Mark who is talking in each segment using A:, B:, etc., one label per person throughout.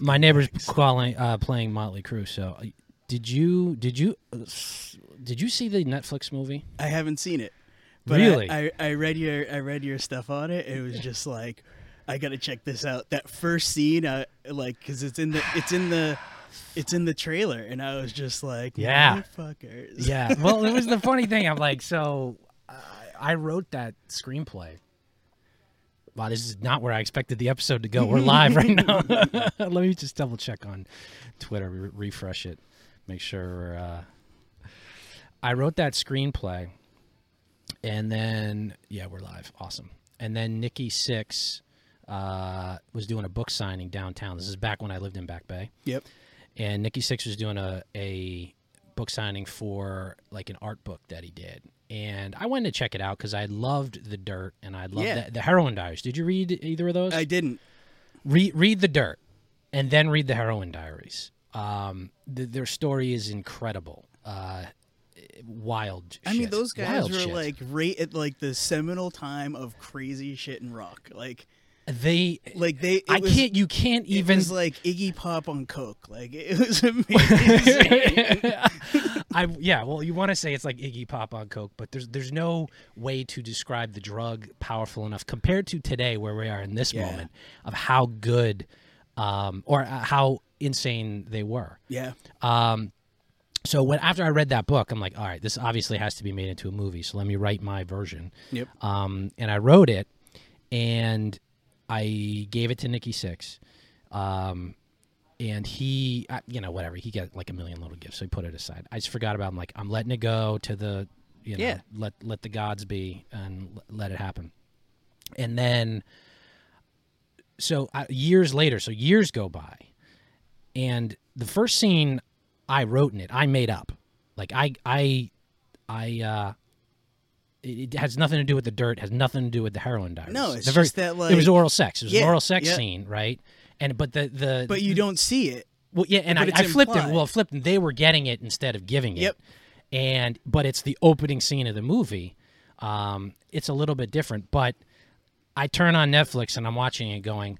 A: my neighbor's calling, uh, playing Motley Crue. So, uh, did you did you uh, s- did you see the Netflix movie?
B: I haven't seen it. But
A: Really?
B: I, I, I read your I read your stuff on it. It was just like I gotta check this out. That first scene, I, like, cause it's in the it's in the it's in the trailer, and I was just like,
A: Yeah.
B: motherfuckers.
A: Yeah. Well, it was the funny thing. I'm like, so I, I wrote that screenplay. Wow, this is not where I expected the episode to go. We're live right now. Let me just double check on Twitter, re- refresh it, make sure. We're, uh... I wrote that screenplay, and then yeah, we're live. Awesome. And then Nikki Six uh, was doing a book signing downtown. This is back when I lived in Back Bay
B: Yep.
A: and Nikki Six was doing a, a book signing for like an art book that he did. And I wanted to check it out because I loved The Dirt and I loved
B: Yeah.
A: the, the Heroin Diaries. Did you read either of those?
B: I didn't.
A: read read the dirt and then read the heroin diaries um th- their story is incredible uh wild
B: I mean,
A: shit.
B: those guys
A: Wild
B: were
A: shit.
B: like right at like the seminal time of crazy shit and rock. Like,
A: they
B: like they. It
A: i
B: was,
A: can't you can't
B: it
A: even
B: was like Iggy Pop on coke. Like it was amazing.
A: I yeah, well, you want to say it's like Iggy Pop on coke, but there's there's no way to describe the drug powerful enough compared to today where we are in this
B: Yeah.
A: moment of how good um or uh, how insane they were.
B: yeah.
A: So when after I read that book, I'm like, all right, this obviously has to be made into a movie. So let me write my version.
B: Yep.
A: Um, and I wrote it, and I gave it to Nikki Six, um, and he, I, you know, whatever. He got like a million little gifts, so he put it aside. I just forgot about. It. I'm like, I'm letting it go to the, you know,
B: Yeah.
A: let let the gods be and l- let it happen. And then, so uh, years later, so years go by, and the first scene I wrote in it, I made up. Like I, I, I. uh it it has nothing to do with the dirt. Has nothing to do with the heroin diaries.
B: No, it's
A: The very-
B: just that
A: it was
B: like-
A: oral sex. It was
B: Yeah,
A: an oral sex
B: yeah.
A: scene, right? And but the the
B: But you don't see it.
A: well, yeah, and I,
B: but
A: I
B: it's
A: flipped it.
B: implied.
A: Well, I flipped and they were getting it instead of giving it.
B: Yep.
A: And but it's the opening scene of the movie. Um, it's a little bit different, but I turn on Netflix and I'm watching it, going,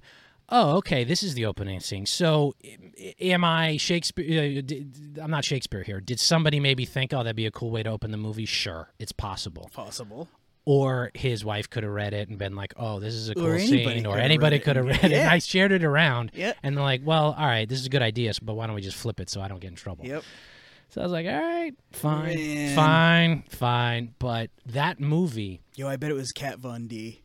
A: "Oh, okay, this is the opening scene." So, i- am I Shakespeare? uh, d- d- I'm not Shakespeare here. Did somebody maybe think, "Oh, that'd be a cool way to open the movie"? Sure, it's possible
B: Possible.
A: or his wife could have read it and been like, "Oh, this is a cool
B: Or anybody
A: scene," or
B: coulda
A: anybody
B: read it
A: could have
B: and-
A: read it. And
B: yeah.
A: I shared it around,
B: Yeah.
A: and they're like, "Well, all right, this is a good idea, so- but why don't we just flip it so I don't get in trouble?"
B: Yep.
A: So I was like, "All right, fine,
B: Man.
A: fine, fine." But that movie,
B: Yo, I bet it was Kat Von D.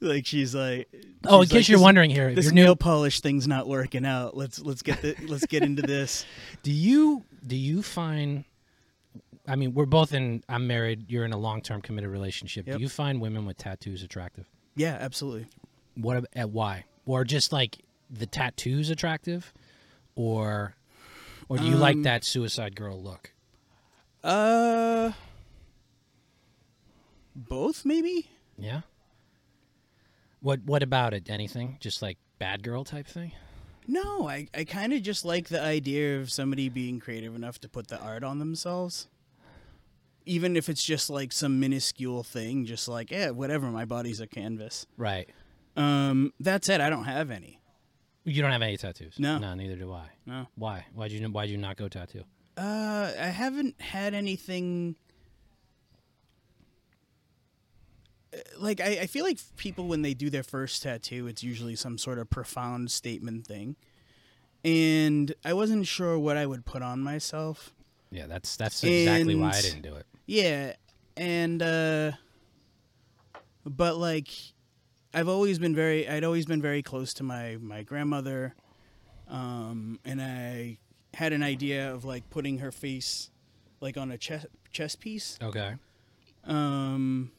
B: like she's like.
A: oh, in
B: she's
A: case
B: like,
A: you're
B: this-
A: wondering here, if
B: this
A: you're
B: nail
A: new,
B: polish thing's not working out. Let's let's get the, let's get into this.
A: do you do you find? I mean, we're both in. I'm married. You're in a long-term committed relationship.
B: Yep.
A: Do you find women with tattoos attractive?
B: Yeah, absolutely.
A: What ab- uh, why? Or just like the tattoos attractive, or or do you
B: Um,
A: like that Suicide Girl look?
B: Uh, both maybe.
A: Yeah. What What about it? Anything? Just like bad girl type thing?
B: No, I, I kind of just like the idea of somebody being creative enough to put the art on themselves. Even if it's just like some minuscule thing, just like, yeah, whatever, my body's a canvas.
A: Right.
B: Um, that said, I don't have any.
A: You don't have any tattoos.
B: No.
A: No, neither do I.
B: No.
A: Why? Why'd you Why'd you not go tattoo?
B: Uh, I haven't had anything. Uh, Like, I, I feel like people, when they do their first tattoo, it's usually some sort of profound statement thing. And I wasn't sure what I would put on myself.
A: Yeah, that's that's exactly why I
B: And-
A: didn't do it.
B: Yeah, and uh but like I've always been very I'd always been very close to my my grandmother um and I had an idea of like putting her face like on a chess chess piece
A: Okay.
B: um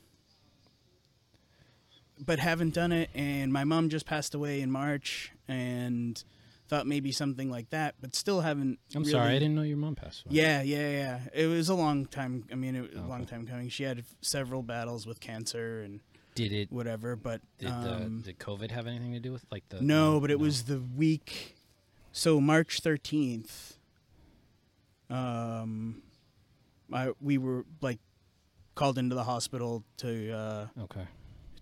B: but haven't done it and my mom just passed away in March and thought maybe something like that but still haven't
A: I'm
B: really
A: sorry, I didn't know your mom passed away.
B: yeah, yeah, yeah. It was a long time. I mean, it was a
A: Okay.
B: long time coming. She had several battles with cancer and
A: Did it?
B: whatever, but
A: Did
B: um,
A: the Did uh, COVID have anything to do with like the?
B: no, but it was the week. So March thirteenth. Um, I we were like called into the hospital to uh
A: Okay.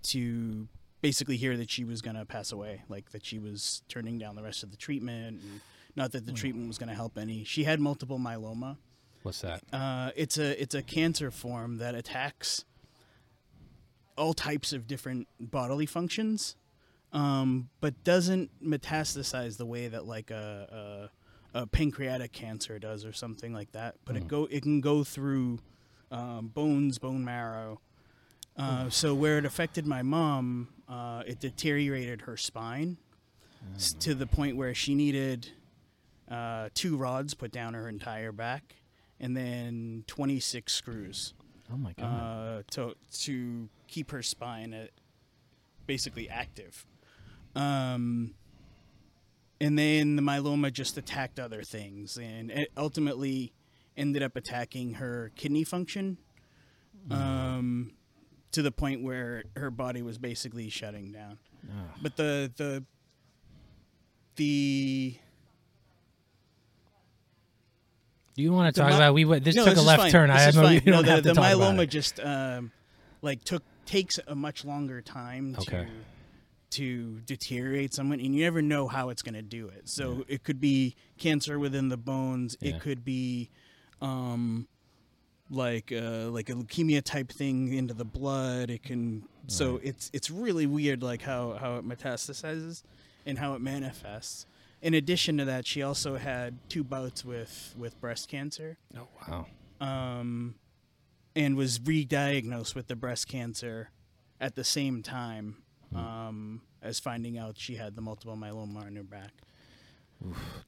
B: to basically hear that she was going to pass away, like that she was turning down the rest of the treatment. And not that the
A: Hmm.
B: treatment was going to help any. She had multiple myeloma.
A: What's that?
B: Uh, it's a it's a cancer form that attacks all types of different bodily functions, um, but doesn't metastasize the way that like a, a, a pancreatic cancer does or something like that. But it go it can go through um, bones, bone marrow. Uh, so where it affected my mom, uh, it deteriorated her spine s- to the point where she needed uh, two rods put down her entire back, and then 26 screws
A: Oh my god.
B: uh, to to keep her spine uh, basically active. Um, and then the myeloma just attacked other things, and it ultimately ended up attacking her kidney function. Um, to the point where her body was basically shutting down.
A: Ugh.
B: But the the the
A: Do you want to
B: the
A: talk
B: my-
A: about we? went- This
B: No,
A: took a
B: is
A: left
B: fine.
A: turn. I
B: This
A: have
B: is
A: no.
B: fine.
A: You don't
B: no, the,
A: have to
B: the
A: talk
B: myeloma
A: about it.
B: just um, like took takes a much longer time
A: Okay.
B: to to deteriorate someone, and you never know how it's going to do it. So it could be cancer within the bones.
A: Yeah.
B: It could be um, like uh, like a leukemia type thing into the blood. It can so it's it's really weird like how how it metastasizes and how it manifests. In addition to that, she also had two bouts with with breast cancer
A: Oh wow.
B: um, and was re-diagnosed with the breast cancer at the same time
A: Mm-hmm.
B: um, as finding out she had the multiple myeloma on her back.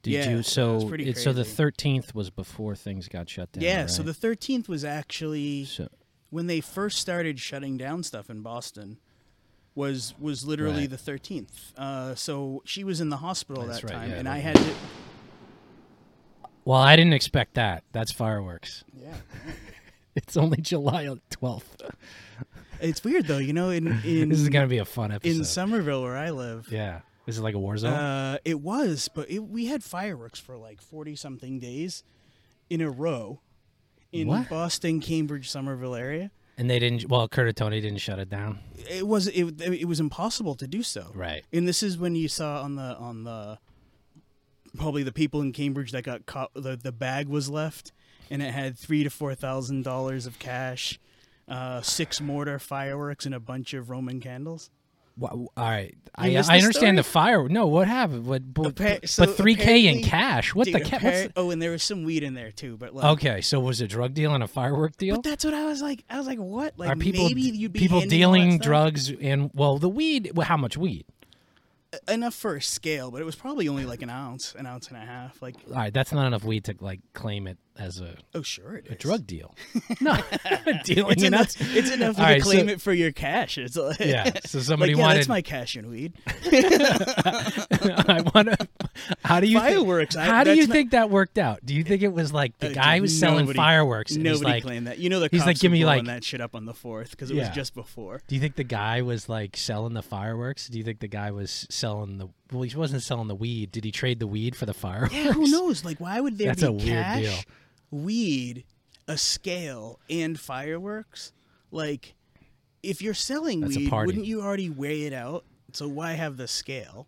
A: Did
B: Yeah,
A: you?
B: so it's
A: So
B: pretty
A: it, so the
B: crazy.
A: thirteenth was before things got shut down.
B: Yeah, so
A: right?
B: the 13th was actually
A: So-
B: when they first started shutting down stuff in Boston. Was was literally
A: Right.
B: the 13th. Uh, so she was in the hospital
A: That's
B: that
A: right,
B: time,
A: yeah,
B: and I
A: that-
B: had to.
A: well, I didn't expect that. That's fireworks.
B: Yeah.
A: It's only July twelfth.
B: It's weird though, you know. In in
A: This is gonna be a fun episode.
B: in Somerville where I live,
A: yeah. Is it like a war zone?
B: Uh, it was, but it, we had fireworks for like forty something days in a row in
A: What?
B: Boston, Cambridge, Somerville area.
A: and they didn't. Well, Curtatone didn't shut it down.
B: It was it, it was impossible to do so.
A: Right.
B: And this is when you saw on the on the probably the people in Cambridge that got caught. The the bag was left, and it had three to four thousand dollars of cash, uh, six mortar fireworks, and a bunch of Roman candles.
A: Wha- w- all right, I,
B: missed
A: I
B: the
A: understand the fire. No, what happened? What, but
B: Appa-
A: but
B: so
A: three K in
B: apparently-
A: cash? What the?
B: Dude,
A: Ca-
B: appar-
A: what's
B: oh, and there was some weed in there too. But like,
A: the- okay, so was it a drug deal and a firework deal?
B: But that's what I was like. I was like, what? Like
A: Are people
B: maybe you'd be
A: people
B: handing all that
A: dealing
B: stuff?
A: drugs and well, the weed? Well, how much weed?
B: enough for a scale, but it was probably only like an ounce, an ounce and a half. Like,
A: All right, that's not enough weed to like claim it as a,
B: oh sure, it is.
A: a drug deal. No, dealing
B: It's
A: enough.
B: enough. It's enough
A: All
B: to
A: right,
B: claim
A: so-
B: it for your cash. It's like,
A: Yeah, so somebody
B: like, yeah,
A: wanted.
B: that's my cash and weed.
A: I want to. How do you thi-
B: Fireworks, I-
A: how do you
B: that's not-
A: think that worked out? Do you think it was like the
B: Uh,
A: guy was selling
B: nobody-
A: fireworks? And he's
B: Nobody
A: like,
B: claimed that. You know the
A: he's
B: cops
A: like, "Give
B: were
A: me,
B: blowing
A: like-
B: that shit up on the fourth because it
A: Yeah.
B: was just before.
A: Do you think the guy was like selling the fireworks? Do you think the guy was selling the well? He wasn't selling the weed. Did he trade the weed for the fireworks?
B: Yeah, who knows? Like, why would there
A: That's
B: be
A: a weird
B: cash,
A: deal.
B: weed, a scale, and fireworks? Like, if you're selling
A: That's a
B: weed,
A: party.
B: wouldn't you already weigh it out? So why have the scale?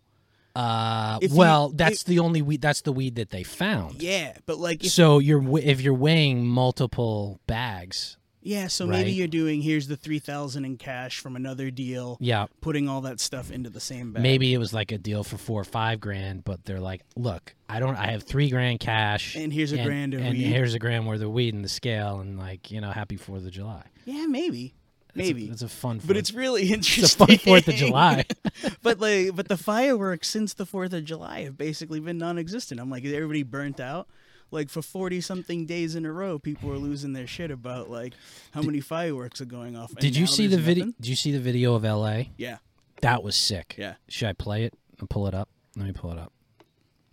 A: Uh,
B: If you-
A: well, that's the only weed. That's the weed that they found.
B: Yeah, but like, if,
A: So you're w- if you're weighing multiple bags,
B: yeah. So maybe
A: Right.
B: you're doing here's the three thousand in cash from another deal,
A: yeah,
B: putting all that stuff into the same bag.
A: maybe it was like a deal for four or five grand, but they're like, look, I don't, I have three grand cash,
B: And here's a grand of
A: and
B: weed.
A: here's a grand worth of weed in the scale, and like you know, happy Fourth of July.
B: Yeah, maybe, maybe.
A: it's a fun,
B: but
A: Fourth-
B: it's really interesting.
A: it's a fun Fourth of July.
B: but like, but the fireworks since the Fourth of July have basically been non-existent. I'm like, is everybody burnt out? Like for forty something days in a row, people were losing their shit about like how many fireworks are going off. and
A: Did you
B: now
A: see the
B: there's
A: video?
B: nothing?
A: Did you see the video of L.A.?
B: Yeah,
A: That was sick.
B: Yeah.
A: Should I play it and pull it up? Let me pull it up.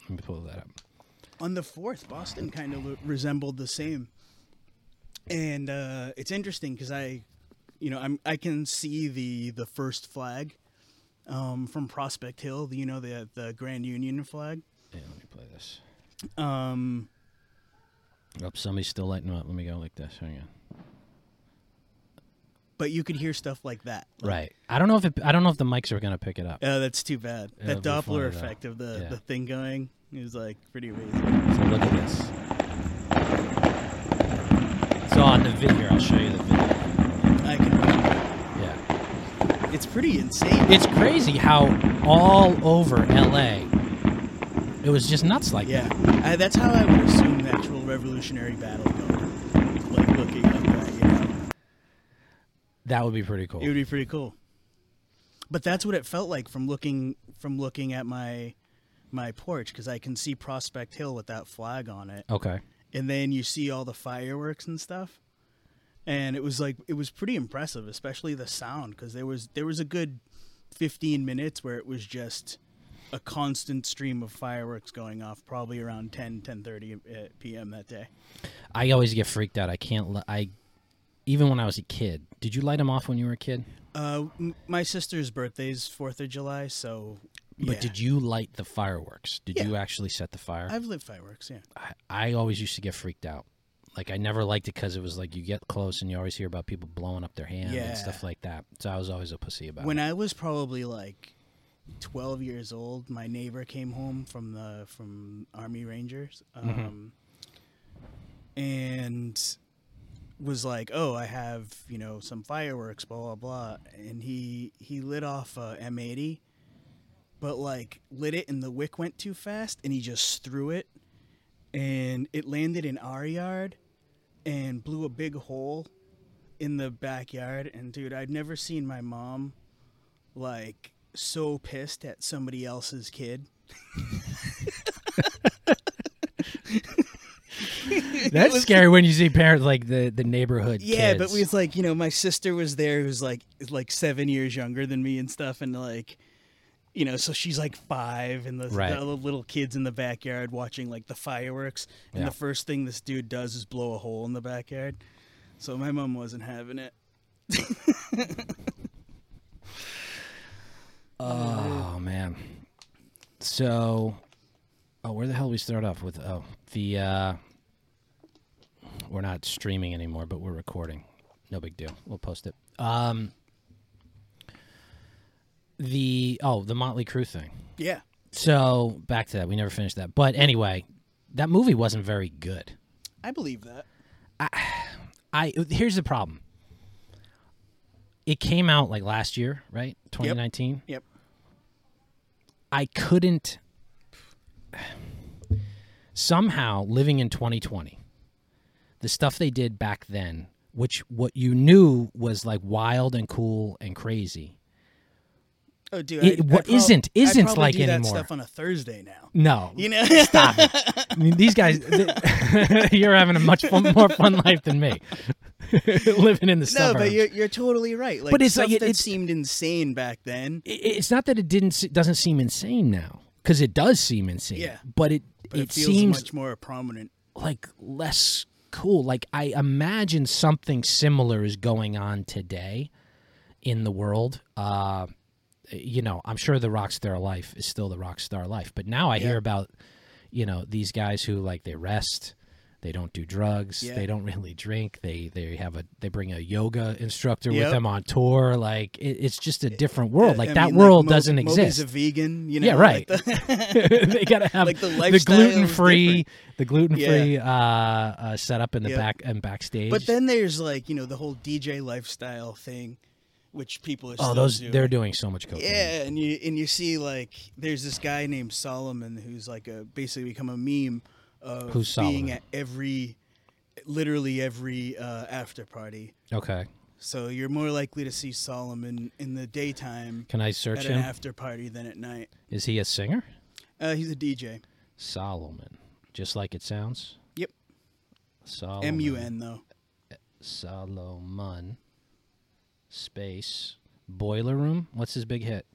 A: Let me pull that up.
B: on the fourth, Boston kind of lo- resembled the same. And uh, it's interesting because I, you know, I'm I can see the the first flag um, from Prospect Hill. You know the the Grand Union flag.
A: Yeah, let me play this.
B: Um,
A: Oh, somebody's still lighting up. Let me go like this. Hang on.
B: but you could hear stuff like that. Like,
A: Right. I don't know if it, I don't know if the mics are gonna pick it up.
B: Oh, that's too bad.
A: It'll
B: that
A: be funny, though.
B: Doppler effect of the,
A: Yeah.
B: the thing going is like pretty amazing.
A: So look at this. So on the video, I'll show you the video.
B: I can,
A: Yeah.
B: it's pretty insane.
A: It's crazy how all over LA it was just nuts like
B: Yeah, I, that's how I would assume the actual Revolutionary Battle going. Like looking up that, you know,
A: that. That would be pretty cool.
B: it would be pretty cool. But that's what it felt like from looking from looking at my my porch because I can see Prospect Hill with that flag on it,
A: okay.
B: and then you see all the fireworks and stuff. And it was like it was pretty impressive, especially the sound because there was there was a good fifteen minutes where it was just a constant stream of fireworks going off probably around 10 10.30 uh, p.m that day
A: I always get freaked out. I can't. Li- I even when I was a kid. Did you light them off when you were a kid?
B: Uh, m- my sister's birthday's Fourth of July, so.
A: But did you light the fireworks? Did you
B: Yeah.
A: actually set the fire?
B: I've lit fireworks, yeah.
A: I, I always used to get freaked out. Like I never liked it because it was like you get close and you always hear about people blowing up their hand
B: Yeah.
A: and stuff like that. So I was always a pussy about
B: When
A: it.
B: I was probably like twelve years old, my neighbor came home from the from Army Rangers,
A: Mm-hmm.
B: um, and was like, "Oh, I have you know some fireworks, blah blah blah," and he he lit off a M eighty, but like lit it and the wick went too fast, and he just threw it, and it landed in our yard, and blew a big hole in the backyard and dude i've never seen my mom like so pissed at somebody else's kid
A: That's scary when you see parents like the the neighborhood.
B: yeah but
A: kids.
B: we was like you know my sister was there who's like is like seven years younger than me and stuff and like you know so she's like five and the,
A: Right.
B: the little kids in the backyard watching like the fireworks and
A: Yeah.
B: the first thing this dude does is blow a hole in the backyard so my mom wasn't having it
A: Oh man. So, oh, where the hell we start off with? Oh, the uh, we're not streaming anymore, but we're recording. No big deal. We'll post it. Um, the oh, the Motley Crue thing.
B: yeah
A: So back to that. We never finished that. But anyway, that movie wasn't very good.
B: i believe that
A: I here's the problem. It came out like last year, right? 2019.
B: yep
A: I couldn't somehow living in 2020. The stuff they did back then, which what you knew was like wild and cool and crazy.
B: oh dude
A: It-
B: I,
A: what
B: I prob-
A: isn't- isn't
B: I probably
A: like
B: do that
A: anymore.
B: stuff on a thursday now
A: No,
B: you know
A: stop it. I mean, these guys, th- you're having a much fun, more fun life than me, living in the
B: No,
A: suburbs.
B: but you're, you're totally right. Like,
A: But it's
B: stuff
A: like it-
B: that
A: it's-
B: seemed insane back then.
A: I- it's not that it didn't se- doesn't seem insane now, because it does seem insane.
B: Yeah.
A: but it
B: But it, feels
A: seems
B: much more prominent.
A: like less cool. Like I imagine something similar is going on today in the world. Uh, you know, I'm sure the rock star life is still the rock star life, but now I hear about you know these guys who like they rest, they don't do drugs,
B: Yeah.
A: they don't really drink, they they have a they bring a yoga instructor with
B: Yep. Eh,
A: them on tour. Like it, it's just a different world. Oh, Like
B: I
A: that
B: mean,
A: world
B: Mo-
A: doesn't
B: Moby's
A: exist.
B: a vegan, you know.
A: Yeah, right.
B: like
A: they gotta have
B: Like, the
A: the
B: lifestyle is
A: gluten free, the gluten free uh, uh, setup in the
B: Yeah.
A: back and backstage.
B: but then there's like you know the whole DJ lifestyle thing, which people are.
A: oh,
B: still
A: those
B: doing.
A: they're doing so much cocaine.
B: Yeah, and you and you see like there's this guy named Solomon who's like a basically become a meme of
A: Who's Solomon?
B: being at every, literally every uh, after party.
A: Okay,
B: So you're more likely to see Solomon in the daytime
A: can I search
B: at an
A: him?
B: after party than at night.
A: Is he a singer?
B: Uh, he's a DJ.
A: Solomon, just like it sounds.
B: Yep.
A: Solomon.
B: M U N though.
A: Solomon. Space. Boiler room. What's his big hit?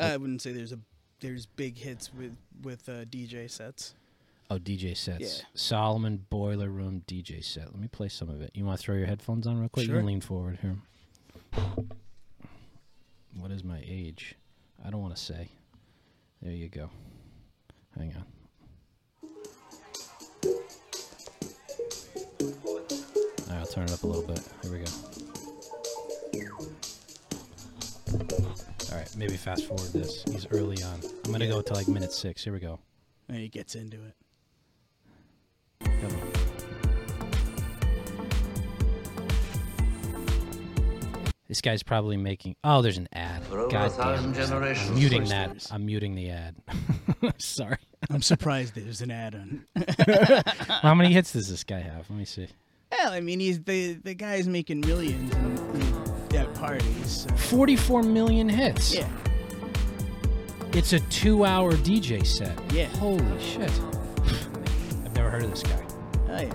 B: I wouldn't say there's a there's big hits with with uh, DJ sets.
A: Oh, DJ sets.
B: Yeah.
A: Solomon Boiler Room DJ set. Let me play some of it. You want to throw your headphones on real quick? You
B: Sure.
A: can lean forward here. What is my age? I don't want to say. There you go. Hang on. All right, I'll turn it up a little bit. Here we go. All right, maybe fast forward this. He's early on. I'm gonna go to like minute six. Here we go.
B: And he gets into it.
A: Come on. This guy's probably making. Oh, there's an ad.
C: For over
A: God
C: a thousand
A: damn it.
C: generations.
A: I'm muting
B: Of course there
A: that.
B: is.
A: I'm muting the ad. Sorry.
B: I'm surprised there's an ad on.
A: How many hits does this guy have? Let me see.
B: Well, I mean, he's the the guy's making millions in, in, at parties. So,
A: 44 million hits.
B: yeah,
A: It's a two-hour DJ set.
B: Yeah.
A: Holy shit. I've never heard of this guy.
B: oh yeah.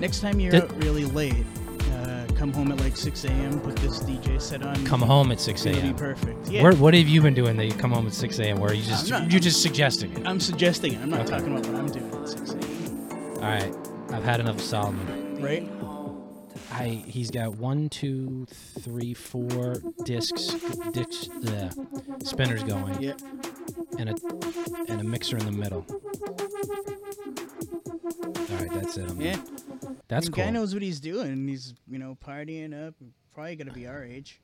B: Next time you're
A: Did-
B: out really late, uh, come home at like 6 a.m. Put this DJ set on.
A: Come home at 6
B: It'll be
A: a.m.
B: perfect. Yeah.
A: Where, what have you been doing that you come home at 6 a.m. Where you just
B: I'm not-
A: you just suggesting it?
B: I'm suggesting it. I'm not
A: Okay.
B: talking about what I'm doing at 6 a.m.
A: All right, I've had enough of Solomon.
B: Right?
A: I he's got one, two, three, four discs, discs, uh, spinners going,
B: Yeah.
A: and a and a mixer in the middle. All right, that's it. I'm done.
B: Yeah.
A: That's
B: the guy
A: cool.
B: knows what he's doing. He's you know partying up. Probably gonna be our age.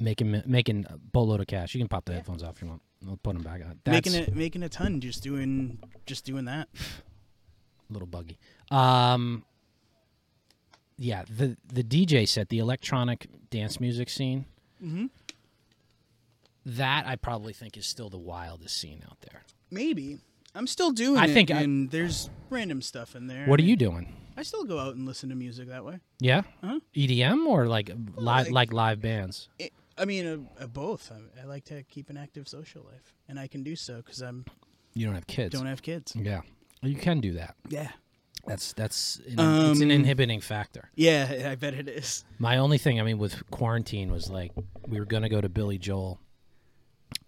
A: Making making a boatload of cash. You can pop the headphones off if you want. I'll put them back on. That's
B: Making it making a ton. Just doing just doing that.
A: a little buggy. Um, yeah, the the DJ set, the electronic dance music scene. Mm-hmm. That I probably think is still the wildest scene out there.
B: Maybe. I'm still doing
A: I
B: it,
A: think I-
B: and there's random stuff in there.
A: What are
B: and-
A: you doing?
B: I still go out and listen to music that way.
A: Yeah,
B: Huh?
A: EDM or like live
B: like-
A: like live bands.
B: It, I mean, uh, uh, both. I, I like to keep an active social life, and I can do so because I'm
A: You don't have kids.
B: don't have kids.
A: yeah, you can do that.
B: Yeah,
A: That's that's an, it's an
B: Um,
A: inhibiting factor.
B: yeah. I bet it is.
A: My only thing, I mean, with quarantine was like we were gonna go to Billy Joel.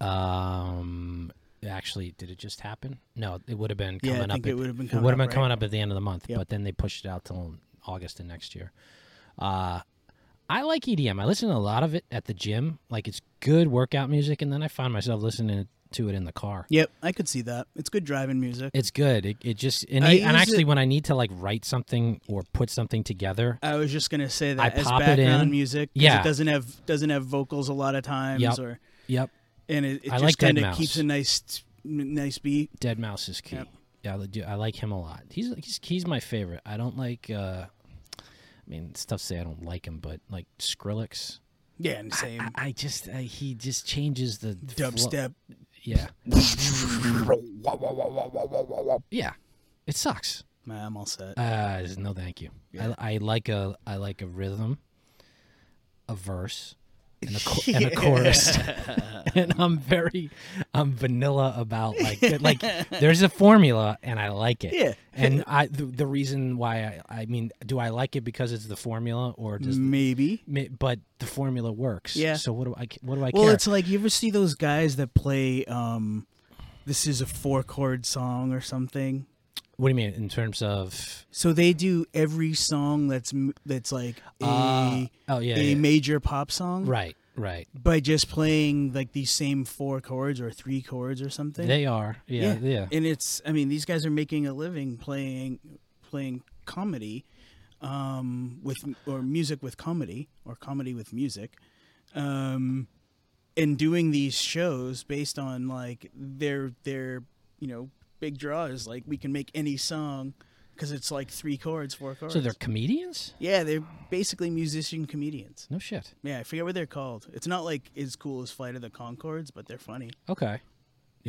A: Um, actually, did it just happen? No, it would have been
B: Yeah, I
A: coming up.
B: think it
A: at-
B: would've been
A: it
B: coming
A: would've
B: up,
A: been
B: right?
A: coming up at the end of the month,
B: Yep.
A: but then they pushed it out till August of next year. Uh, I like EDM. I listen to a lot of it at the gym. Like it's good workout music, and then I find myself listening to it in the car.
B: Yep, I could see that. It's good driving music.
A: It's good. It, it just and,
B: I
A: e- and
B: use
A: actually
B: it-
A: when I need to like write something or put something together,
B: I was just gonna say that
A: I
B: as
A: pop it
B: background
A: in.
B: music. 'cause
A: Yeah.
B: it doesn't have doesn't have vocals a lot of times,
A: Yep.
B: or
A: yep,
B: and it, it
A: I
B: just
A: like Dead
B: kind of
A: Mouse.
B: keeps a nice t- n- nice beat.
A: Dead Mouse is key.
B: Yep.
A: Yeah, I do- I like him a lot. He's he's he's my favorite. I don't like. uh I mean, it's tough to say I don't like him, but like Skrillex,
B: Yeah, and same
A: I, I just I, he just changes the flow-
B: dubstep.
A: Yeah, yeah, it sucks.
B: Nah, I'm all set.
A: Uh, no, thank you.
B: Yeah.
A: I, I like a I like a rhythm, a verse, and a, cho- and a chorus. and I'm very I'm vanilla about like that- like there's a formula and I like it.
B: Yeah.
A: And I the, the reason why I I mean do I like it because it's the formula or does
B: Maybe.
A: ma- but the formula works.
B: Mm. Yeah.
A: So what do I ca- what do I
B: Well,
A: care?
B: it's like you ever see those guys that play um this is a four chord song or something.
A: what do you mean in terms of
B: So they do every song that's m- that's like a
A: Uh, oh yeah,
B: a
A: yeah.
B: major pop song
A: right right
B: by just playing like these same four chords or three chords or something.
A: they are yeah yeah
B: And it's I mean these guys are making a living playing playing comedy um with or music with comedy or comedy with music. Um and doing these shows based on like their their you know big draw is like we can make any song cuz it's like three chords, four chords.
A: so they're comedians.
B: Yeah, they're basically musician comedians.
A: No shit.
B: Yeah, I forget what they're called. It's not like as cool as Flight of the Concords, but they're funny.
A: Okay.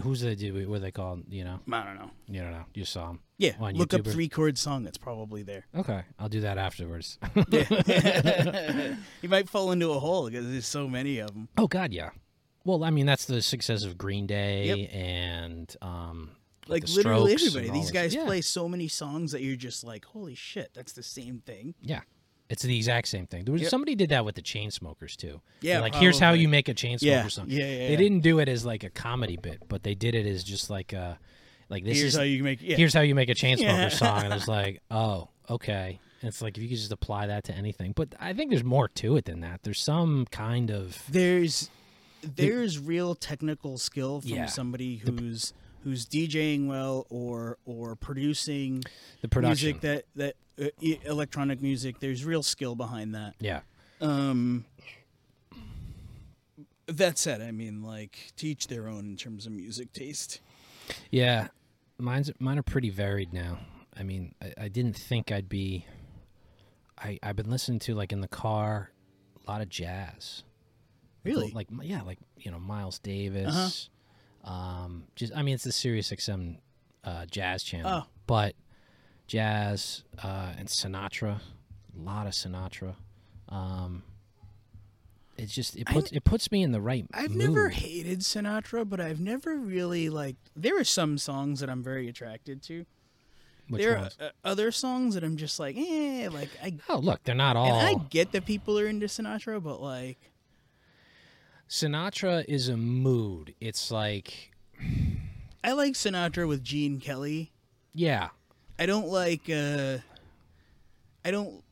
A: Who's they do? What are they called? You know,
B: I don't know.
A: you don't know. You saw them.
B: Yeah,
A: On
B: look up
A: YouTuber.
B: three chord song. It's probably there.
A: Okay, I'll do that afterwards.
B: You might fall into a hole because there's so many of them.
A: oh God, yeah. Well, I mean, that's the success of Green Day
B: Yep.
A: and um,
B: Like
A: the
B: literally
A: Strokes and
B: everybody.
A: all
B: These
A: this-
B: guys
A: yeah.
B: play so many songs that you're just like, holy shit, that's the same thing.
A: Yeah, it's the exact same thing. There was
B: Yep.
A: somebody did that with the Chainsmokers too. They're
B: Yeah,
A: like here's how
B: probably.
A: you make a Chainsmokers
B: Yeah,
A: song.
B: yeah, yeah,
A: They
B: yeah.
A: didn't do it as like a comedy bit, but they did it as just like a like this
B: Here's
A: is
B: how you make. Yeah,
A: here's how you make a Chainsmokers
B: Yeah.
A: song, and it's like oh okay. And it's like if you could just apply that to anything, but I think there's more to it than that. There's some kind of
B: there's there's real technical skill from
A: Yeah.
B: somebody who's who's DJing well or or producing
A: the production.
B: music that that uh, e- electronic music. There's real skill behind that.
A: yeah.
B: Um, that said, I mean, like, to each their own in terms of music taste.
A: Yeah, mine's mine are pretty varied now. I mean, I, I didn't think I'd be. I I've been listening to like in the car, a lot of jazz. Like,
B: Really? Uh-huh.
A: Like yeah, like you know Miles Davis. Um, just I mean it's the Sirius XM uh, jazz channel,
B: Oh.
A: but jazz uh, and Sinatra, a lot of Sinatra. Um, it's just it
B: I-
A: puts it puts me in the right.
B: I've
A: mood.
B: never hated Sinatra, but I've never really like. There are some songs that I'm very attracted to.
A: Which
B: there
A: ones?
B: are uh, other songs that I'm just like, eh, like I.
A: Oh look, they're not all.
B: And I get that people are into Sinatra, but like,
A: Sinatra is a mood. It's like,
B: I like Sinatra with Gene Kelly.
A: yeah,
B: I don't like. uh I don't.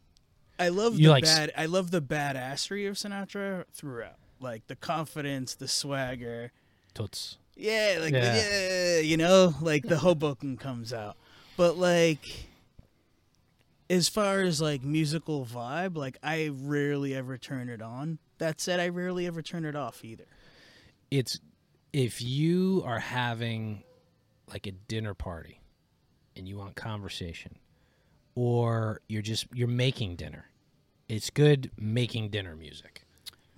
B: I love
A: You
B: the
A: like s-
B: bad. I love the badassery of Sinatra throughout, like the confidence, the swagger.
A: toots.
B: Yeah, like
A: Yeah.
B: yeah, you know, like the Hoboken comes out. But like as far as like musical vibe, like I rarely ever turn it on. That said, I rarely ever turn it off either.
A: It's if you are having like a dinner party and you want conversation, or you're just you're making dinner. It's good making dinner music.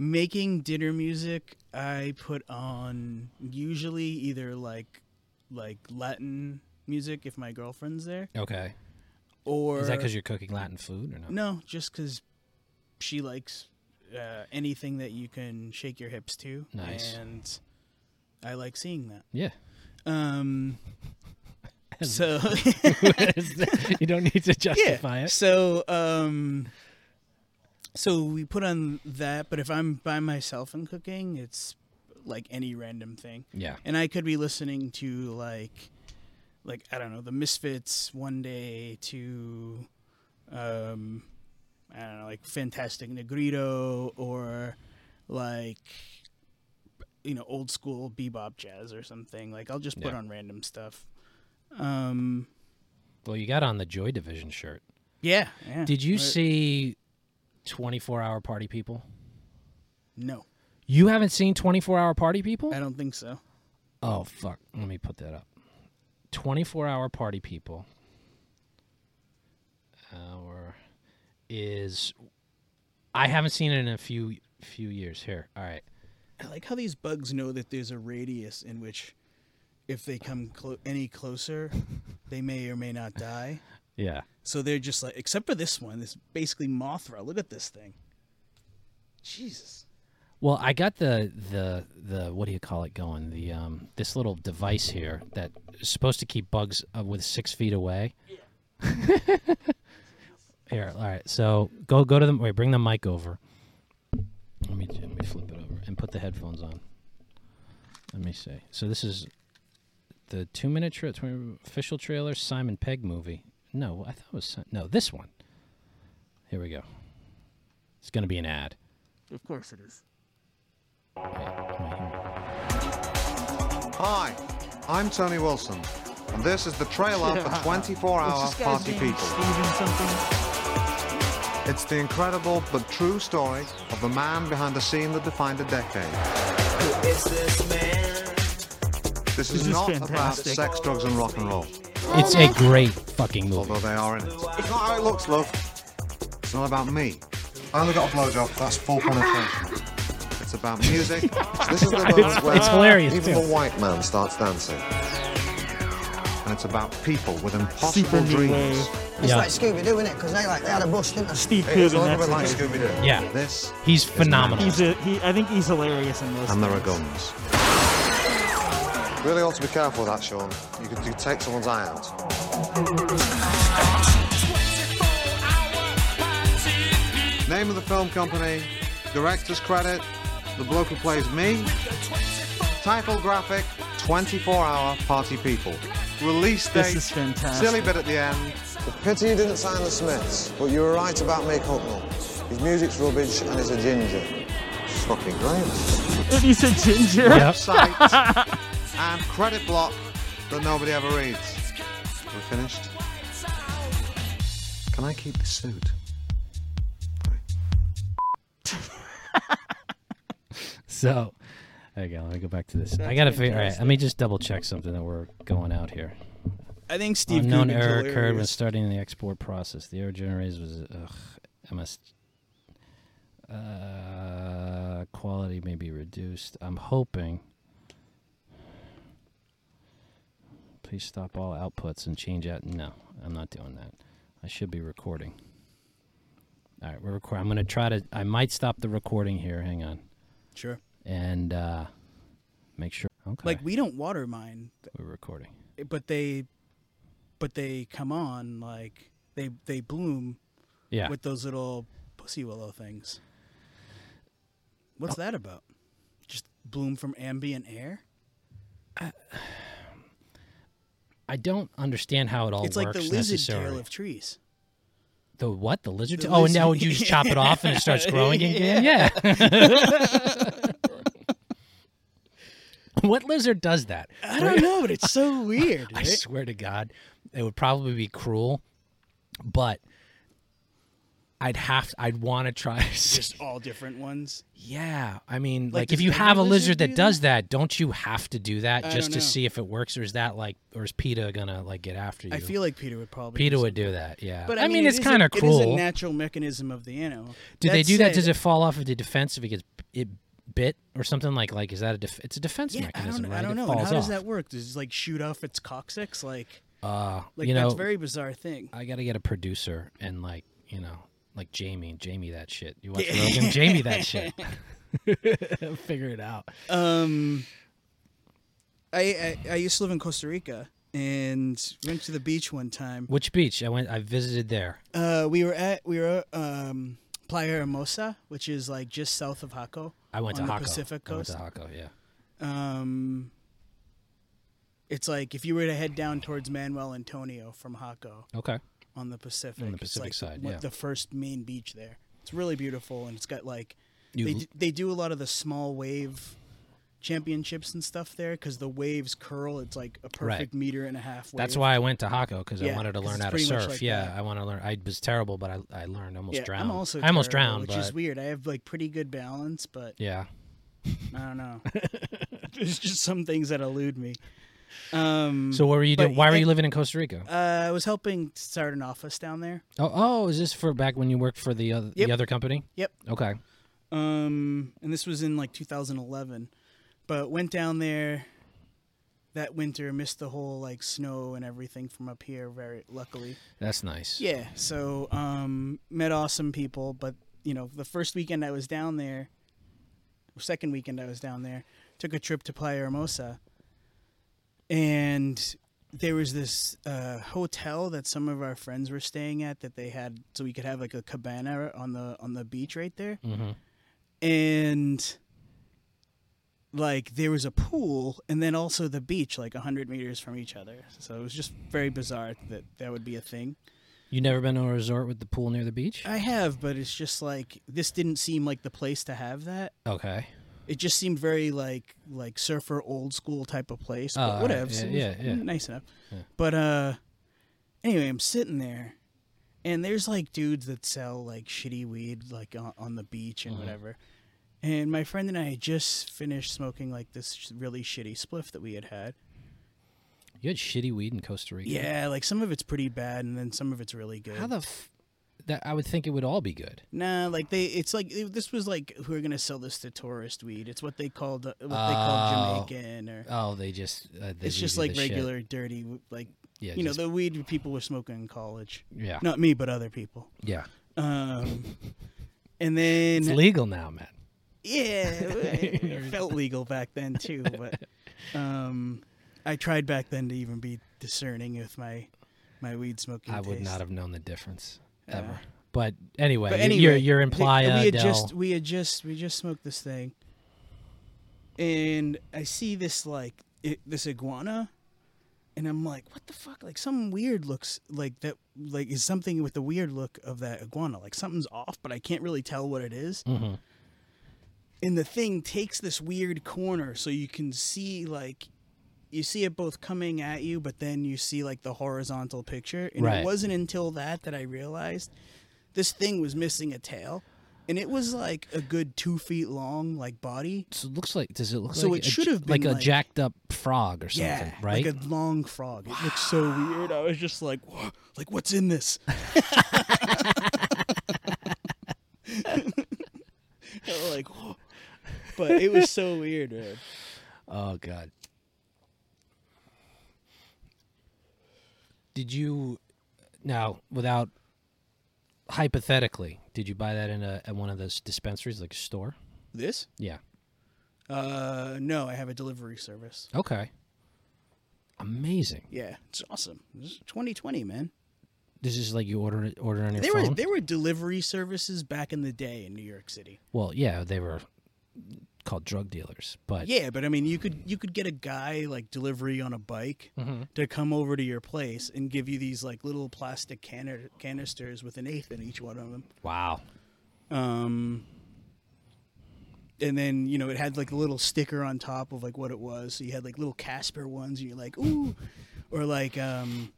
B: Making dinner music, I put on usually either like like Latin music if my girlfriend's there
A: Okay,
B: or Mm.
A: is that because you're cooking Latin food or not?
B: No, just because she likes uh, anything that you can shake your hips to.
A: Nice.
B: And I like seeing that.
A: Yeah,
B: Um, so
A: you don't need to justify
B: yeah.
A: it.
B: So um, so we put on that. But if I'm by myself and cooking, it's like any random thing.
A: Yeah,
B: and I could be listening to like like I don't know the Misfits one day to um I don't know like Fantastic Negrito or like you know old school bebop jazz or something like I'll just put
A: Yeah.
B: on random stuff um
A: well, you got on the Joy Division shirt.
B: yeah, yeah. Uh,
A: Did you
B: But
A: see 24 Hour Party People?
B: no
A: You haven't seen 24 Hour Party People?
B: I don't think so
A: Oh fuck! Let me put that up. Twenty-four hour party people. Our is, I haven't seen it in a few few years. Here, all right.
B: I like how these bugs know that there's a radius in which if they come clo- any closer they may or may not die
A: Yeah.
B: So they're just like, except for this one, it's basically Mothra. Look at this thing. Jesus.
A: Well, I got the the the what do you call it going? The um this little device here that is supposed to keep bugs uh, with six feet away. here, all right. So go go to the wait. Bring the mic over. Let me let me flip it over and put the headphones on. Let me see. So this is the two minute tra- tw- official trailer Simon Pegg movie. No, I thought it was Si- no this one. Here we go. It's gonna be an ad.
B: Of course it is.
A: Wait, wait, here.
C: Hi, I'm Tony Wilson, and this is the trailer for 24 Hour Party People. It's the incredible but true story of the man behind a scene that defined a decade. This is, not about sex, drugs, and rock and roll,
A: It's a great fucking movie.
C: although they are in it. It's not how it looks, love. It's not about me. I only got a blowjob, that's full penetration. It's about music. this is the moment where
A: it's hilarious,
C: even
A: too.
C: the white man starts dancing. And it's about people with impossible dreams.
D: It's
A: Yeah.
D: like Scooby Doo, innit? Because they like they had a bush, didn't they?
E: Steve
C: Hey, it's
E: Coogan,
C: all
E: that's
C: about like
E: it.
C: Scooby-Doo.
A: Yeah.
C: This
A: He's
C: is
A: phenomenal.
C: madness.
E: He's a, he, I think he's hilarious in this.
C: And there are guns. Really ought to be careful with that, Sean. You could you take someone's eye out. Name of the film company, director's credit, the bloke who plays me, title graphic, 24 hour party people. Release date,
E: This is fantastic.
C: silly bit at the end.
D: Pity you didn't sign the Smiths, but you were right about Mick Hucknall. His music's rubbish and he's a ginger.
C: It's fucking great.
E: He's a ginger.
A: Yep.
C: Website and credit block that nobody ever reads. We're finished. Can I keep this suit?
A: so, okay, let me go back to this. I gotta figure. All right, let me just double check something that we're going out here.
B: I think Steve
A: Unknown
B: Coogan's
A: error occurred when
B: hilarious.
A: starting the export process. The error generated was ugh, MS uh, quality may be reduced. I'm hoping. Please stop all outputs and change out. No, I'm not doing that. I should be recording. All right, we're recording. I'm going to try to. I might stop the recording here. Hang on,
B: Sure.
A: and uh, make sure. Okay,
B: Like we don't water mine,
A: we're recording.
B: but they, but they come on like they they bloom
A: Yeah.
B: with those little pussy willow things. What's
A: Oh.
B: that about? Just bloom from ambient air?
A: I don't understand how it all
B: it's like
A: works
B: the lizard
A: necessarily.
B: tail of trees.
A: The what? The lizard?
B: The
A: tail? oh, and now
B: lizard-
A: you just chop it off and it starts growing again? Yeah. what lizard does that?
B: I don't know, but it's so weird.
A: I
B: right?
A: swear to God, it would probably be cruel, but I'd have, I'd want to try.
B: Just all different ones.
A: yeah. I mean, like,
B: Like,
A: if
B: does
A: you
B: every
A: have a
B: lizard
A: lizard that
B: do
A: does that, don't you have to do that
B: I
A: just
B: don't
A: to
B: know.
A: see if it works or is that like, or is PETA going to like get after you?
B: I feel like Peter would probably.
A: PETA
B: do
A: would do that. Yeah.
B: something.
A: But I, mean,
B: it
A: it's
B: is a-
A: kind of cruel.
B: It is a natural mechanism of the animal.
A: Do they
B: That
A: do that? Does
B: said-
A: it fall off of the defense if it gets it bit or something like like is that a def- it's a defense
B: Yeah, I
A: mechanism?
B: don't,
A: right?
B: I don't
A: It
B: know. And
A: falls
B: how does
A: off.
B: that work? Does it like shoot off its coccyx? Like,
A: Uh,
B: like
A: you know,
B: that's a very bizarre thing.
A: I gotta get a producer and like you know like Jamie, Jamie that shit. You watch Rogan, Jamie that shit. Figure it out.
B: Um, I, I I used to live in Costa Rica and went to the beach one time.
A: Which beach? I went. I visited there.
B: Uh, we were at we were at, um Playa Hermosa, which is like just south of Jaco.
A: I went
B: on
A: to
B: the
A: Hako.
B: Pacific Coast.
A: I went to Hako. Yeah.
B: um, it's like if you were to head down towards Manuel Antonio from Jaco
A: Okay.
B: on the Pacific.
A: Pacific
B: it's like
A: side,
B: one-
A: yeah.
B: The first main beach there. It's really beautiful, and it's got like
A: You
B: they
A: l-
B: d- they do a lot of the small wave championships and stuff there because the waves curl. It's like a
A: Right.
B: perfect meter and a half. Wave.
A: That's why I went to Hako because I
B: Yeah,
A: wanted to
B: 'cause
A: learn
B: it's
A: how to
B: pretty much
A: surf.
B: like
A: yeah,
B: that.
A: I want to learn. I was terrible, but I I learned almost
B: Yeah,
A: drowned.
B: I'm also
A: I almost
B: terrible,
A: drowned,
B: which
A: but
B: is weird. I have like pretty good balance, but
A: yeah.
B: I don't know. There's just some things that elude me. Um,
A: So what were you
B: but
A: doing? Why were
B: I-
A: you living in Costa Rica?
B: Uh, I was helping start an office down there.
A: Oh, oh, is this for back when you worked for the other,
B: Yep.
A: the other company?
B: Yep.
A: Okay.
B: Um, and this was in like 2011, but went down there that winter, missed the whole like snow and everything from up here. Very luckily,
A: That's nice.
B: yeah. So um, met awesome people, but you know, the first weekend I was down there, second weekend I was down there, took a trip to Playa Hermosa, and there was this uh, hotel that some of our friends were staying at that they had, so we could have like a cabana on the on the beach right there
A: hmm
B: and like there was a pool and then also the beach like 100 meters from each other so it was just very bizarre that that would be a thing
A: You never been to a resort with the pool near the beach?
B: i have but it's just like this didn't seem like the place to have that
A: okay.
B: it just seemed very like like surfer old school type of place
A: Oh,
B: but
A: alright.
B: whatever
A: Yeah,
B: it was
A: yeah, yeah.
B: nice enough but uh anyway i'm sitting there and there's like dudes that sell like shitty weed like on, on the beach
A: Mm-hmm.
B: and whatever and my friend and i had just finished smoking like this sh- really shitty spliff that we had had
A: You had shitty weed in Costa Rica.
B: yeah like some of it's pretty bad and then some of it's really good
A: How the f- that I would think it would all be good.
B: Nah, like they, it's like it- this was like who are gonna sell this to tourist weed. It's what they called what they
A: Oh.
B: called Jamaican or
A: Oh, they just uh, they
B: it's
A: give
B: just
A: you
B: like
A: the shit.
B: regular dirty like
A: Yeah,
B: you know
A: just-
B: the weed people were smoking in college
A: Yeah.
B: not me but other people
A: Yeah.
B: um and
A: It's
B: then
A: legal now, man.
B: yeah it it felt legal back then too but um i tried back then to even be discerning with my my weed smoking
A: I would
B: taste.
A: not have known the difference ever. but anyway,
B: Uh, But
A: you-
B: anyway,
A: you're you're in
B: th-
A: Playa
B: We had
A: del.
B: just we had just we just smoked this thing, and I see this like it, this iguana, and I'm like, what the fuck? Like some weird looks like that. Like is something with the weird look of that iguana. Like something's off, but I can't really tell what it is.
A: Mhm.
B: And the thing takes this weird corner, so you can see like. You see it both coming at you, but then you see like the horizontal picture. And
A: Right.
B: it wasn't until that that I realized this thing was missing a tail and it was like a good two feet long, like body.
A: So it looks like does it look
B: So
A: like
B: it
A: a,
B: should have
A: like
B: been
A: a
B: like-
A: jacked up frog or something,
B: Yeah,
A: right?
B: Like a long frog. It looked so weird. I was just like, "Wha- like what's in this? I was like, "Whoa." but it was so weird, man.
A: oh god. Did you now without hypothetically, did you buy that in a at one of those dispensaries like a store?
B: This?
A: Yeah.
B: Uh, no, I have a delivery service.
A: Okay. Amazing.
B: Yeah, it's awesome. This is 2020, man.
A: This is like you order it order on your
B: There
A: phone.
B: were there were delivery services back in the day in New York City.
A: well, yeah, they were called drug dealers, but
B: Yeah, but I mean, you could you could get a guy like delivery on a bike
A: Mm-hmm.
B: to come over to your place and give you these like little plastic canner- canisters with an eighth in each one of them.
A: wow.
B: Um, and then you know it had like a little sticker on top of like what it was. So you had like little Casper ones, and you're like, ooh, or like um,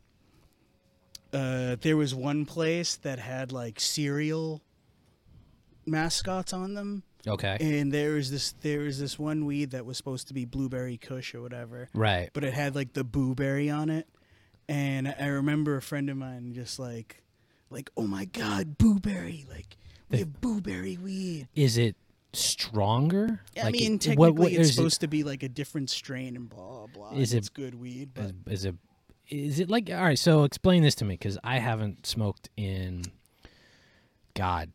B: uh, there was one place that had like cereal mascots on them.
A: Okay.
B: And there was this there was this one weed that was supposed to be blueberry kush or whatever.
A: right.
B: But it had like the blueberry on it. And I remember a friend of mine just like like, oh my god, blueberry, like we have blueberry weed.
A: is it stronger?
B: I
A: Like,
B: mean,
A: it-
B: technically,
A: what- what-
B: it's
A: is
B: supposed to be like a different strain and blah blah.
A: Is it-
B: and it's good weed, but
A: It, is, is it? Is it like? All right, so explain this to me because I haven't smoked in, God,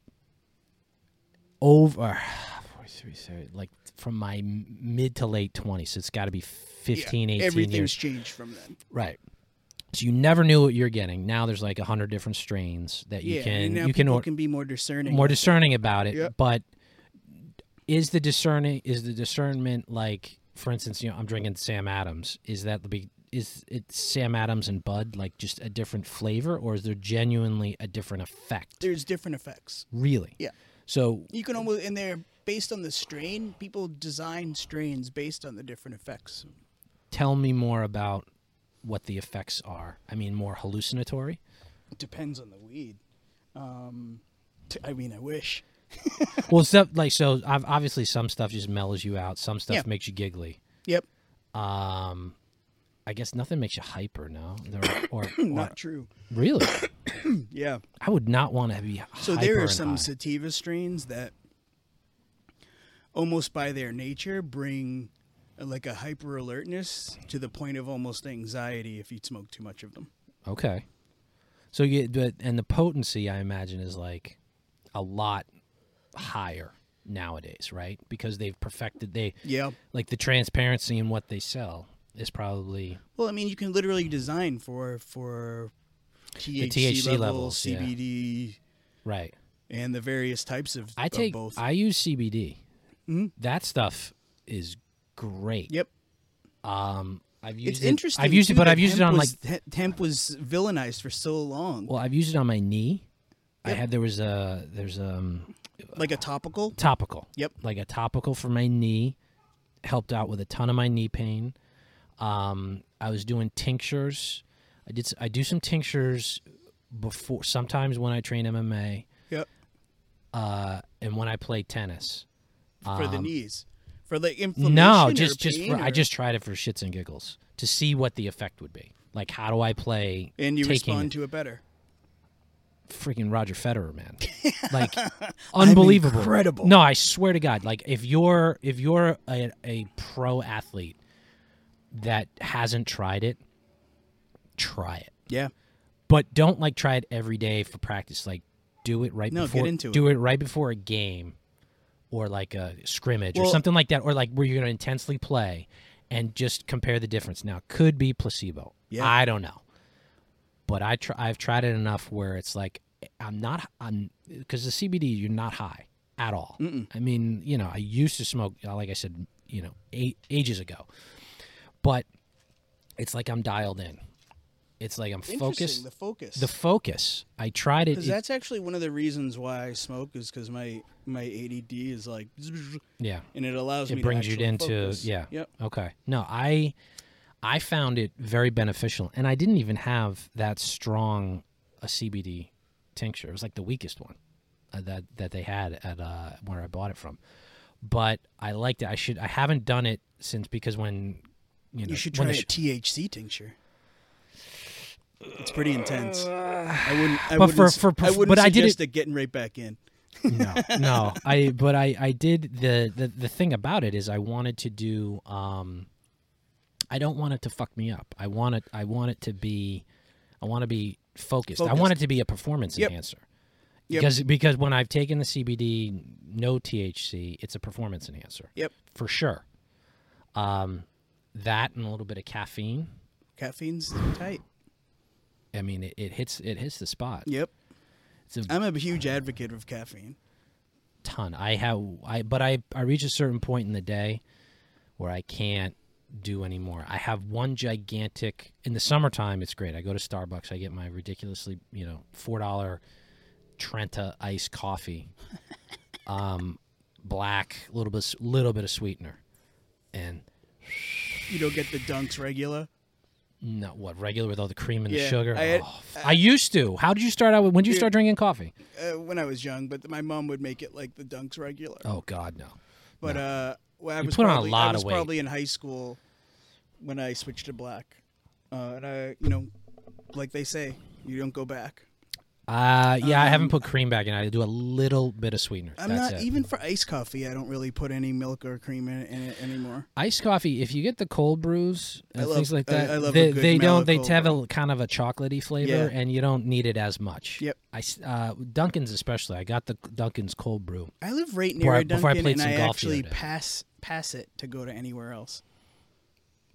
A: over four, three, seven, like from my m- mid to late twenties. So it's got to be 15, 18
B: everything's
A: years.
B: changed from then.
A: Right. So you never knew what you're getting. Now there's like a hundred different strains that you
B: yeah, and
A: can
B: now
A: you can,
B: people
A: or-
B: can be more discerning.
A: more discerning about it.
B: Yep.
A: But is the discerning is the discernment like, for instance, you know, I'm drinking Sam Adams. Is that the big is it Sam Adams and Bud like just a different flavor, or is there genuinely a different effect?
B: There's different effects.
A: really?
B: Yeah.
A: So
B: You can almost, and they're based on the strain. People design strains based on the different effects.
A: tell me more about what the effects are. I mean, more hallucinatory.
B: It depends on the weed. Um, t- I mean, I wish.
A: well, stuff like so. ob- Obviously, some stuff just mellows you out. Some stuff
B: Yeah.
A: makes you giggly.
B: Yep,
A: Um, I guess nothing makes you hyper. No, There- or, or
B: not true.
A: really.
B: Yeah.
A: I would not want to be.
B: So there
A: hyper
B: are
A: and
B: some
A: high.
B: sativa strains that almost by their nature bring uh, like a hyper alertness to the point of almost anxiety if you smoke too much of them.
A: Okay. So you but and the potency I imagine is like a lot higher nowadays, right? Because they've perfected they
B: Yeah.
A: like the transparency in what they sell is probably
B: Well, I mean, you can literally design for for THC,
A: THC
B: level,
A: levels, yeah.
B: CBD,
A: right.
B: and the various types of,
A: I
B: of
A: take
B: both. Mm-hmm.
A: I use CBD. That stuff is great.
B: yep.
A: I've used
B: It's
A: it,
B: interesting.
A: I've used
B: too,
A: it, but
B: that
A: I've used it
B: hemp
A: on like
B: was, like hemp was villainized for so long,
A: well, I've used it on my knee. I had there was a there's um
B: like a topical.
A: topical.
B: Yep.
A: Like a topical for my knee helped out with a ton of my knee pain. Um, I was doing tinctures. I did s- I do some tinctures before sometimes when I train MMA
B: Yep.
A: uh, and when I play tennis.
B: for the knees, for like inflammation.
A: Um, No,
B: or
A: just just
B: pain
A: for, I
B: or-
A: just tried it for shits and giggles to see what the effect would be. Like how do I play
B: and you
A: taking
B: respond to it better.
A: freaking Roger Federer, man. Like unbelievable.
B: incredible.
A: No, I swear to God, like if you're if you're a, a pro athlete that hasn't tried it, try it.
B: Yeah,
A: But don't like try it every day for practice. Like do it right
B: No, get
A: before
B: into it.
A: do it right before a game or like a scrimmage or
B: Well-
A: something like that or like where you're going to intensely play and just compare the difference. Now, it could be placebo.
B: Yeah.
A: I don't know. But I try, I've tried it enough where it's like I'm not I'm because the CBD you're not high at all. I mean, you know, I used to smoke uh, like I said, you know, eight, ages ago. But it's like I'm dialed in. It's like I'm
B: interesting.
A: focused.
B: The focus.
A: The focus. I tried it.
B: because
A: it-
B: that's actually one of the reasons why I smoke is because my my ADD is like,
A: yeah.
B: and it allows me.
A: it brings
B: to
A: you
B: actually
A: into
B: focus.
A: yeah
B: Yep.
A: okay no i i found it very beneficial and i didn't even have that strong a cbd tincture it was like the weakest one uh, that that they had at uh, where I bought it from. But I liked it. I should. I haven't done it since because when you know
B: You should
A: when
B: try
A: the
B: a
A: sh-
B: THC tincture. It's pretty intense. I wouldn't. I
A: But
B: wouldn't,
A: for-
B: s-
A: for-
B: I wouldn't
A: but I did it-
B: suggest it getting right back in.
A: no no i but i i did the, the the thing about it is i wanted to do um i don't want it to fuck me up i want it i want it to be i want to be focused, i want it
B: Focused.
A: to be a performance
B: Yep.
A: enhancer
B: Yep.
A: because because when i've taken the cbd no thc it's a performance enhancer
B: Yep.
A: for sure um that and a little bit of caffeine
B: Caffeine's tight.
A: i mean it, it hits it hits the spot
B: Yep.
A: it's a
B: I'm a huge advocate of caffeine.
A: ton. I have I but I I reach a certain point in the day where I can't do anymore. I have one gigantic in the summertime it's great. I go to Starbucks, I get my ridiculously, you know, $4 Trenta iced coffee. Um black, little bit little bit of sweetener. And
B: You don't get the dunks regular.
A: not what regular with all the cream and the
B: Yeah,
A: sugar.
B: I had-
A: Oh, f- I used to. How did you start out with when did you start drinking coffee?
B: uh, when I was young, but my mom would make it like the Dunks regular.
A: Oh god, no.
B: but uh, well, I
A: You
B: was
A: put on a
B: probably,
A: lot
B: I
A: of
B: was
A: weight.
B: probably in high school when I switched to black, uh, and I, you know, like they say, you don't go back.
A: Uh yeah, I haven't put cream back in. I do a little bit of sweetener.
B: Um, I'm
A: That's
B: not
A: it.
B: even for iced coffee. I don't really put any milk or cream in, in it anymore.
A: iced coffee if you get the cold brews and
B: I love-
A: things like
B: I-
A: that
B: I love a
A: they,
B: good
A: they
B: mellow
A: don't they
B: cold
A: have
B: brew.
A: a kind of a chocolatey flavor
B: Yeah.
A: and you don't need it as much
B: Yep.
A: i s- uh, duncan's especially i got the duncan's cold brew
B: I live right near
A: Before I-
B: a Dunkin',
A: before I played
B: and
A: some
B: I
A: golf the
B: actually
A: other day.
B: pass pass it to go to anywhere else.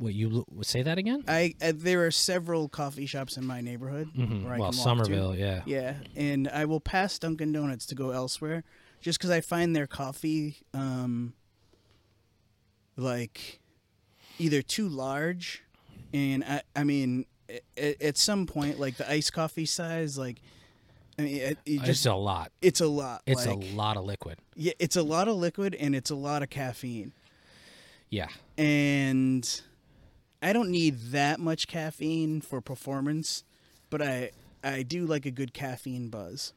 A: what you l- say that again
B: I uh, there are several coffee shops in my neighborhood
A: Mhm.
B: where I
A: well
B: can walk to.
A: somerville yeah
B: Yeah, and I will pass Dunkin' Donuts to go elsewhere, just because I find their coffee, um, like, either too large, and I, I mean, at, at some point, like the iced coffee size, like, I mean, it, it
A: it's
B: just
A: a lot
B: it's a lot.
A: it's
B: like,
A: a lot of liquid
B: Yeah, it's a lot of liquid and it's a lot of caffeine,
A: yeah
B: and I don't need that much caffeine for performance, but I I do like a good caffeine buzz.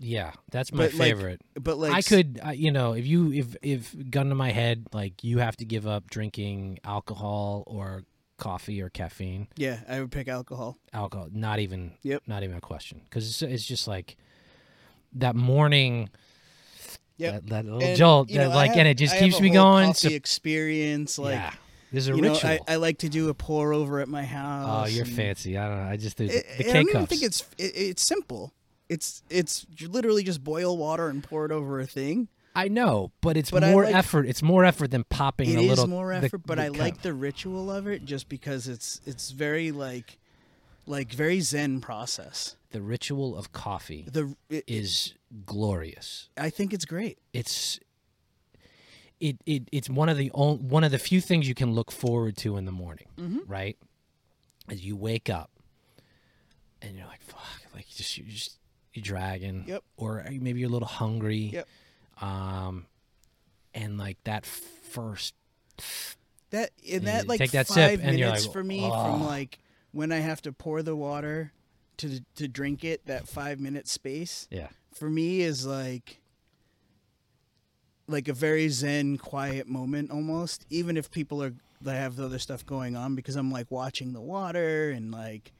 A: yeah that's my
B: But, like-
A: favorite
B: but like
A: I
B: s-
A: could, uh, you know, if you if if gun to my head, like you have to give up drinking alcohol or coffee or caffeine.
B: Yeah, I would pick alcohol.
A: alcohol. Not even.
B: Yep.
A: Not even a question. Because it's, it's just like that morning,
B: Yep.
A: that, that little
B: And,
A: jolt,
B: you
A: that
B: know, I
A: like,
B: have-
A: and it just
B: I have
A: keeps
B: a
A: me
B: whole
A: going.
B: Coffee
A: So-
B: experience, like
A: yeah. There's a
B: you know,
A: ritual.
B: I, I like to do a pour over at my
A: oh,
B: house.
A: you're
B: and-
A: fancy. I don't know. I just do
B: It-
A: the
B: and Eh, I
A: K
B: don't even
A: cups.
B: think it's it, it's simple. It's it's you literally just boil water and pour it over a thing.
A: I know, but it's
B: but I
A: more
B: like-
A: effort. It's more effort than popping
B: It
A: a
B: is
A: little.
B: more
A: the-
B: effort, but
A: the
B: I like
A: cup.
B: the ritual of it just because it's it's very like like very zen process.
A: the ritual of coffee
B: The it,
A: is glorious.
B: I think it's great.
A: It's. It, it it's one of the only, one of the few things you can look forward to in the morning,
B: Mm-hmm.
A: right? As you wake up, and you're like, fuck, like you just you just you're dragging.
B: Yep.
A: Or maybe you're a little hungry.
B: Yep.
A: Um, and like that first,
B: That in
A: And
B: that
A: you
B: like
A: take that sip
B: five
A: and you're
B: minutes
A: like,
B: for me from like when I have to pour the water to to drink it, that five minute space
A: yeah,
B: for me is like like a very zen, quiet moment almost. Even if people are that have the other stuff going on, because I'm like watching the water and like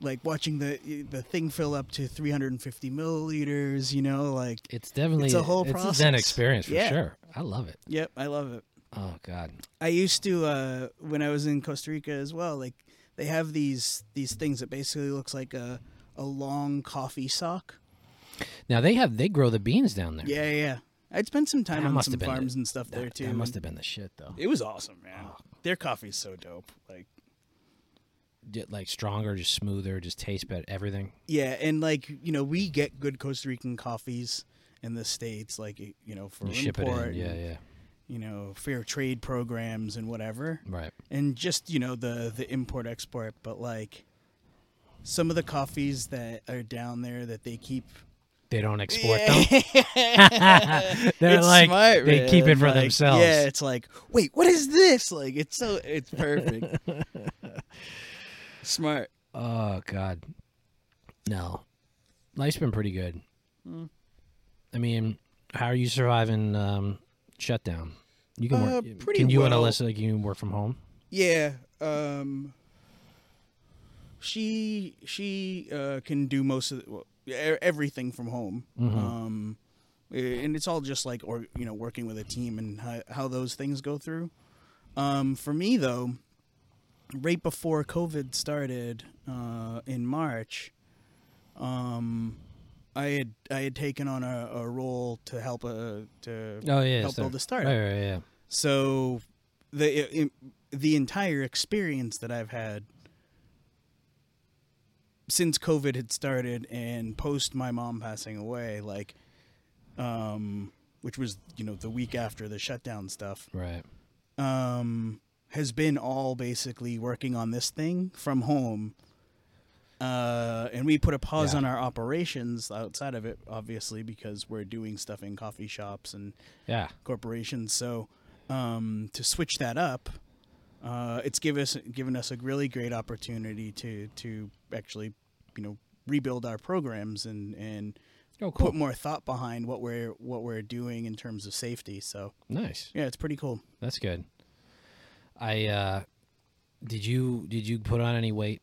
B: like watching the the thing fill up to 350 milliliters. You know, like
A: it's definitely
B: a whole
A: a Zen
B: process.
A: experience for
B: Yeah.
A: sure. I love it.
B: yep, I love it.
A: Oh God,
B: I used to uh, when I was in Costa Rica as well. Like they have these these things that basically looks like a a long coffee sock.
A: now they have they grow the beans down there.
B: Yeah, yeah, yeah. I'd spent some time
A: That
B: on
A: must
B: some
A: have been
B: farms
A: the-
B: and stuff there too.
A: That must
B: and
A: have Oh. been the shit though.
B: It was awesome, man. Their coffee's so dope. Like
A: Get, like stronger, just smoother, just taste better, everything.
B: yeah, and like you know we get good Costa Rican coffees in the states, like you know for
A: You ship it
B: import,
A: in. Yeah,
B: and,
A: yeah,
B: you know fair trade programs and whatever.
A: right.
B: and just you know the the import export but like some of the coffees that are down there that they keep
A: They don't export them. They're
B: It's
A: like
B: smart,
A: they keep
B: man.
A: it for
B: Like,
A: themselves.
B: yeah it's like wait what is this like it's so it's perfect smart Mm.
A: Oh God, no. Life's been pretty good. I mean, how are you surviving um, shutdown? You can
B: Uh,
A: work.
B: pretty
A: can you and
B: well.
A: Alyssa like, you can work from home?
B: Yeah. Um. She she uh, can do most of the, well, e- everything from home.
A: Mm-hmm.
B: Um, eh, and it's all just like or you know working with a team and how, how those things go through. Um, for me though, right before COVID started uh, in March, um, I had I had taken on a, a role to help a to
A: Oh yeah,
B: help
A: so-
B: build a startup.
A: Right, right, yeah.
B: So the i- the entire experience that I've had since COVID had started and post my mom passing away, like, um, which was you know the week after the shutdown stuff,
A: Right.
B: um, has been all basically working on this thing from home. Uh, and we put a pause
A: Yeah.
B: on our operations outside of it, obviously, because we're doing stuff in coffee shops and
A: Yeah.
B: corporations. So um, to switch that up, uh, it's give us given us a really great opportunity to to actually, you know, rebuild our programs and and
A: Oh,
B: put more thought behind what we're what we're doing in terms of safety. So
A: Nice.
B: yeah, it's pretty cool.
A: That's good. I uh did you did you put on any weight?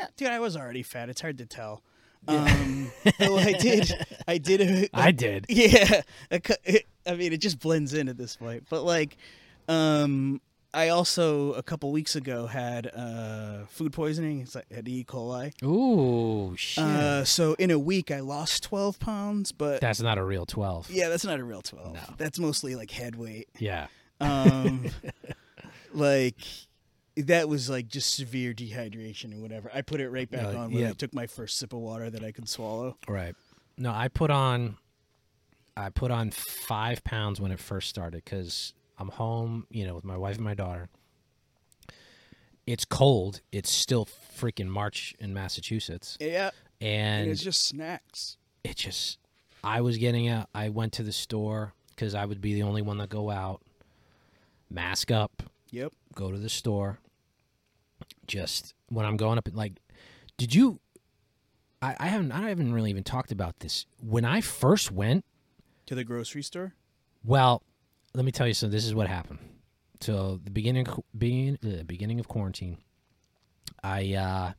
B: Ah, Dude, I was already fat. It's hard to tell. Um, though I did, I did. A,
A: I did.
B: Yeah, a cou- it- I mean, it just blends in at this point. But like, um, I also a couple weeks ago had uh, food poisoning. It's like had E. coli.
A: Ooh, shit.
B: Uh, so in a week, I lost twelve pounds. But
A: That's not a real 12.
B: yeah, that's not a real twelve.
A: No.
B: That's mostly like head weight.
A: Yeah.
B: Um, like that was like just severe dehydration and whatever. I put it right back
A: Uh,
B: on when I
A: yeah.
B: took my first sip of water that I could swallow.
A: Right. No, I put on I put on 5 pounds when it first started cuz I'm home, you know, with my wife and my daughter. It's cold. It's still freaking March in Massachusetts.
B: Yeah,
A: And
B: and it's just snacks.
A: it just i was getting out i went to the store because i would be the only one that go out mask up
B: Yep.
A: go to the store just when i'm going up like did you i, I haven't i haven't really even talked about this when i first went
B: To the grocery store.
A: well let me tell you so this is what happened so the beginning being the beginning of quarantine i uh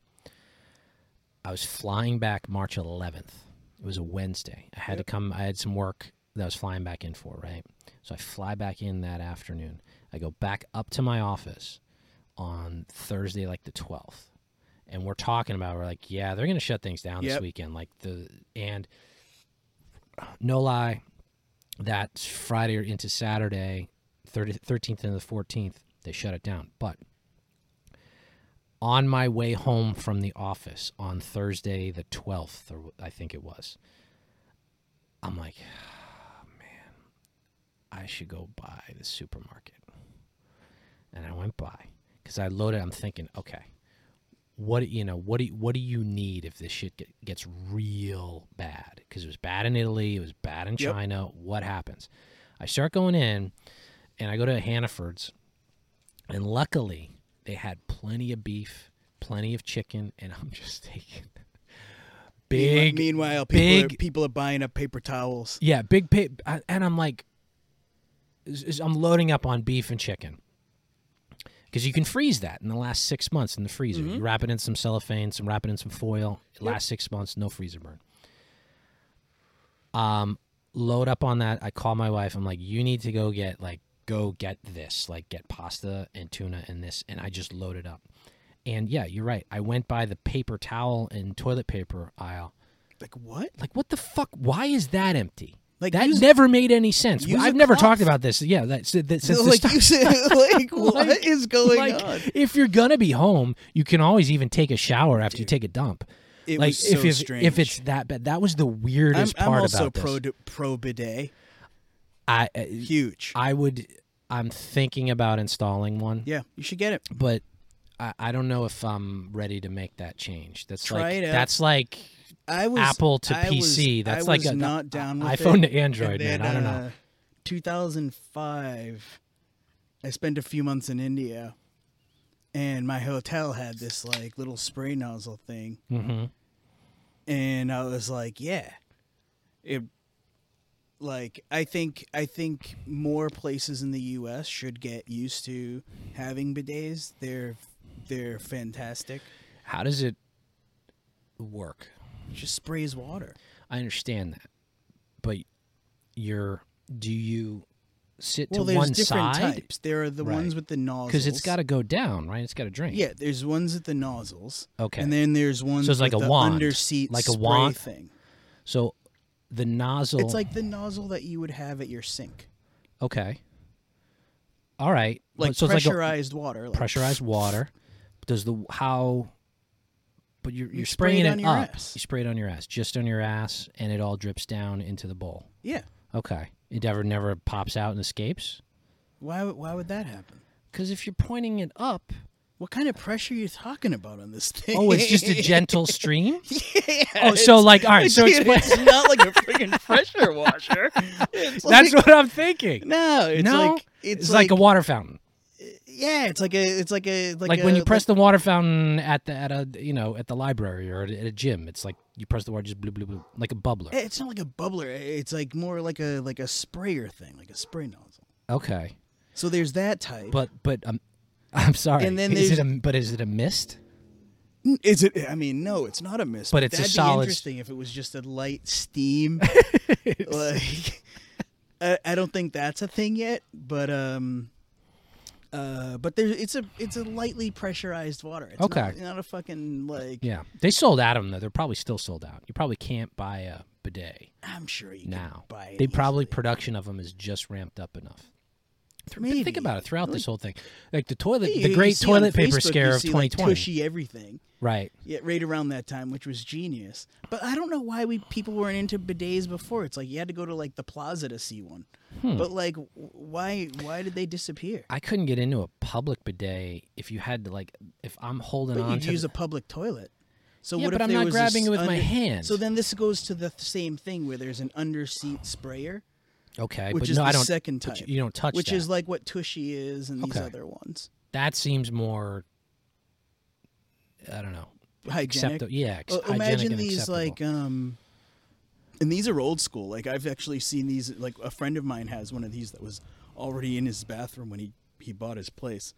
A: I was flying back March 11th. It was a Wednesday. I had to come. I had some work that I was flying back in for, right? So I fly back in that afternoon. I go back up to my office on Thursday, like the 12th, and we're talking about we're like, yeah, they're gonna shut things down this
B: Yep.
A: weekend, like the and no lie, that Friday into Saturday, 30, 13th and the 14th, they shut it down, but on my way home from the office on Thursday the 12th or wh- I think it was I'm like man I should go by the supermarket and I went by cuz I loaded I'm thinking okay what do- you know what do you, what do you need if this shit get, gets real bad cuz it was bad in Italy it was bad in
B: Yep.
A: China what happens I start going in and I go to Hannaford's and luckily, they had plenty of beef, plenty of chicken, and I'm just taking big,
B: Meanwhile, people,
A: big-
B: are, people are buying up paper towels.
A: yeah, big pay. I- And I'm like, is- is- I'm loading up on beef and chicken because you can freeze that in the last six months in the freezer. You wrap it in some cellophane, some wrap it in some foil. It lasts six months, no freezer burn. Um, load up on that. I call my wife. I'm like, you need to go get like, go get this, like, get pasta and tuna and this, and I just load it up. And yeah, you're right. I went by the paper towel and toilet paper aisle
B: Like what?
A: like what the fuck why is that empty
B: Like,
A: like that
B: use-
A: never made any sense
B: use a
A: i've never
B: cloth.
A: talked about this yeah that, since the
B: like oh
A: start-
B: you said, like what
A: Like-
B: is going
A: like,
B: on?
A: if you're gonna be home you can always even take a shower after you take a dump
B: It
A: like
B: was so
A: if, if,
B: strange.
A: if it's that bad that was the weirdest
B: I'm,
A: part
B: I'm also
A: about
B: pro
A: this
B: pro bidet.
A: i uh,
B: Huge.
A: i would i'm thinking about installing one
B: yeah, you should get it.
A: but I, I don't know if i'm ready to make that change that's
B: Try
A: like
B: it out.
A: that's like
B: I was
A: Apple to
B: I was-
A: PC. That's
B: I
A: like
B: was
A: a-
B: not down with
A: iPhone
B: it.
A: to Android,
B: And
A: man. I don't know.
B: uh, 2005. I spent a few months in India, and my hotel had this like little spray nozzle thing,
A: hmm
B: and I was like, yeah, it like I think I think more places in the U.S. should get used to having bidets. They're they're fantastic.
A: How does it work?
B: It just sprays water.
A: I understand that, but you're do you sit
B: Well,
A: to
B: there's
A: one
B: different
A: side
B: types. There are the ones
A: Right.
B: with the nozzles
A: because it's got to go down, right? It's got to drain.
B: Yeah, there's ones with the nozzles.
A: Okay.
B: and then there's ones
A: like
B: with
A: a
B: the
A: wand,
B: under seat
A: like a
B: spray
A: wand.
B: thing.
A: So the nozzle.
B: It's like the nozzle that you would have at your sink,
A: okay. All right.
B: like
A: Oh, so it's like a-
B: pressurized water. Like,
A: pressurized water. Does the how? But you're you're
B: spray
A: spraying
B: it on
A: it
B: your
A: up.
B: ass.
A: You spray it on your ass, just on your ass, and it all drips down into the bowl.
B: Yeah.
A: Okay. It never never pops out and escapes.
B: Why? would- Why would that happen?
A: Because if you're pointing it up,
B: What kind of pressure are you talking about on this thing?
A: oh, it's just a gentle stream.
B: yeah,
A: Oh, so like, all right, so
B: dude,
A: explain.
B: it's not like a freaking pressure washer. It's
A: That's
B: like-
A: what I'm thinking.
B: no, it's
A: no,
B: like it's,
A: like, a water fountain.
B: yeah, it's like a it's like a like,
A: Like, when
B: a-
A: you press the water fountain at the at a you know at the library or at a gym, it's like you press the water just blue blue blue like a bubbler.
B: like- eh, it's not like a bubbler. eh, It's like more like a like a sprayer thing, like a spray nozzle.
A: okay.
B: So there's that type.
A: But but um, I'm sorry.
B: And then
A: is it a,
B: there's-
A: but is it a mist?
B: N- Is it? I mean, no, it's not a mist.
A: But it's a
B: that'd
A: solid-
B: Be interesting if it was just a light steam. like, I, I don't think that's a thing yet. But um, uh, but there, it's a it's a lightly pressurized water. It's
A: Okay.
B: not, not a fucking like.
A: Yeah, they sold out of them though. They're probably still sold out. You probably can't buy a bidet
B: I'm sure you
A: now.
B: Could buy it
A: They probably
B: easily.
A: production of them is just ramped up enough. Th-
B: Maybe.
A: Think about it throughout this
B: Like-
A: whole thing, like the toilet,
B: Yeah,
A: the
B: you
A: great
B: see on
A: toilet paper
B: Facebook, you
A: scare of
B: see, like,
A: 2020.
B: Tushy everything.
A: Right.
B: Yeah, right around that time, which was genius. But I don't know why we people weren't into bidets before. It's like you had to go to like the plaza to see one. But like, w- why why did they disappear?
A: Hmm. I couldn't get into a public bidet if you had to like if I'm holding
B: But
A: on
B: you'd
A: to
B: use
A: the-
B: a public toilet. So
A: Yeah,
B: what
A: but
B: if
A: I'm
B: there
A: not
B: was
A: grabbing
B: this
A: it with my
B: under-
A: hand.
B: So then this goes to the th- same thing where there's an underseat sprayer,
A: okay,
B: which
A: but
B: is
A: no,
B: the
A: I don't.
B: second
A: but
B: type.
A: you don't touch
B: which
A: that.
B: is like what Tushy is and these
A: Okay.
B: other ones.
A: that seems more. I don't know.
B: Hygienic.
A: Acceptable. Yeah. ex-
B: Uh,
A: hygienic
B: imagine
A: and
B: these
A: acceptable.
B: like um and these are old school like i've actually seen these like a friend of mine has one of these that was already in his bathroom when he he bought his place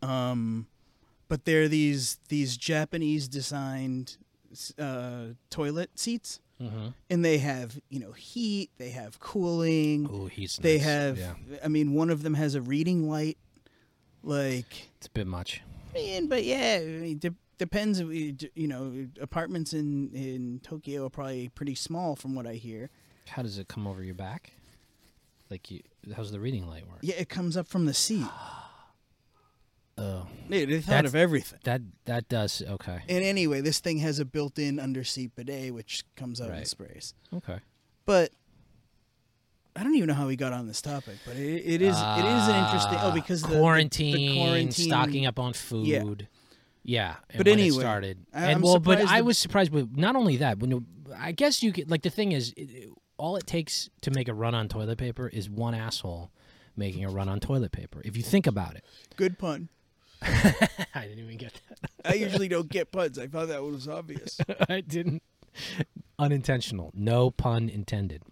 B: um but they're these these japanese designed s- uh toilet seats
A: Mm-hmm.
B: and they have you know heat they have cooling
A: Ooh, he's
B: they
A: nice.
B: have
A: Yeah,
B: i mean one of them has a reading light like
A: it's a bit much.
B: mean, but yeah, I mean, de- depends. we- d- You know, apartments in in Tokyo are probably pretty small, from what I hear.
A: How does it come over your back? Like you? How's the reading light work?
B: Yeah, it comes up from the seat.
A: Oh,
B: Dude, they thought
A: That's-
B: of everything.
A: that that does. Okay.
B: And anyway, this thing has a built-in under-seat bidet, which comes out
A: Right.
B: and sprays.
A: Okay.
B: But I don't even know how we got on this topic, but it, it is it is an interesting. Oh,
A: Uh,
B: because the- the, the
A: quarantine,
B: quarantine
A: stocking up on food.
B: Yeah.
A: Yeah, and
B: But
A: when it
B: anyway,
A: started.
B: I-
A: and
B: I'm
A: well, but
B: surprised
A: I
B: that-
A: was surprised. But not only that, when you- I guess you could like the thing is, it- it- all it takes to make a run on toilet paper is one asshole making a run on toilet paper. If you think about it,
B: Good pun.
A: I didn't even get
B: I usually don't get puns. I thought that was obvious.
A: that. I didn't. Unintentional, no pun intended.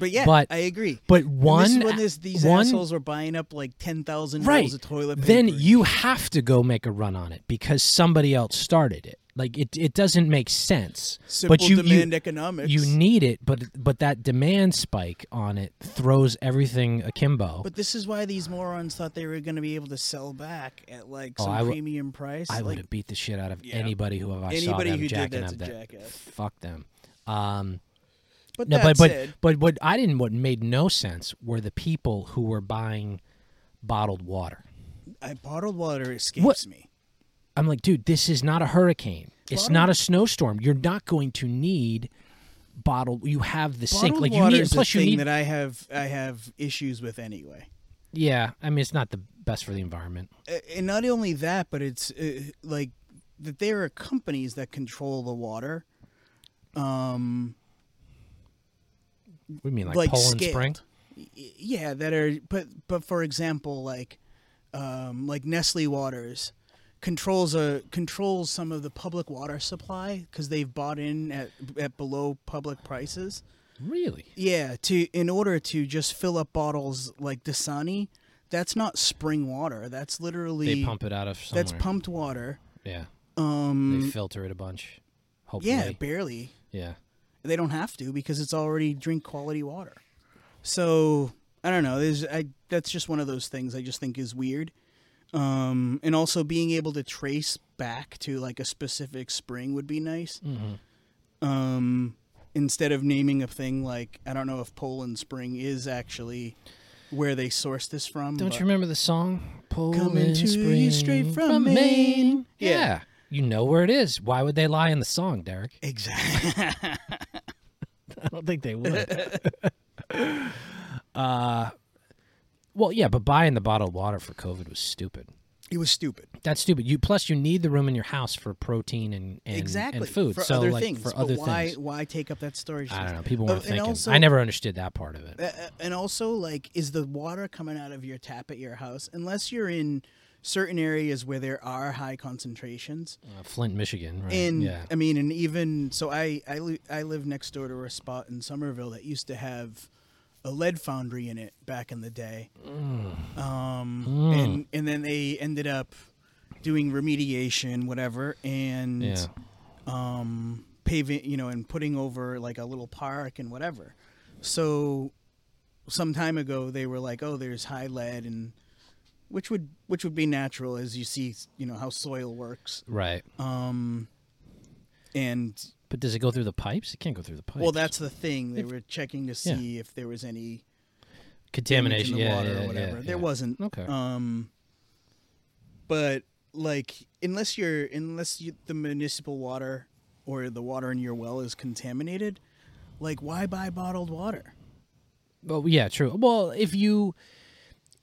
B: But yeah,
A: But-
B: I agree.
A: but
B: And this is
A: one-
B: when this, these
A: one-
B: assholes were buying up like ten thousand rolls of toilet paper.
A: Then you have to go make a run on it because somebody else started it. Like it, it doesn't make sense.
B: simple
A: but you,
B: demand
A: you,
B: economics.
A: you need it, but but that demand spike on it throws everything akimbo.
B: but this is why these morons thought they were going to be able to sell back at like
A: Oh,
B: some
A: I would-
B: premium price.
A: I would
B: like,
A: have beat the shit out of
B: Yeah.
A: anybody who I saw
B: Anybody
A: them
B: who did
A: jacking
B: that's
A: up
B: a
A: that.
B: jackass.
A: Fuck them. Um,
B: but
A: no,
B: that
A: but but
B: said,
A: but what I didn't what made no sense were the people who were buying bottled water.
B: I bottled water escapes me.
A: I'm like, dude, this is not a hurricane. It's
B: Bottled-
A: not a snowstorm. You're not going to need bottled. You have the sink.
B: Bottled
A: Like you
B: water
A: need.
B: is
A: Plus,
B: a
A: you
B: thing
A: need.
B: that I have I have issues with anyway.
A: yeah, I mean, it's not the best for the environment.
B: Uh, and not only that, but it's uh, like that there are companies that control the water. Um,
A: What do you mean, like,
B: Like
A: Poland
B: scaled.
A: Spring?
B: y- yeah that are but but for example like um like nestle waters controls a controls some of the public water supply because they've bought in at at below public prices
A: Really?
B: Yeah, to in order to just fill up bottles like Dasani, that's not spring water. That's literally
A: They pump it out of somewhere.
B: that's pumped water.
A: Yeah.
B: Um,
A: They filter it a bunch. Hopefully.
B: yeah, barely.
A: yeah.
B: They don't have to because it's already drink quality water. So I don't know. There's I that's just one of those things I just think is weird. Um, and also being able to trace back to like a specific spring would be nice.
A: Mm-hmm.
B: Um, instead of naming a thing like I don't know if Poland Spring is actually where they source this from.
A: Don't
B: but-
A: you remember the song?
B: Coming to you straight
A: Spring
B: from Maine.
A: Yeah.
B: Yeah.
A: You know where it is. Why would they lie in the song, Derek?
B: Exactly.
A: I don't think they would. uh, well, yeah, but buying the bottled water for COVID was stupid.
B: it was stupid.
A: That's stupid. You plus you need the room in your house for protein and, and
B: exactly
A: and food.
B: for
A: so
B: other
A: like
B: things.
A: for
B: But
A: other
B: why,
A: things.
B: Why take up that storage?
A: I
B: space?
A: don't know. People
B: Oh,
A: weren't
B: and
A: thinking.
B: also-
A: I never understood that part of it.
B: Uh, uh, and also, like, is the water coming out of your tap at your house? Unless you're in certain areas where there are high concentrations.
A: Uh, Flint, Michigan, right?
B: And
A: yeah.
B: I mean, and even so, I I, li- I live next door to a spot in Somerville that used to have a lead foundry in it back in the day.
A: Mm.
B: Um, and and then they ended up doing remediation, whatever, and
A: Yeah.
B: um, paving, you know, and putting over like a little park and whatever. So, some time ago, they were like, "Oh, there's high lead," and which would which would be natural as you see, you know, how soil works. Um,
A: Right.
B: And
A: but does it go through the pipes? It can't go through the pipes.
B: well, that's the thing they were checking to see if there was any damage in
A: contamination.
B: the
A: yeah,
B: water
A: yeah,
B: or whatever.
A: yeah,
B: There
A: yeah.
B: wasn't.
A: Okay.
B: Um, but like, unless you're unless you, the municipal water or the water in your well is contaminated, like, why buy bottled water?
A: Well, yeah, true. Well, if you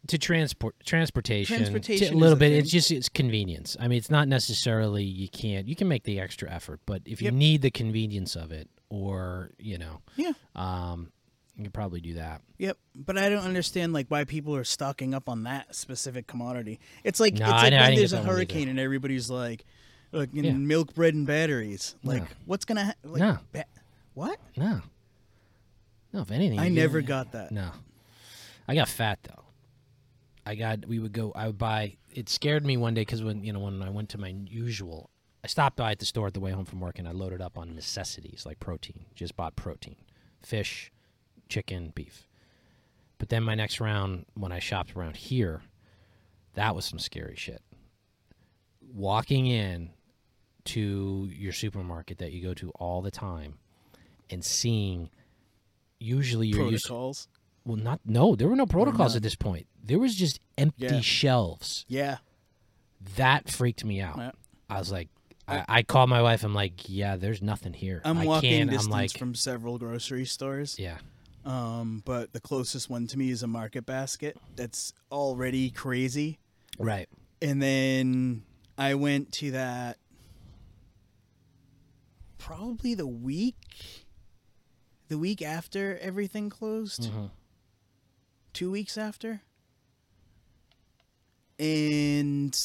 A: to transport transportation,
B: Transportation
A: to-
B: is
A: a little
B: the
A: bit.
B: thing.
A: It's just it's convenience. I mean, it's not necessarily you can't. You can make the extra effort, but if you
B: Yep.
A: need the convenience of it, or you know,
B: Yeah.
A: um, you can probably do that.
B: Yep. But I don't understand like why people are stocking up on that specific commodity. It's like
A: No,
B: it's
A: I
B: like
A: know- I
B: when
A: didn't
B: there's
A: get
B: a
A: that one either.
B: hurricane and everybody's like, like
A: Yeah.
B: in milk, bread, and batteries. Like, what's gonna ha- like,
A: No.
B: ba- what?
A: No, no. If anything,
B: I
A: you-
B: never got that.
A: No, I got fat though. I got. We would go. I would buy. It scared me one day because when you know when I went to my usual, I stopped by at the store at the way home from work and I loaded up on necessities like protein. Just bought protein, fish, chicken, beef. But then my next round, when I shopped around here, that was some scary shit. Walking in to your supermarket that you go to all the time and seeing usually you're used
B: Protocols.
A: well, not no. There were no protocols at this point. There was just empty
B: Yeah.
A: shelves.
B: Yeah.
A: That freaked me out.
B: Yeah.
A: I was like, I, I called my wife. I'm like, yeah, there's nothing here.
B: I'm
A: I
B: walking
A: can't.
B: distance
A: I'm like,
B: from several grocery stores.
A: yeah,
B: Um, but the closest one to me is a market basket that's already crazy.
A: right.
B: And then I went to that probably the week the week after everything closed.
A: Mm-hmm.
B: 2 weeks after. And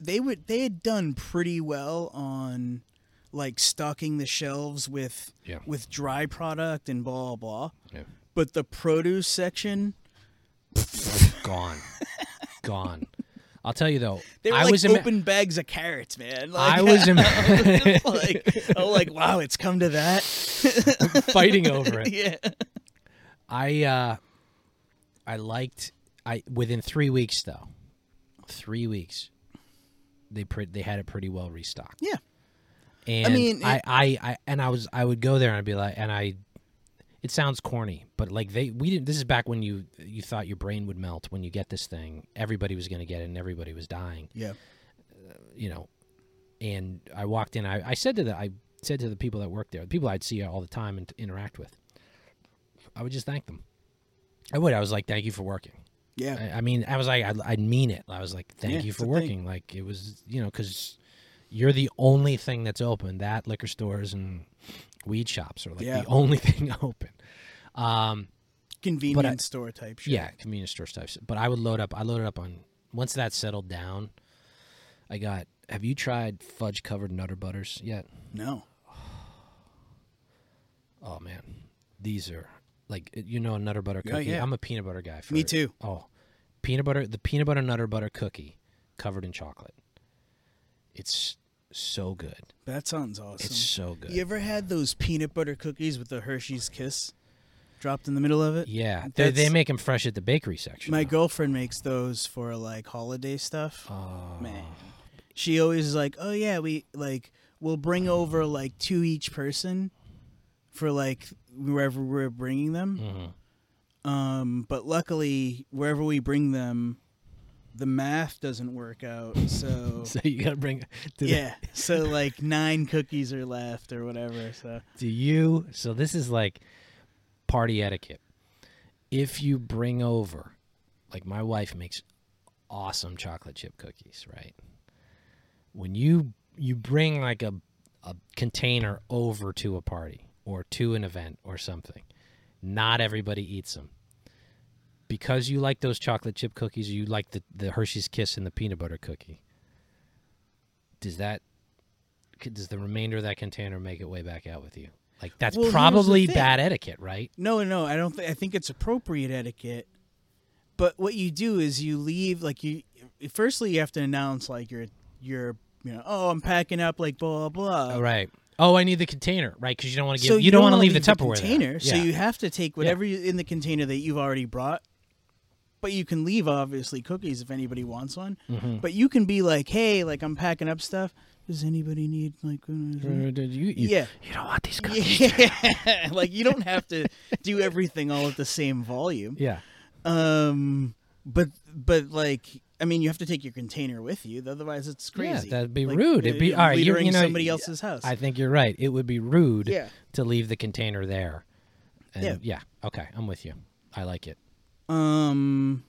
B: they would they had done pretty well on like stocking the shelves with
A: Yeah.
B: with dry product and blah blah.
A: Yeah.
B: But the produce section
A: Gone, gone. I'll tell you though,
B: They were
A: I
B: like
A: was ima-
B: open bags of carrots, man. Like,
A: I was im-
B: just like, oh, like wow, it's come to that.
A: fighting over it.
B: Yeah,
A: I uh I liked I within 3 weeks though. 3 weeks. They pre- they had it pretty well restocked.
B: Yeah.
A: And I
B: mean,
A: I,
B: it-
A: I and I was I would go there and I'd be like and I it sounds corny, but like they we didn't this is back when you you thought your brain would melt when you get this thing. Everybody was going to get it and everybody was dying
B: yeah,
A: you know, and I walked in. I, I said to the I said to the people that work there, the people I'd see all the time and interact with, I would just thank them. I would. I was like, "Thank you for working."
B: yeah.
A: I, I mean, I was like, I, I mean it. I was like, "Thank
B: Yeah,
A: you
B: it's
A: for
B: a thing.
A: working." Like it was, you know, because you're the only thing that's open. That liquor stores and weed shops are like
B: Yeah.
A: the only thing open.
B: Convenience store type shit.
A: Yeah, convenience store type. shit. But I would load up. I loaded up on once that settled down. I got. Have you tried fudge covered Nutter Butters yet?
B: No.
A: Oh man, these are like you know a nutter butter
B: Yeah,
A: cookie.
B: Oh, yeah.
A: I'm a peanut butter guy. For,
B: Me too.
A: Oh, peanut butter. The peanut butter nutter butter cookie covered in chocolate. It's so good.
B: That sounds awesome.
A: It's so good.
B: You ever had those peanut butter cookies with the Hershey's Kiss dropped in the middle of it?
A: yeah, they, they
B: That's-
A: make them fresh at the bakery section.
B: My
A: though.
B: girlfriend makes those for like holiday stuff. Oh man, she always is like, "Oh yeah, we like we'll bring over like two each person for like wherever we're bringing them." Um, but luckily, wherever we bring them, the math doesn't work out. So
A: So you gotta bring. Do they-
B: yeah, so like nine cookies are left or whatever. So
A: do you so this is like party etiquette if you bring over like my wife makes awesome chocolate chip cookies right when you you bring like a, a container over to a party or to an event or something not everybody eats them because you like those chocolate chip cookies you like the, the hershey's kiss and the peanut butter cookie does that does the remainder of that container make it way back out with you like that's
B: Well, here's the
A: probably
B: thing.
A: bad etiquette right
B: No, no, I don't. Th- I think it's appropriate etiquette. But what you do is you leave like you. Firstly, you have to announce like your your you know oh I'm packing up like blah blah. blah.
A: All right. Oh, I need the container, right? Because you don't want to give.
B: So
A: you, don't want to
B: wanna
A: leave the Tupperware
B: container.
A: There.
B: So
A: Yeah.
B: you have to take whatever you in the container that you've already brought. But you can leave obviously cookies if anybody wants one.
A: Mm-hmm.
B: But you can be like, hey, like I'm packing up stuff. Does anybody need like?
A: You, Uh, you-
B: Yeah.
A: You don't want these cookies.
B: Yeah, like you don't have to do everything all at the same volume.
A: Yeah.
B: Um, but but like I mean, you have to take your container with you, otherwise it's
A: Yeah,
B: crazy.
A: that'd be
B: Like,
A: rude. It'd be
B: uh,
A: all right. You,
B: loitering
A: you know,
B: somebody else's house.
A: I think you're right. It would be rude
B: Yeah.
A: to leave the container there. And
B: Yeah.
A: Okay, I'm with you. I like it.
B: um.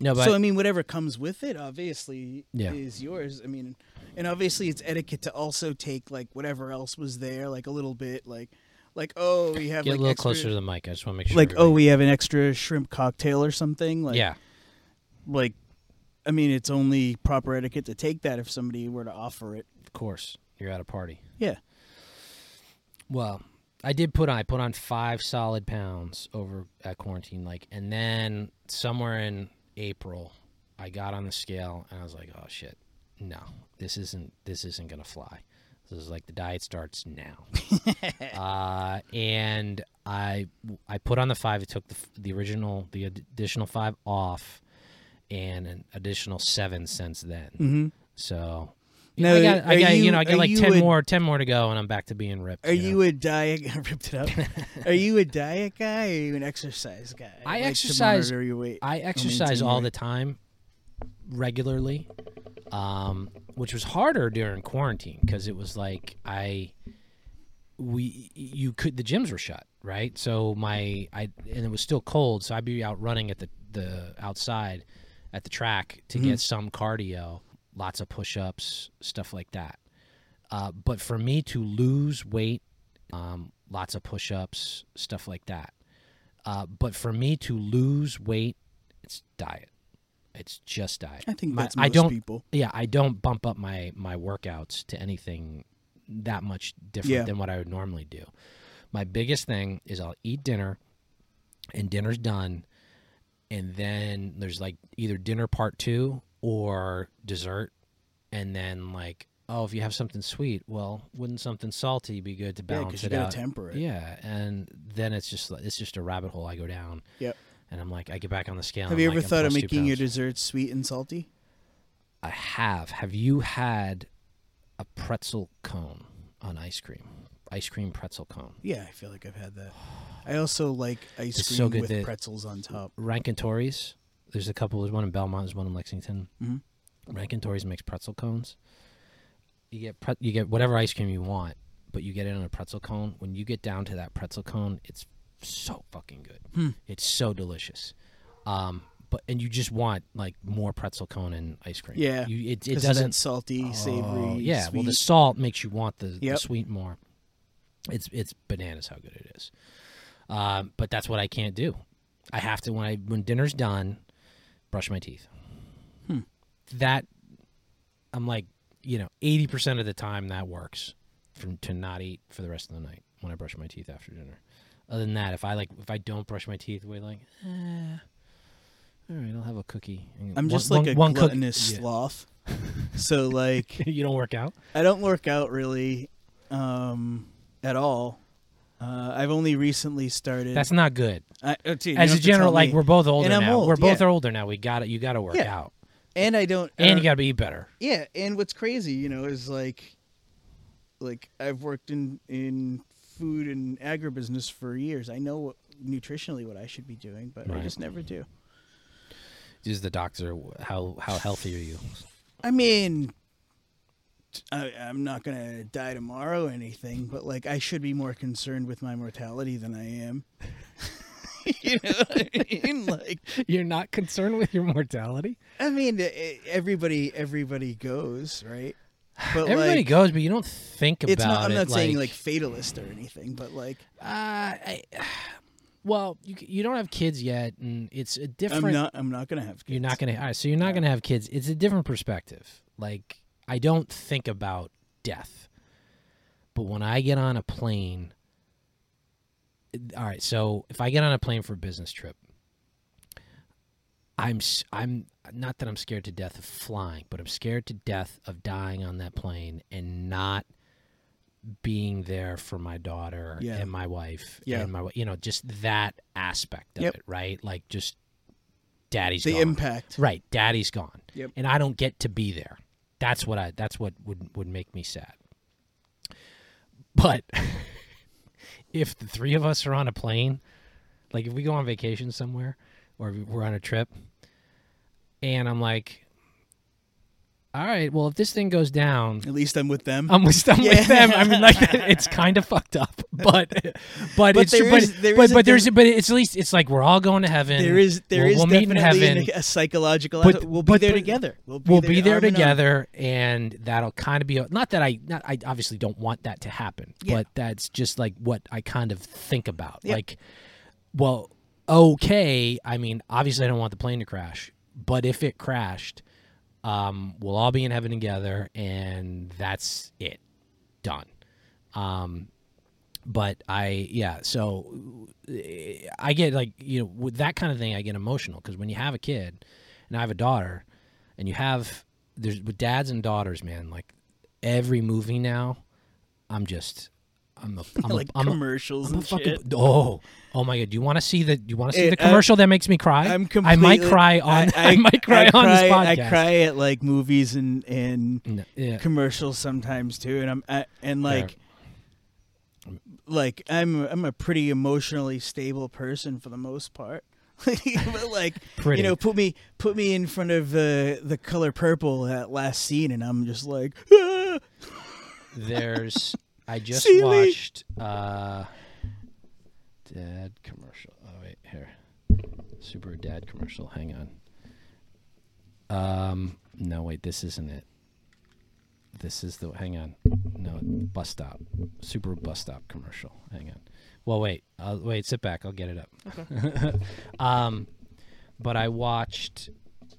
A: No, but
B: so I mean, whatever comes with it, obviously,
A: Yeah.
B: is yours. I mean, and obviously, it's etiquette to also take like whatever else was there, like a little bit, like like oh, we have
A: get
B: like
A: a little
B: extra,
A: closer to the mic. I just want to make sure.
B: like oh,
A: everybody-
B: we have an extra shrimp cocktail or something. Like
A: yeah.
B: like. I mean, it's only proper etiquette to take that if somebody were to offer it.
A: Of course, you're at a party.
B: Yeah.
A: Well, I did put on I put on five solid pounds over at quarantine, like, and then somewhere in April, I got on the scale and I was like, oh shit, no, this isn't this isn't gonna fly. This is like the diet starts now, uh, and I I put on the five. I took the f- the original the ad- additional five off, and an additional seven since then. So.
B: Mm-hmm. Now,
A: I got, I
B: are
A: got you,
B: you-
A: know, I
B: are
A: got like
B: you
A: ten
B: a-
A: more, ten more to go, and I'm back to being ripped.
B: Are
A: know?
B: you a diet? I ripped it up. are you a diet guy? Or are you an exercise guy?
A: I
B: Like, to
A: exercise-
B: monitor your weight.
A: I exercise
B: maintain
A: all
B: your-
A: the time, regularly, um, which was harder during quarantine because it was like I, we, you could the gyms were shut, right? So my I and it was still cold, so I'd be out running at the the outside, at the track to get some cardio, lots of push ups, stuff like that. Uh, but for me to lose weight, um, lots of push ups, stuff like that. Uh, but for me to lose weight, it's diet. It's just diet.
B: I think
A: My-
B: that's
A: I
B: most
A: don't.
B: people.
A: Yeah, I don't bump up my my workouts to anything that much different
B: Yeah.
A: than what I would normally do. My biggest thing is I'll eat dinner, and dinner's done, and then there's like either dinner part two or dessert, and then like oh if you have something sweet, well wouldn't something salty be good to
B: Yeah,
A: balance
B: 'cause you
A: it
B: gotta
A: out?
B: temper it.
A: Yeah, and then it's just like- it's just a rabbit hole I go down.
B: Yep.
A: And I'm like, I get back on the scale.
B: Have
A: and
B: you
A: I'm
B: ever
A: like, I'm
B: thought of
A: plus two
B: making your
A: pounds.
B: desserts sweet and salty?
A: I have. Have you had a pretzel cone on ice cream? Ice cream pretzel cone.
B: Yeah, I feel like I've had that. I also like ice
A: It's
B: cream
A: so good
B: with
A: that-
B: pretzels on top.
A: Rankin Torres. There's a couple. There's one in Belmont. There's one in Lexington. Mm-hmm. Rankin Torres makes pretzel cones. You get pre- you get whatever ice cream you want, but you get it on a pretzel cone. When you get down to that pretzel cone, it's so fucking good.
B: Hmm.
A: It's so delicious. Um, but and you just want like more pretzel cone and ice cream.
B: Yeah,
A: you, it,
B: 'cause
A: it
B: of that
A: doesn't
B: salty,
A: Oh,
B: savory.
A: yeah, well, the
B: sweet.
A: salt makes you want the, the
B: Yep.
A: sweet more. It's it's bananas how good it is. Um, but that's what I can't do. I have to when I when dinner's done, brush my teeth.
B: Hmm.
A: That I'm like you know eighty percent of the time that works from to not eat for the rest of the night when I brush my teeth after dinner. Other than that, if I like, if I don't brush my teeth, we're like, eh, all right, I'll have a cookie. And
B: I'm
A: one-
B: just like
A: one-
B: a
A: one cookie-
B: gluttonous
A: yeah.
B: sloth. so like
A: you don't work out.
B: I don't work out really um, at all. Uh, I've only recently started.
A: That's not good.
B: I, oh, dude,
A: As
B: you don't
A: a
B: have to tell
A: general, like
B: me.
A: we're both older
B: And I'm
A: now.
B: old,
A: we're both
B: yeah.
A: older now. We got to You got to work
B: Yeah.
A: out,
B: and I don't I
A: and
B: don't-
A: you got to eat better.
B: Yeah, and what's crazy, you know, is like, like I've worked in in food and agribusiness for years. I know what, nutritionally what I should be doing, but I
A: Right.
B: just never do.
A: Is the doctor how how healthy are you?
B: I mean, t- I, am not gonna die tomorrow or anything, but like I should be more concerned with my mortality than I am. you know, what I mean? like
A: You're not concerned with your mortality.
B: I mean, e- e- everybody everybody goes right, but
A: Everybody
B: like,
A: goes, but you don't think about
B: It's not. I'm
A: it.
B: not saying like fatalist or anything, but like.
A: Uh, I, well, you c- you don't have kids yet, and it's a different.
B: I'm not. I'm not gonna have. Kids.
A: you're not gonna. All right, so you're not gonna have kids. It's a different perspective. Like I don't think about death, but when I get on a plane, it- all right. So if I get on a plane for a business trip, I'm s- I'm not that I'm scared to death of flying, but I'm scared to death of dying on that plane and not being there for my daughter
B: Yeah.
A: and my wife
B: Yeah.
A: and my wi- you know just that aspect of
B: Yep.
A: it, right? Like just daddy's
B: the
A: gone.
B: impact.
A: Right, daddy's gone.
B: Yep.
A: And I don't get to be there. That's what I that's what would would make me sad. But if the three of us are on a plane, like if we go on vacation somewhere or if we're on a trip and I'm like all right, well if this thing goes down,
B: At least I'm with them.
A: I'm with, I'm
B: Yeah.
A: with them. I mean, like it's kind of fucked up, but but, it's
B: there
A: but
B: is- there
A: but,
B: is a
A: but there's
B: diff-
A: but it's at least it's like we're all going to heaven.
B: there is there
A: we'll,
B: is
A: we'll meet in
B: definitely
A: heaven.
B: a psychological.
A: But-
B: aspect. we'll be
A: but-
B: there
A: but-
B: together. We'll be
A: we'll
B: there,
A: be there
B: arm in arm.
A: together, and that'll kind of be not that I not I obviously don't want that to happen,
B: Yeah.
A: but that's just like what I kind of think about.
B: Yeah.
A: Like, well, okay. I mean, obviously, I don't want the plane to crash, but if it crashed, um, we'll all be in heaven together, and that's it, done. Um, but I yeah, so eh, I get like you know with that kind of thing, I get emotional because when you have a kid, and I have a daughter, and you have there's with dads and daughters, man, like every movie now, I'm just. I'm a, I'm
B: like
A: a, I'm a,
B: commercials
A: I'm a
B: and shit.
A: fucking, oh, oh my god! Do you want to see the? Do you want to see
B: It-
A: the
B: I-
A: commercial that makes me cry? I
B: I'm completely.
A: might cry on. I, might cry
B: I
A: on this
B: cry-
A: podcast. Mm.
B: I cry at like movies and and
A: No, yeah.
B: commercials sometimes too, and I'm I, and like. Like I'm, I'm a pretty emotionally stable person for the most part. but like,
A: Pretty.
B: you know, put me, put me in front of uh, the the color purple that last scene, and I'm just like,
A: There's. I just
B: See me?
A: watched. Uh, dad commercial. Oh wait, here. Super dad commercial. Hang on. Um. No wait. This isn't it. This is the. Hang on. No. Bus stop. Super bus stop commercial. Hang on. Well, wait. Uh, wait. Sit back. I'll get it up. um, but I watched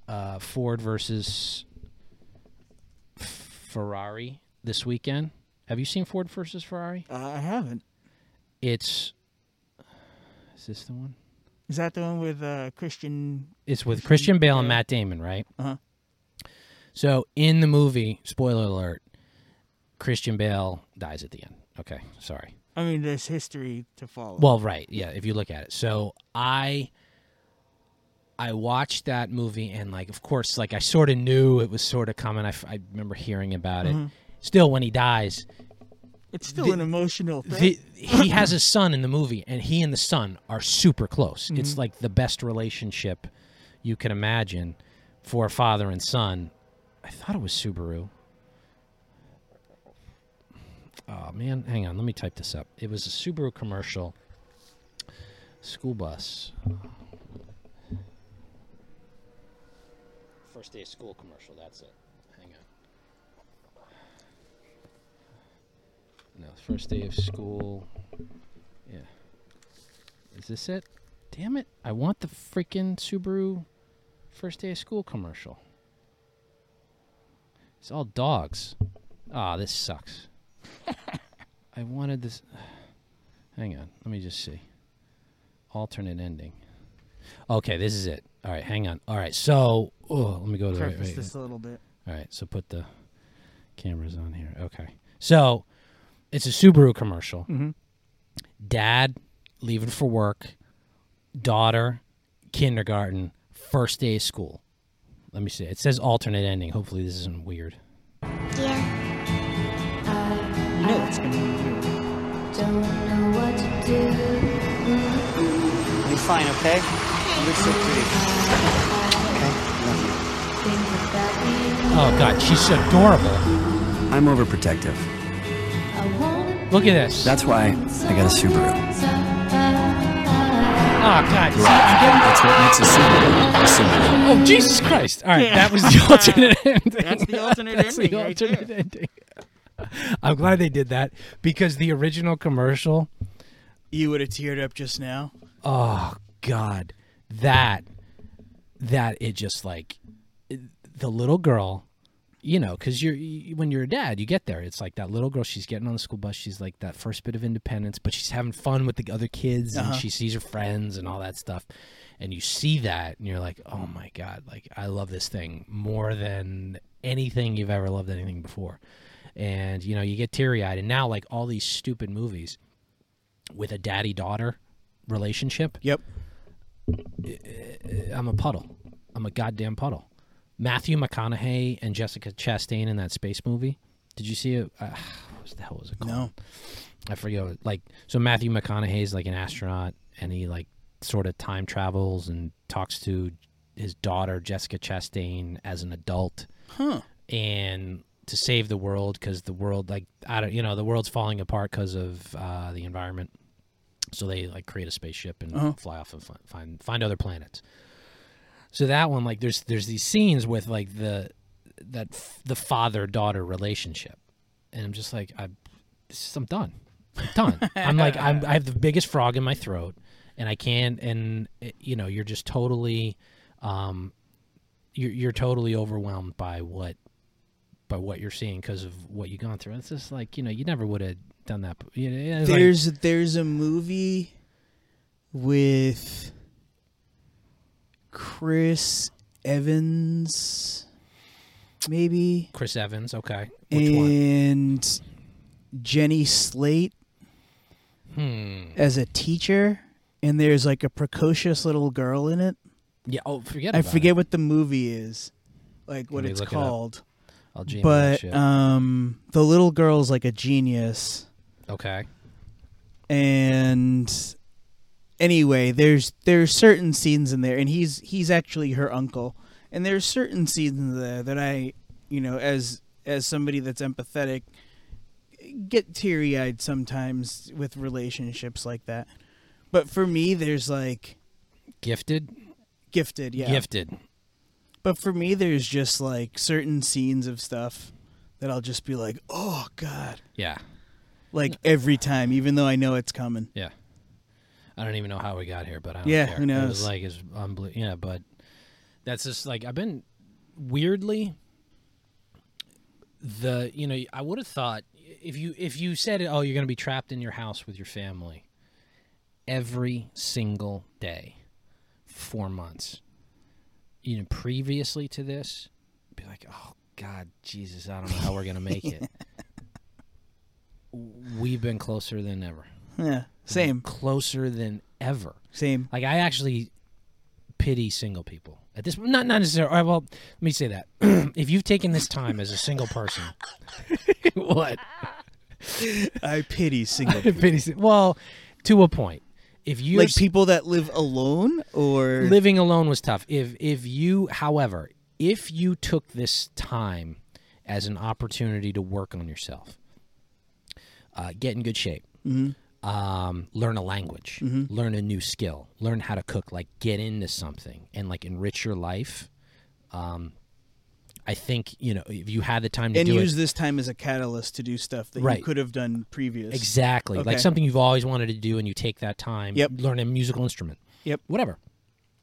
A: uh, Ford versus Ferrari this weekend. Have you seen Ford versus Ferrari?
E: I haven't.
A: It's is this the one?
E: Is that the one with uh, Christian?
A: It's with Christian Bale and Matt Damon, right?
B: Uh-huh.
A: So in the movie, spoiler alert, Christian Bale dies at the end. Okay, sorry.
E: I mean, there's history to follow.
A: Well, right, yeah. If you look at it, so I, I watched that movie and like, of course, like I sort of knew it was sort of coming. I, f- I remember hearing about it. Still, when he dies,
E: it's still
A: the-
E: an emotional thing.
A: the, he has a son in the movie, and he and the son are super close. It's like the best relationship you can imagine for a father and son. I thought it was Subaru. Oh man, hang on, let me type this up. It was a Subaru commercial. School bus. First day of school commercial, that's it. Hang on. No, first day of school. Yeah. Is this it? Damn it. I want the freaking Subaru first day of school commercial. It's all dogs. Ah, this sucks. I wanted this. Hang on. Let me just see. alternate ending. Okay, this is it. All right, hang on. All right, so oh, let me go to the right.
E: preface
A: right-
E: this a little bit.
A: All right, so put the cameras on here. Okay, so it's a Subaru commercial.
E: Mm-hmm.
A: Dad leaving for work, daughter kindergarten, first day of school. Let me see. It says alternate ending. Hopefully, this isn't weird.
F: Yeah,
E: You know it's gonna be weird.
F: don't know what to do.
G: You're fine, okay? You look so pretty. Okay, love you.
F: Think about you.
A: Oh God, she's adorable.
H: I'm overprotective.
F: I wanna
A: Look at this.
H: That's why I got a Subaru.
A: oh God. See, I'm getting-
H: That's what makes a Subaru a Subaru.
A: Oh Jesus Christ! All right,
E: Yeah.
A: that was the alternate ending.
E: That's the alternate
A: That's the
E: ending right there.
A: alternate ending. I'm glad they did that because the original commercial.
B: You would have teared up just now.
A: Oh God, that that it just like the little girl, you know, because you're you, when you're a dad, you get there. It's like that little girl. She's getting on the school bus. She's like that first bit of independence, but she's having fun with the other kids and she sees her friends and all that stuff. And you see that, and you're like, oh my God, like I love this thing more than anything you've ever loved anything before. And you know, you get teary eyed. And now, like all these stupid movies with a daddy daughter relationship,
B: Yep.
A: I'm a puddle. I'm a goddamn puddle. Matthew McConaughey and Jessica Chastain in that space movie. Did you see it? Uh, what the hell was it called?
B: No.
A: I forget. what- Like, so Matthew McConaughey is like an astronaut, and he like sort of time travels and talks to his daughter Jessica Chastain as an adult,
B: Huh.
A: and to save the world because the world like I don't you know the world's falling apart because of uh, the environment. So they like create a spaceship and
B: Uh-huh.
A: fly off and find, find find other planets. So that one like there's there's these scenes with like the that f- the father daughter relationship, and I'm just like I this is- I'm done. I'm done. I'm like I'm, I have the biggest frog in my throat, and I can't. And eh, you know, you're just totally, um, you're you're totally overwhelmed by what by what you're seeing because of what you've gone through. It's just like you know, you never would have done that. You know, it's like-
B: There's there's a movie with Chris Evans, maybe,
A: Chris Evans. Okay, which one?
B: and Jenny Slate
A: Hmm.
B: as a teacher. And there's like a precocious little girl in it.
A: Yeah. Oh, forget.
B: I
A: about
B: forget
A: It.
B: what the movie is, like
A: Let
B: what
A: me
B: it's
A: look it up.
B: called.
A: I'll Gmail that
B: but
A: shit.
B: um, the little girl's like a genius.
A: okay.
B: and anyway there's there's certain scenes in there and he's he's actually her uncle and there's certain scenes in there that i you know as as somebody that's empathetic get teary-eyed sometimes with relationships like that but for me there's like
A: Gifted.
B: gifted yeah
A: Gifted.
B: but for me there's just like certain scenes of stuff that i'll just be like oh god
A: Yeah.
B: like every time even though i know it's coming
A: Yeah. I don't even know how we got here, but I don't
B: Yeah,
A: care.
B: who
A: It
B: knows?
A: was like it's unbelievable. Yeah, but that's just like I've been weirdly the you know I would have thought if you if you said oh you're going to be trapped in your house with your family every single day four months you know previously to this be like oh god jesus i don't know how we're going to make it we've been closer than ever
B: yeah same
A: closer than ever.
B: same
A: Like I actually pity single people at this. Not not necessarily. All right, well, let me say that if you've taken this time as a single person, what
B: i pity single
A: pity? si- Well, to a point. If you
B: like people that live alone or
A: living alone was tough. If if you, however, if you took this time as an opportunity to work on yourself, uh, get in good shape,
B: Mm-hmm.
A: um, learn a language, learn a new skill, learn how to cook, like get into something and like enrich your life. Um, I think you know if you had the time to
B: and
A: do it,
B: use this time as a catalyst to do stuff that
A: Right.
B: you could have done previous.
A: Exactly.
B: Okay.
A: Like something you've always wanted to do and you take that time.
B: Yep.
A: Learn a musical instrument.
B: Yep.
A: Whatever.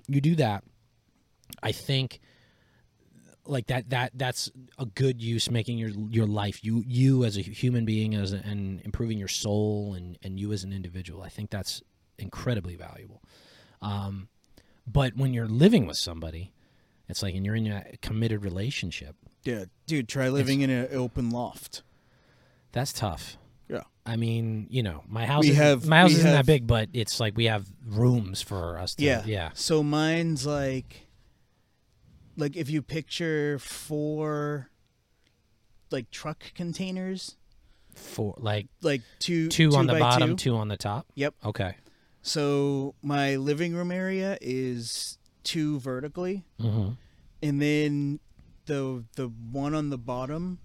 A: You do that. I think like that that that's a good use making your your life you you as a human being as a, and improving your soul and and you as an individual. I think that's incredibly valuable. Um Um, but when you're living with somebody, it's like, and you're in a committed relationship,
B: Yeah, dude, try living in an open loft.
A: that's tough.
B: Yeah.
A: I mean, you know, my house
B: We
A: isn't,
B: have-
A: my house
B: we
A: isn't that
B: have-
A: big, but it's like we have rooms for us to
B: Yeah.
A: yeah.
B: So mine's like like if you picture four like truck containers,
A: For like
B: like two
A: two, on the
B: by
A: bottom,
B: two.
A: two on the top.
B: Yep.
A: Okay.
B: So my living room area is two vertically,
A: Mm-hmm.
B: and then the the one on the bottom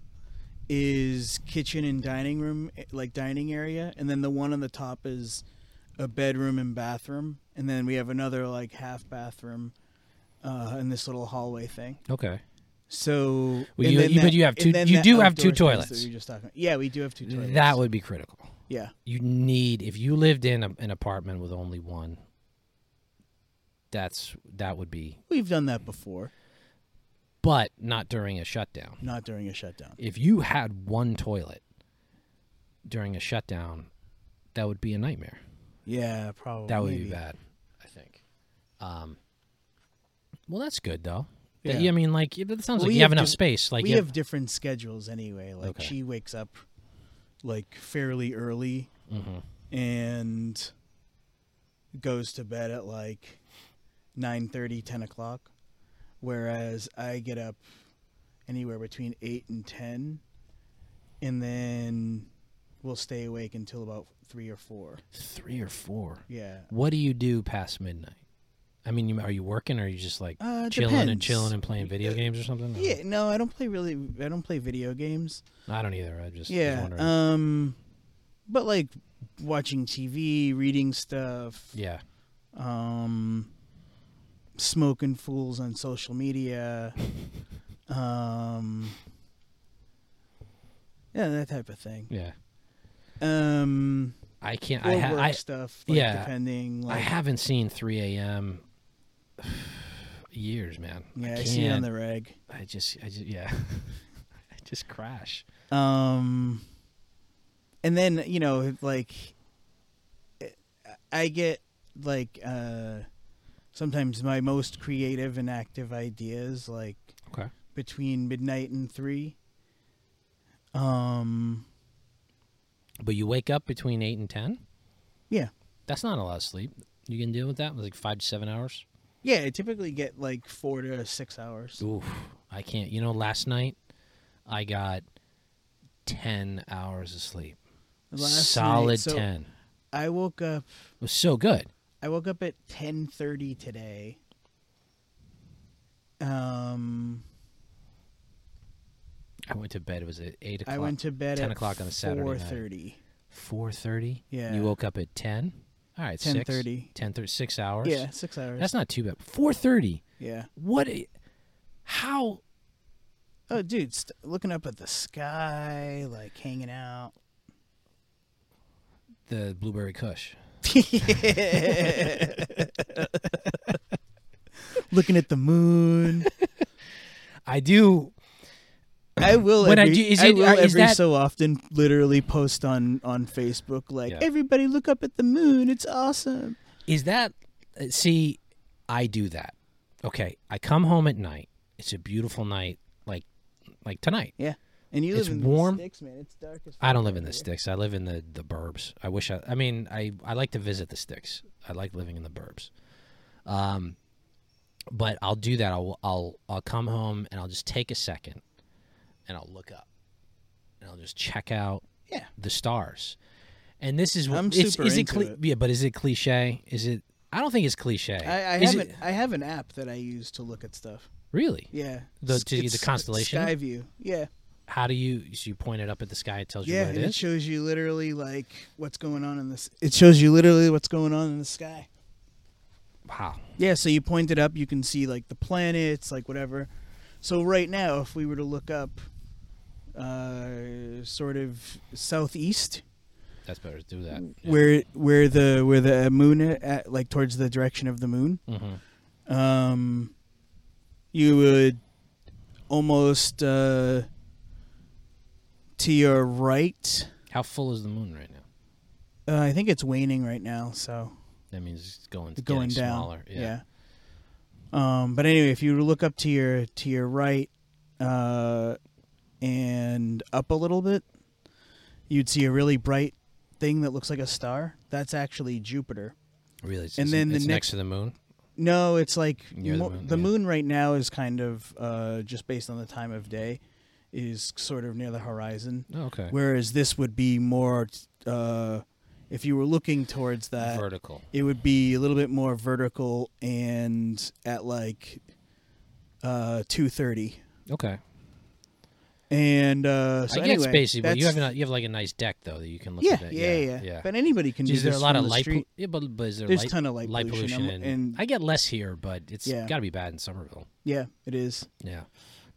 B: is kitchen and dining room, eh, like dining area, and then the one on the top is a bedroom and bathroom, and then we have another like half bathroom uh, in this little hallway thing.
A: Okay.
B: So,
A: Well,
B: and
A: you-
B: then
A: you- but you have
B: and
A: two-
B: then
A: you
B: that
A: do have two
B: outdoor space that
A: toilets.
B: we were just talking about. Yeah, we do have two toilets.
A: That would be critical.
B: yeah,
A: You need if you lived in a, an apartment with only one. That's that would be,
B: we've done that before,
A: but not during a shutdown.
B: not during a shutdown.
A: If you had one toilet during a shutdown, that would be a nightmare.
B: Yeah, probably
A: That would be
B: maybe.
A: bad, I think. Um, well, that's good though.
B: Yeah.
A: That- I mean, like it it sounds
B: We
A: like you
B: have
A: have enough
B: diff-
A: space. Like
B: we
A: you
B: have different schedules anyway. Like
A: Okay.
B: she wakes up like fairly early
A: Mm-hmm.
B: and goes to bed at like 9:30, 10 o'clock, whereas I get up anywhere between eight and ten, and then we'll stay awake until about three or four.
A: three or four.
B: Yeah.
A: What do you do past midnight? I mean, you, are you working or are you just like
B: Uh,
A: chilling and
B: depends.
A: chilling and playing video games or something?
B: Yeah, no, I don't play really. I don't play video games.
A: I don't either. I just was
B: Yeah.
A: wondering.
B: Um, but like watching TV, reading stuff,
A: yeah.
B: um, smoking fools on social media, um, yeah, that type of thing.
A: Yeah.
B: Um,
A: I can't.
B: or
A: I, ha-
B: work
A: I,
B: stuff. Like,
A: yeah,
B: depending. Like,
A: I haven't seen 3 a.m. years, man.
B: yeah,
A: I,
B: I, see it on
A: can't-
B: the reg.
A: I just, I just, yeah. I just crash.
B: Um, and then you know, like, I get like uh, sometimes my most creative and active ideas like
A: Okay.
B: between midnight and three. Um,
A: But you wake up between 8 and 10.
B: yeah,
A: That's not a lot of sleep. You can deal with that with like five to seven hours.
B: yeah. I typically get like four to six hours.
A: Oof. I can't. You know, last night I got 10 hours of sleep.
B: Last night-
A: Solid
B: so
A: 10. It
B: I woke up.
A: was so good.
B: I woke up at ten thirty today. Um,
A: I went to bed. It was at 8 o'clock.
B: I went to bed
A: 10
B: at
A: o'clock on a Saturday
B: Four
A: night.
B: thirty.
A: 4.30?
B: Yeah.
A: You woke up at 10? All right, 6.
B: 10:30.
A: 10:30, 6 hours?
B: Yeah, six hours.
A: That's not too bad. 4.30?
B: yeah.
A: What? a- How?
B: Oh, dude, st- looking up at the sky, like hanging out.
A: The blueberry kush.
B: looking at the moon.
A: I do.
B: I will.
A: When I
B: every,
A: do- is it-
B: will
A: are- is
B: every
A: that-
B: so often literally post on on Facebook like,
A: Yeah.
B: "Everybody look up at the moon. It's awesome."
A: Is that? uh, See, I do that. Okay, I come home at night. It's a beautiful night, like like tonight.
B: Yeah, and you live
A: It's
B: in
A: warm.
B: the sticks, man. It's dark as.
A: I don't
B: fuck
A: live
B: out
A: in the
B: here.
A: sticks. I live in the the burbs. I wish I. I mean, I I like to visit the sticks. I like living in the burbs. Um, but I'll do that. I'll I'll I'll come home and I'll just take a second, and I'll look up, and I'll just check out
B: Yeah.
A: the stars. And this is
B: I'm
A: it's,
B: super
A: is
B: into
A: it, cli-
B: it.
A: Yeah, but is it cliche? Is it? I don't think it's cliche.
B: I, I
A: Is it-
B: haven't. I have an app that I use to look at stuff.
A: really.
B: Yeah,
A: The-
B: S-
A: to see the
B: it's
A: constellation?
B: Sky View. Yeah,
A: How do you? So you point it up at the sky. It tells you
B: yeah,
A: what
B: and
A: it
B: it
A: is.
B: shows you literally like what's going on in this. It shows you literally what's going on in the sky.
A: wow.
B: Yeah, so you point it up, you can see like the planets, like whatever. So right now, if we were to look up, uh, sort of southeast,
A: That's better. Do that.
B: where where the where the moon at, like towards the direction of the moon,
A: hmm
B: um, you would almost uh, to your right.
A: How full is the moon right now?
B: Uh, I think it's waning right now, so
A: That means it's going
B: going
A: getting
B: down.
A: Smaller.
B: yeah. Um, but anyway, if you look up to your to your right uh, and up a little bit, you'd see a really bright thing that looks like a star. That's actually Jupiter.
A: Really. It's,
B: And
A: it's-
B: then the
A: it's
B: next-
A: next to the moon.
B: No, it's like
A: Near the
B: mo-
A: moon,
B: the
A: yeah.
B: moon right now is kind of uh, just based on the time of day, is sort of near the horizon.
A: Oh, okay.
B: Whereas this would be more, uh, if you were looking towards that,
A: Vertical.
B: it would be a little bit more vertical and at like uh, two thirty.
A: Okay.
B: And uh, so
A: I
B: anyway,
A: get spacey, but you
B: that's-
A: have a, you have like a nice deck though that you can look
B: yeah,
A: at. it.
B: yeah, yeah, yeah. But anybody can do
A: Geez,
B: this
A: there a lot
B: from
A: of
B: the
A: light. pol-
B: street.
A: yeah, but, but is there
B: There's
A: light,
B: ton of light pollution, I'm-
A: and,
B: and-
A: I get less here, but it's
B: Yeah.
A: got to be bad in Somerville.
B: Yeah, it is.
A: Yeah.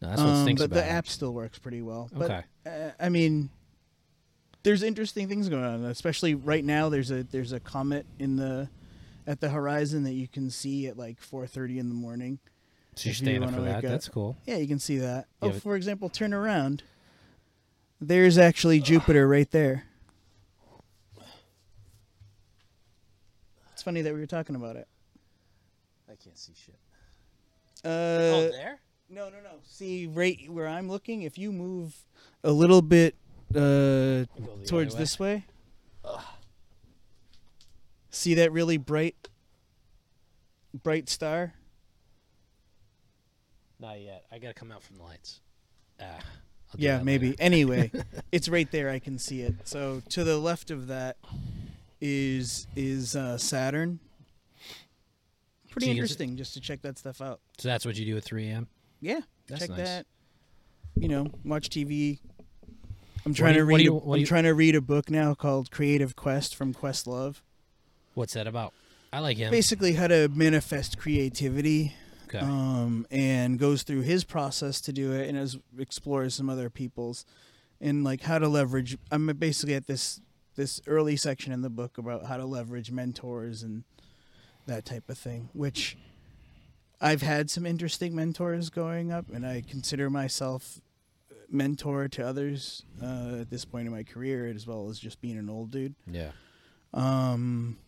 A: No, that's what um,
B: Um,
A: stinks
B: but
A: about.
B: the
A: it.
B: app still works pretty well. But,
A: Okay.
B: Uh, I mean, there's interesting things going on, especially right now. There's a there's a comet in the at the horizon that you can see at like 4:30 in the morning.
A: so you're
B: if you
A: staying up
B: wanna uh,
A: for that.
B: wake up-
A: That's cool.
B: Yeah, you can see that.
A: Yeah,
B: oh,
A: but-
B: for example, turn around. There's actually Jupiter right there. It's funny that we were talking about it.
A: I can't see shit.
B: Uh,
A: oh, there.
B: No, no, no. See, right where I'm looking, if you move a little bit uh,
A: other
B: towards
A: way.
B: this way, see that really bright, bright star?
A: Not yet. I gotta come out from the lights. Ah, I'll do
B: yeah,
A: that
B: maybe.
A: later.
B: Anyway, it's right there. I can see it. So to the left of that is is uh, Saturn. Pretty
A: See, is it-
B: interesting, just to check that stuff out.
A: So that's what you do at 3 a.m.
B: Yeah,
A: That's
B: check
A: nice.
B: that. You know, watch TV. I'm trying
A: do you-
B: to
A: what do
B: read. a-
A: you- what
B: I'm
A: do you-
B: trying to read a book now called Creative Quest from Questlove.
A: What's that about? I like him.
B: Basically, how to manifest creativity,
A: Okay.
B: um, and goes through his process to do it, and as explores some other people's, and like how to leverage. I'm basically at this this early section in the book about how to leverage mentors and that type of thing, which I've had some interesting mentors going up, and I consider myself mentor to others uh, at this point in my career, as well as just being an old dude.
A: yeah.
B: Um,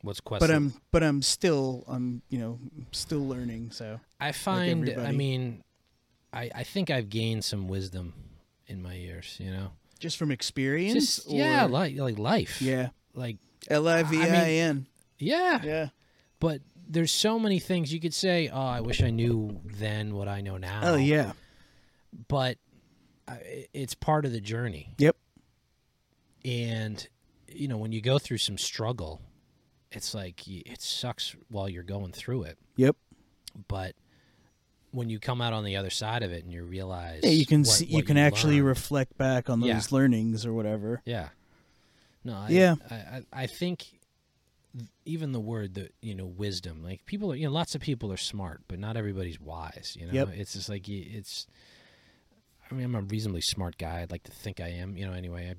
A: What's quest?
B: but I'm but I'm still I'm you know still learning. So
A: I find, I
B: everybody. mean,
A: mean, I, I think I've gained some wisdom in my years, you know?
B: just from experience,
A: Just, yeah,
B: or-
A: like, like life.
B: yeah,
A: Like,
B: L I V I N,
A: yeah.
B: yeah.
A: But there's so many things you could say, oh, I wish I knew then what I know now.
B: Oh yeah,
A: But I, it's part of the journey.
B: yep,
A: And, you know, when you go through some struggle, it's like, y- it sucks while you're going through it.
B: yep.
A: But when you come out on the other side of it and you realize.
B: Yeah, you can
A: what-
B: see you
A: what
B: can actually
A: learned,
B: reflect back on those
A: Yeah.
B: learnings or whatever.
A: Yeah. No. I,
B: Yeah.
A: I, I, I think th- even the word that you know wisdom, like people are, you know, lots of people are smart, but not everybody's wise. You know,
B: Yep.
A: it's just like y- it's. I mean, I'm a reasonably smart guy. I'd like to think I am. You know, anyway, I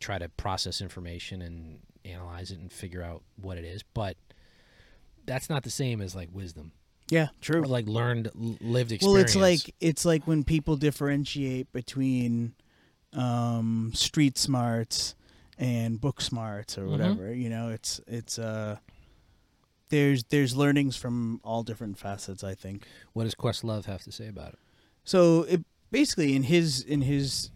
A: try to process information and analyze it and figure out what it is, but that's not the same as like wisdom
B: Yeah,
A: or
B: true.
A: like learned l- lived
B: well,
A: experience.
B: it's like it's like when people differentiate between um, street smarts and book smarts
A: Mm-hmm.
B: or whatever. You know, it's it's uh, there's there's learnings from all different facets. I think.
A: what does Questlove have to say about it?
B: So it basically in his in his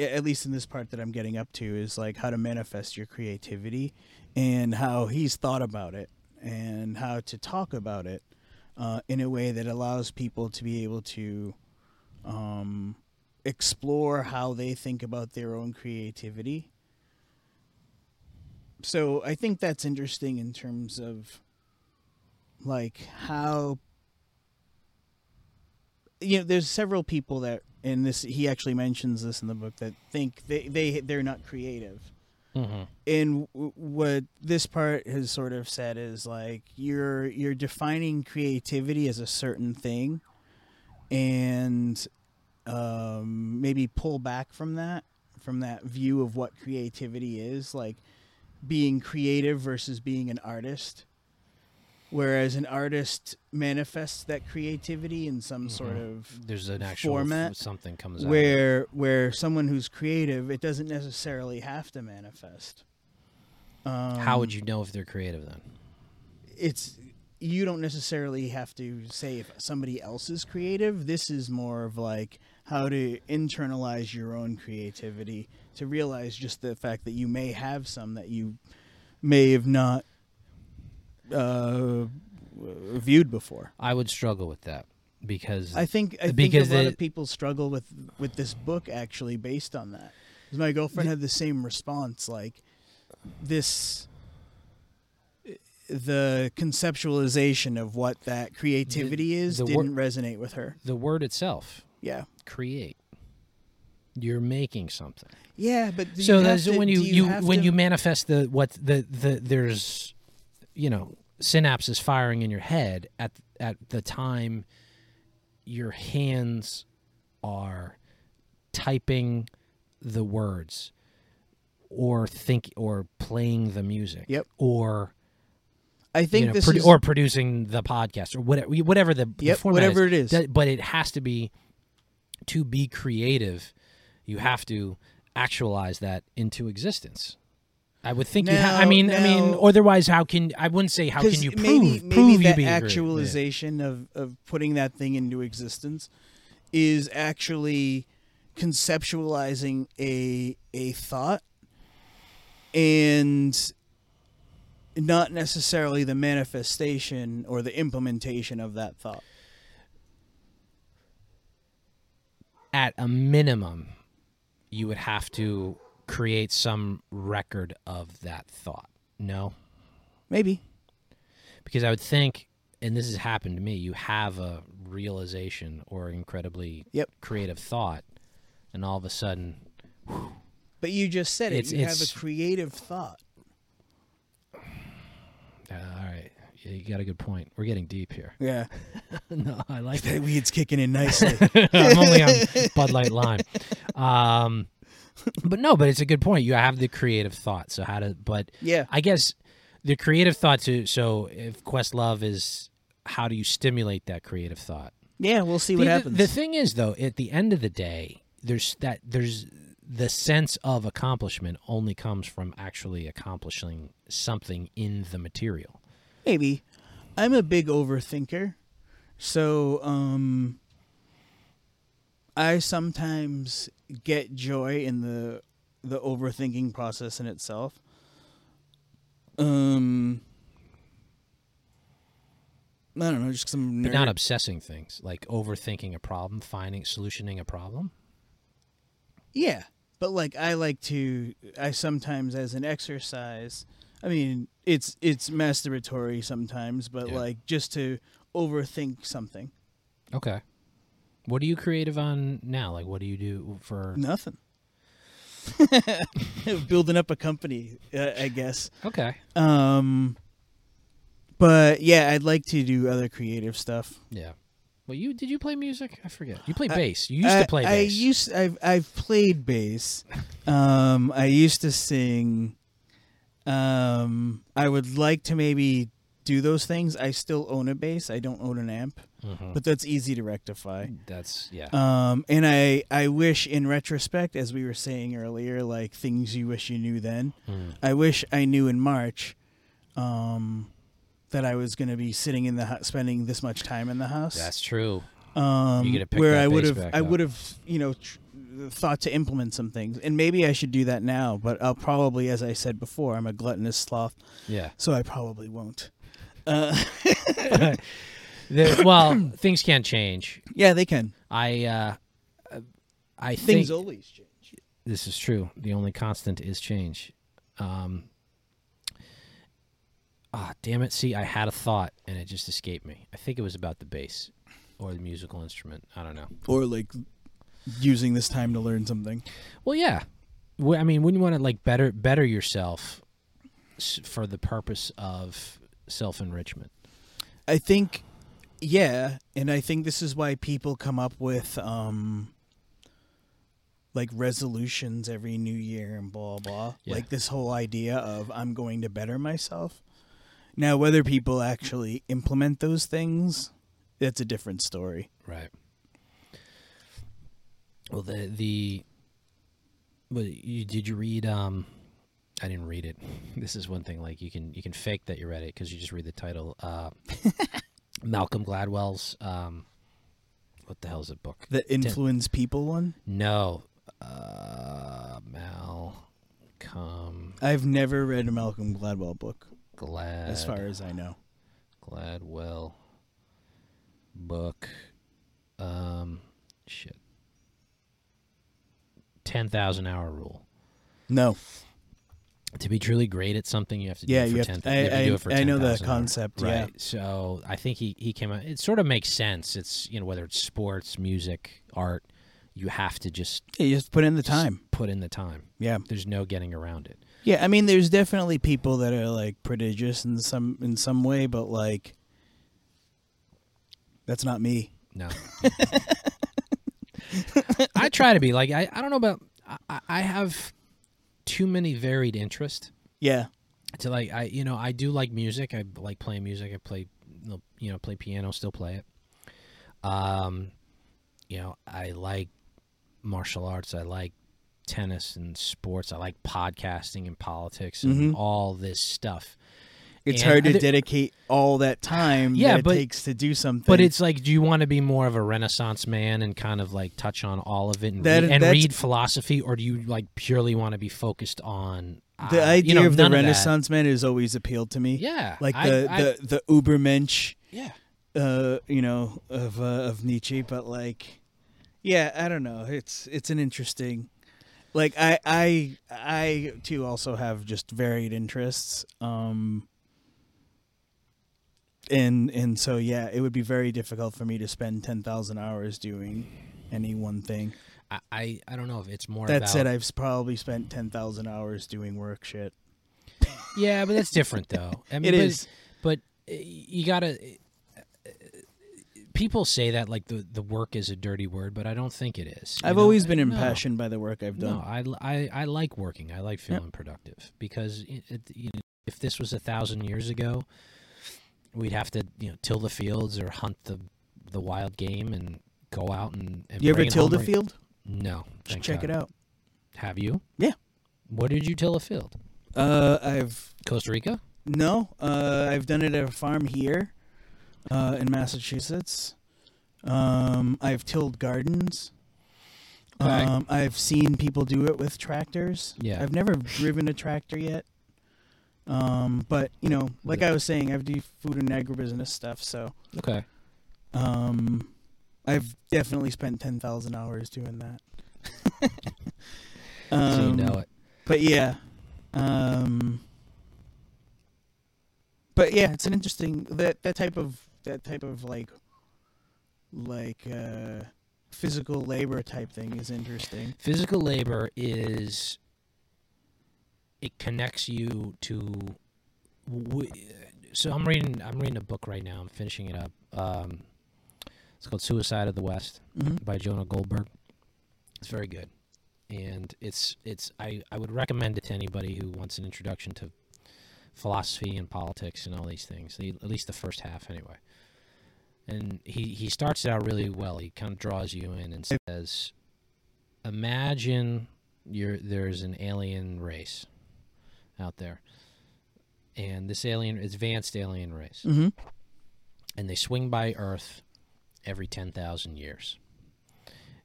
B: a- at least in this part that I'm getting up to is like how to manifest your creativity and how he's thought about it and how to talk about it uh, in a way that allows people to be able to um, explore how they think about their own creativity. So I think that's interesting in terms of like how you know there's several people that and this he actually mentions this in the book that think they they they're not creative and w- what this part has sort of said is like you're you're defining creativity as a certain thing and um, maybe pull back from that from that view of what creativity is like being creative versus being an artist whereas an artist manifests that creativity in some sort of
A: There's an actual f-
B: Format
A: something comes out. of it.
B: where where someone who's creative it doesn't necessarily have to manifest
A: How
B: Um,
A: would you know if they're creative then?
B: it's you don't necessarily have to say if somebody else is creative. This is more of like how to internalize your own creativity to realize just the fact that you may have some that you may have not uh, viewed before.
A: I would struggle with that because
B: I think I
A: Because
B: think a lot
A: it-
B: of people struggle with with this book actually based on that. 'Cause My girlfriend had the same response like this the conceptualization of what that creativity is
A: the wor-
B: didn't resonate with her.
A: the word itself,
B: Yeah.
A: create. You're making something.
B: Yeah, but do
A: so
B: you
A: that's
B: have to-
A: when you,
B: do
A: you,
B: have
A: when
B: to-
A: you manifest the what the, the there's you know synapses firing in your head at at the time your hands are typing the words or think or playing the music
B: Yep.
A: or
B: I think
A: you know,
B: this
A: produ-
B: is
A: or producing the podcast or whatever whatever the, the
B: Yep,
A: format
B: whatever it is.
A: That- but it has to be to be creative. You have to actualize that into existence. I would think. you ha- I
B: Now-
A: mean, I mean,
B: now-
A: otherwise, how can I wouldn't say how can
B: 'Cause
A: you prove
B: maybe, maybe
A: prove you
B: that
A: being creative.
B: actualization of, of putting that thing into existence is actually conceptualizing a a thought and not necessarily the manifestation or the implementation of that thought.
A: At a minimum, you would have to create some record of that thought. No.
B: Maybe.
A: because I would think, and this has happened to me, you have a realization or incredibly
B: Yep.
A: creative thought, and all of a sudden,
B: But you just said it.
A: It's-
B: you have
A: it's-
B: a creative thought.
A: uh, all right, yeah, you got a good point. We're getting deep here.
B: Yeah.
A: no, I like that.
B: That weed's kicking in nicely.
A: I'm only on Bud Light Lime. Um, but no, but it's a good point. You have the creative thought. So how to, but
B: Yeah.
A: I guess the creative thought to so if Quest Love is how do you stimulate that creative thought?
B: yeah, we'll see what
A: the,
B: happens.
A: The thing is, though, at the end of the day, there's that there's the sense of accomplishment only comes from actually accomplishing something in the material.
B: Maybe. I'm a big overthinker. So, um I sometimes get joy in the the overthinking process in itself. Um I don't know, just some
A: But
B: nerd.
A: not obsessing things, like overthinking a problem, finding solutioning a problem.
B: yeah, but like I like to I sometimes as an exercise. I mean, it's it's masturbatory sometimes, but
A: Yeah.
B: like just to overthink something.
A: Okay. What are you creative on now? Like, what do you do for?
B: Nothing. Building up a company, uh, I guess.
A: Okay.
B: Um, but yeah, I'd like to do other creative stuff.
A: Yeah. Well, you did you play music? I forget. You play bass. You used
B: I,
A: to play
B: I
A: bass.
B: used. I've I've played bass. Um, I used to sing. Um, I would like to maybe do those things. I still own a bass. I don't own an amp, but that's easy to rectify.
A: Mm-hmm. That's yeah.
B: Um, and I, I wish in retrospect, as we were saying earlier, like things you wish you knew then,
A: Hmm.
B: I wish I knew in March, um, that I was going to be sitting in the house, spending this much time in the house.
A: That's true.
B: um,
A: you gotta pick
B: where
A: that
B: I would
A: bass
B: have,
A: back
B: I
A: up.
B: would have, you know, tr- thought to implement some things and maybe I should do that now, but I'll probably, as I said before, I'm a gluttonous sloth,
A: Yeah.
B: so I probably won't.
A: The- well, things can change.
B: Yeah, they can.
A: I uh, I think
B: Things always change.
A: this is true. The only constant is change. Um, ah, damn it! See, I had a thought and it just escaped me. I think it was about the bass or the musical instrument. I don't know.
B: Or like using this time to learn something.
A: Well, yeah. Wh- I mean, wouldn't you want to like better better yourself s- for the purpose of self enrichment?
B: I think, yeah, and I think this is why people come up with um, like resolutions every new year and blah blah.
A: Yeah.
B: Like this whole idea of I'm going to better myself. Now, whether people actually implement those things, that's a different story.
A: Right. Well, the the well, you, did you read um I didn't read it. This is one thing like you can you can fake that you read it because you just read the title. Uh, Malcolm Gladwell's um, what the hell is it book?
B: The influence people one.
A: No, uh, Malcolm
B: I've never read a Malcolm Gladwell book,
A: Glad
B: as far as I know.
A: Gladwell book. Um, shit. Ten thousand hour rule.
B: No.
A: To be truly great at something, you have to do
B: Yeah,
A: it
B: you
A: for
B: have
A: ten.
B: to.
A: thou- you have to do
B: I,
A: it for
B: I, I know the
A: 10,000 hours.
B: concept. Yeah.
A: Right. So I think he, he came out. It sort of makes sense. It's you know whether it's sports, music, art, you have to just
B: yeah. You just put in the time.
A: put in the time.
B: Yeah.
A: There's no getting around it.
B: Yeah, I mean, there's definitely people that are like prodigious in some in some way, but like, that's not me.
A: No. I try to be like I, I don't know about I- I, I have too many varied interests
B: Yeah,
A: to like I you know I do like music I like playing music I play you know play piano still play it um you know I like martial arts I like tennis and sports I like podcasting and politics and all this stuff
B: it's
A: And
B: hard to
A: there-
B: dedicate all that time.
A: Yeah,
B: that it
A: but-
B: takes to do something.
A: But it's like, do you want to be more of a Renaissance man and kind of like touch on all of it and,
B: That-
A: read, and
B: that's-
A: read philosophy, or do you like purely want to be focused on uh,
B: the idea
A: you know,
B: of the
A: none that?
B: Renaissance man has always appealed to me.
A: Yeah,
B: like
A: I-
B: the
A: I-
B: the the Ubermensch,
A: yeah,
B: uh, you know, of uh, of Nietzsche. But like, yeah, I don't know. It's it's an interesting. Like I I I too also have just varied interests. Um and and so yeah, it would be very difficult for me to spend 10,000 hours doing any one thing.
A: I, I, I don't know if it's more.
B: That said,
A: about,
B: I've s- probably spent 10,000 hours doing work shit.
A: yeah, but that's different though. I mean,
B: It
A: but,
B: is.
A: but uh, you gotta. uh, People say that like the the work is a dirty word, but I don't think it is. you
B: I've
A: know?
B: always been
A: No.
B: impassioned by the work I've done.
A: No, I, l- I- I like working. I like feeling productive because i- it, you know, if this was a thousand years ago, we'd have to you know till the fields or hunt the the wild game and go out and. and
B: you ever
A: bring it
B: tilled
A: home
B: a
A: or-
B: field?
A: No.
B: Should
A: thank
B: check
A: God.
B: it out.
A: Have you?
B: Yeah.
A: What did you till a field?
B: Uh, I've
A: Costa Rica.
B: No, uh, I've done it at a farm here uh, in Massachusetts. Um, I've tilled gardens.
A: Okay.
B: Um, I've seen people do it with tractors.
A: Yeah.
B: I've never driven a tractor yet. Um, but you know, like I was saying, I do food and agribusiness stuff, so
A: Okay.
B: um, I've definitely spent ten thousand hours doing that. um,
A: so you know it.
B: but yeah um but yeah it's an interesting that that type of that type of like like uh physical labor type thing is interesting
A: Physical labor is. It connects you to. W- so I'm reading. I'm reading a book right now. I'm finishing it up. Um, it's called Suicide of the West by Jonah Goldberg. It's very good, and it's it's I I would recommend it to anybody who wants an introduction to philosophy and politics and all these things. The, at least the first half, anyway. And he he starts it out really well. He kind of draws you in and says, imagine you're there's an alien race out there and this alien advanced alien race
B: Mhm.
A: and they swing by earth every 10,000 years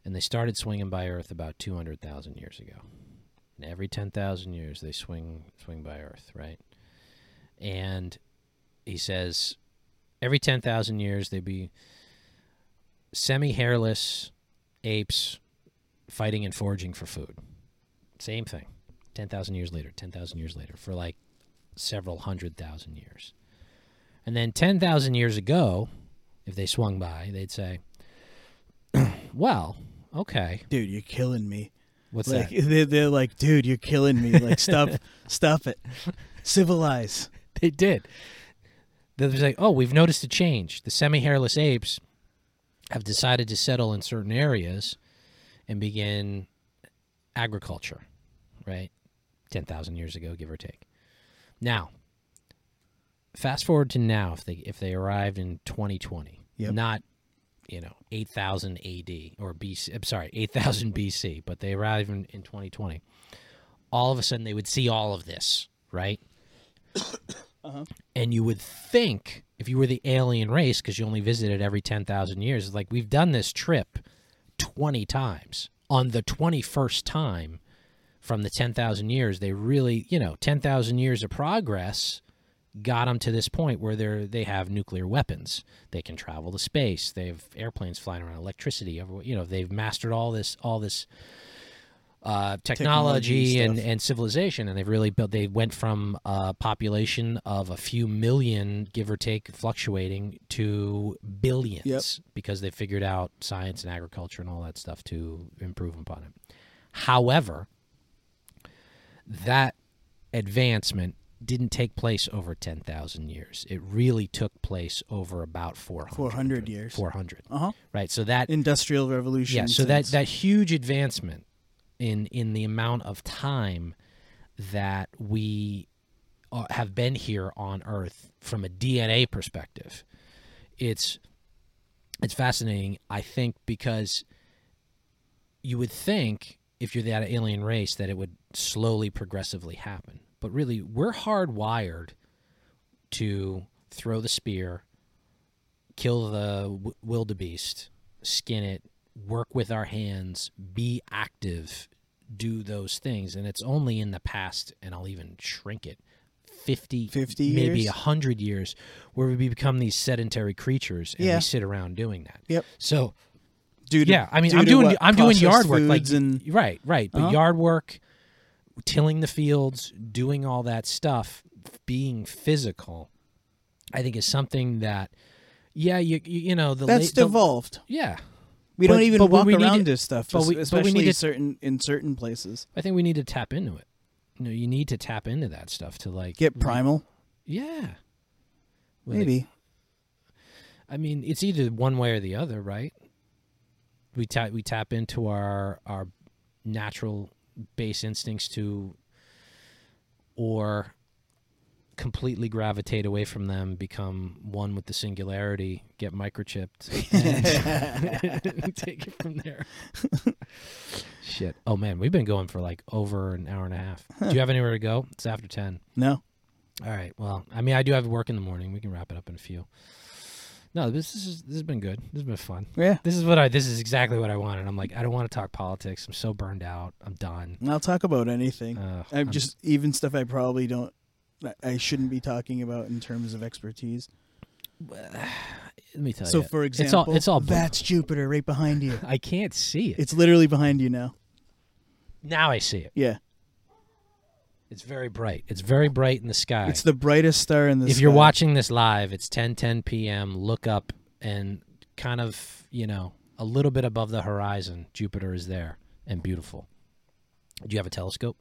A: and they started swinging by earth about 200,000 years ago and every 10,000 years they swing swing by earth right and he says every 10,000 years they'd be semi hairless apes fighting and foraging for food. Same thing. 10,000 years later, 10,000 years later, for like several hundred thousand years. And then 10,000 years ago, if they swung by, they'd say, well, okay,
B: dude you're killing me
A: what's
B: like
A: that?
B: They're, they're like dude you're killing me like stop stop it civilize
A: They did. They'd be like, oh, we've noticed a change. The semi hairless apes have decided to settle in certain areas and begin agriculture, right? 10,000 years ago, give or take. Now, fast forward to now if they if they arrived in 2020.
B: Yep.
A: Not, you know, 8000 AD or BC, I'm sorry, 8000 BC, but they arrived in, in 2020. all of a sudden they would see all of this, right? And you would think if you were the alien race, because you only visited every 10,000 years, like we've done this trip 20 times. On the 21st time from the 10,000 years, they really, you know, 10,000 years of progress got them to this point where they're they have nuclear weapons. They can travel to space. They have airplanes flying around, electricity. everywhere- You know, they've mastered all this all this uh, technology,
B: Technology
A: and
B: stuff.
A: and civilization, and they've really built. They went from a population of a few million, give or take, fluctuating, to billions because they figured out science and agriculture and all that stuff to improve upon it. However, that advancement didn't take place over 10,000 years. It really took place over about 400.
B: 400 years.
A: 400.
B: Uh-huh.
A: Right. So that
B: Industrial revolution.
A: yeah, so that
B: since-
A: that huge advancement in in the amount of time that we uh, have been here on Earth from a DNA perspective, it's it's fascinating. I think because you would think if you're that alien race that it would slowly, progressively happen, but really we're hardwired to throw the spear, kill the w- wildebeest, skin it, work with our hands, be active, do those things. And it's only in the past, and I'll even shrink it 50,
B: 50
A: maybe
B: years?
A: 100 years, where we become these sedentary creatures and
B: Yeah.
A: we sit around doing that.
B: Yep.
A: So,
B: Due to-
A: yeah, I mean,
B: due
A: I'm
B: to
A: doing
B: what?
A: I'm doing yard
B: Processed
A: work, like
B: foods and
A: right, right, but
B: Uh-huh.
A: yard work, tilling the fields, doing all that stuff, being physical, I think is something that, yeah, you you, you know the
B: that's
A: la- the-
B: devolved.
A: yeah,
B: We
A: But-
B: don't even
A: but we-
B: walk
A: we need
B: around
A: to-
B: this stuff,
A: but
B: es-
A: we- but we
B: especially
A: need to-
B: certain in certain places.
A: I think we need to tap into it. You know, you need to tap into that stuff to like
B: Get primal,
A: yeah, Well,
B: maybe.
A: I mean, it's either one way or the other, right? We tap we tap into our our natural base instincts to, or completely gravitate away from them, become one with the singularity, get microchipped, and take it from there. Shit! Oh man, we've been going for like over an hour and a half. Do you have anywhere to go? It's after ten.
B: No,
A: All right. Well, I mean, I do have work in the morning. We can wrap it up in a few. No, this is this has been good. This has been fun.
B: yeah.
A: This is what I. This is exactly what I wanted. I'm like, I don't want to talk politics. I'm so burned out. I'm done.
B: I'll talk about anything.
A: Uh,
B: I'm just even stuff I probably don't. that I shouldn't be talking about in terms of expertise.
A: Let me tell
B: so,
A: you.
B: for
A: It's
B: example,
A: all- it's all blue.
B: that's Jupiter right behind you.
A: I can't see it.
B: It's literally behind you now.
A: now I see it.
B: Yeah,
A: It's very bright. It's very bright in the sky.
B: it's the brightest star in the.
A: if you're
B: sky.
A: watching this live, it's 10:10 p.m. Look up and kind of you know a little bit above the horizon. Jupiter is there and beautiful. Do you have a telescope?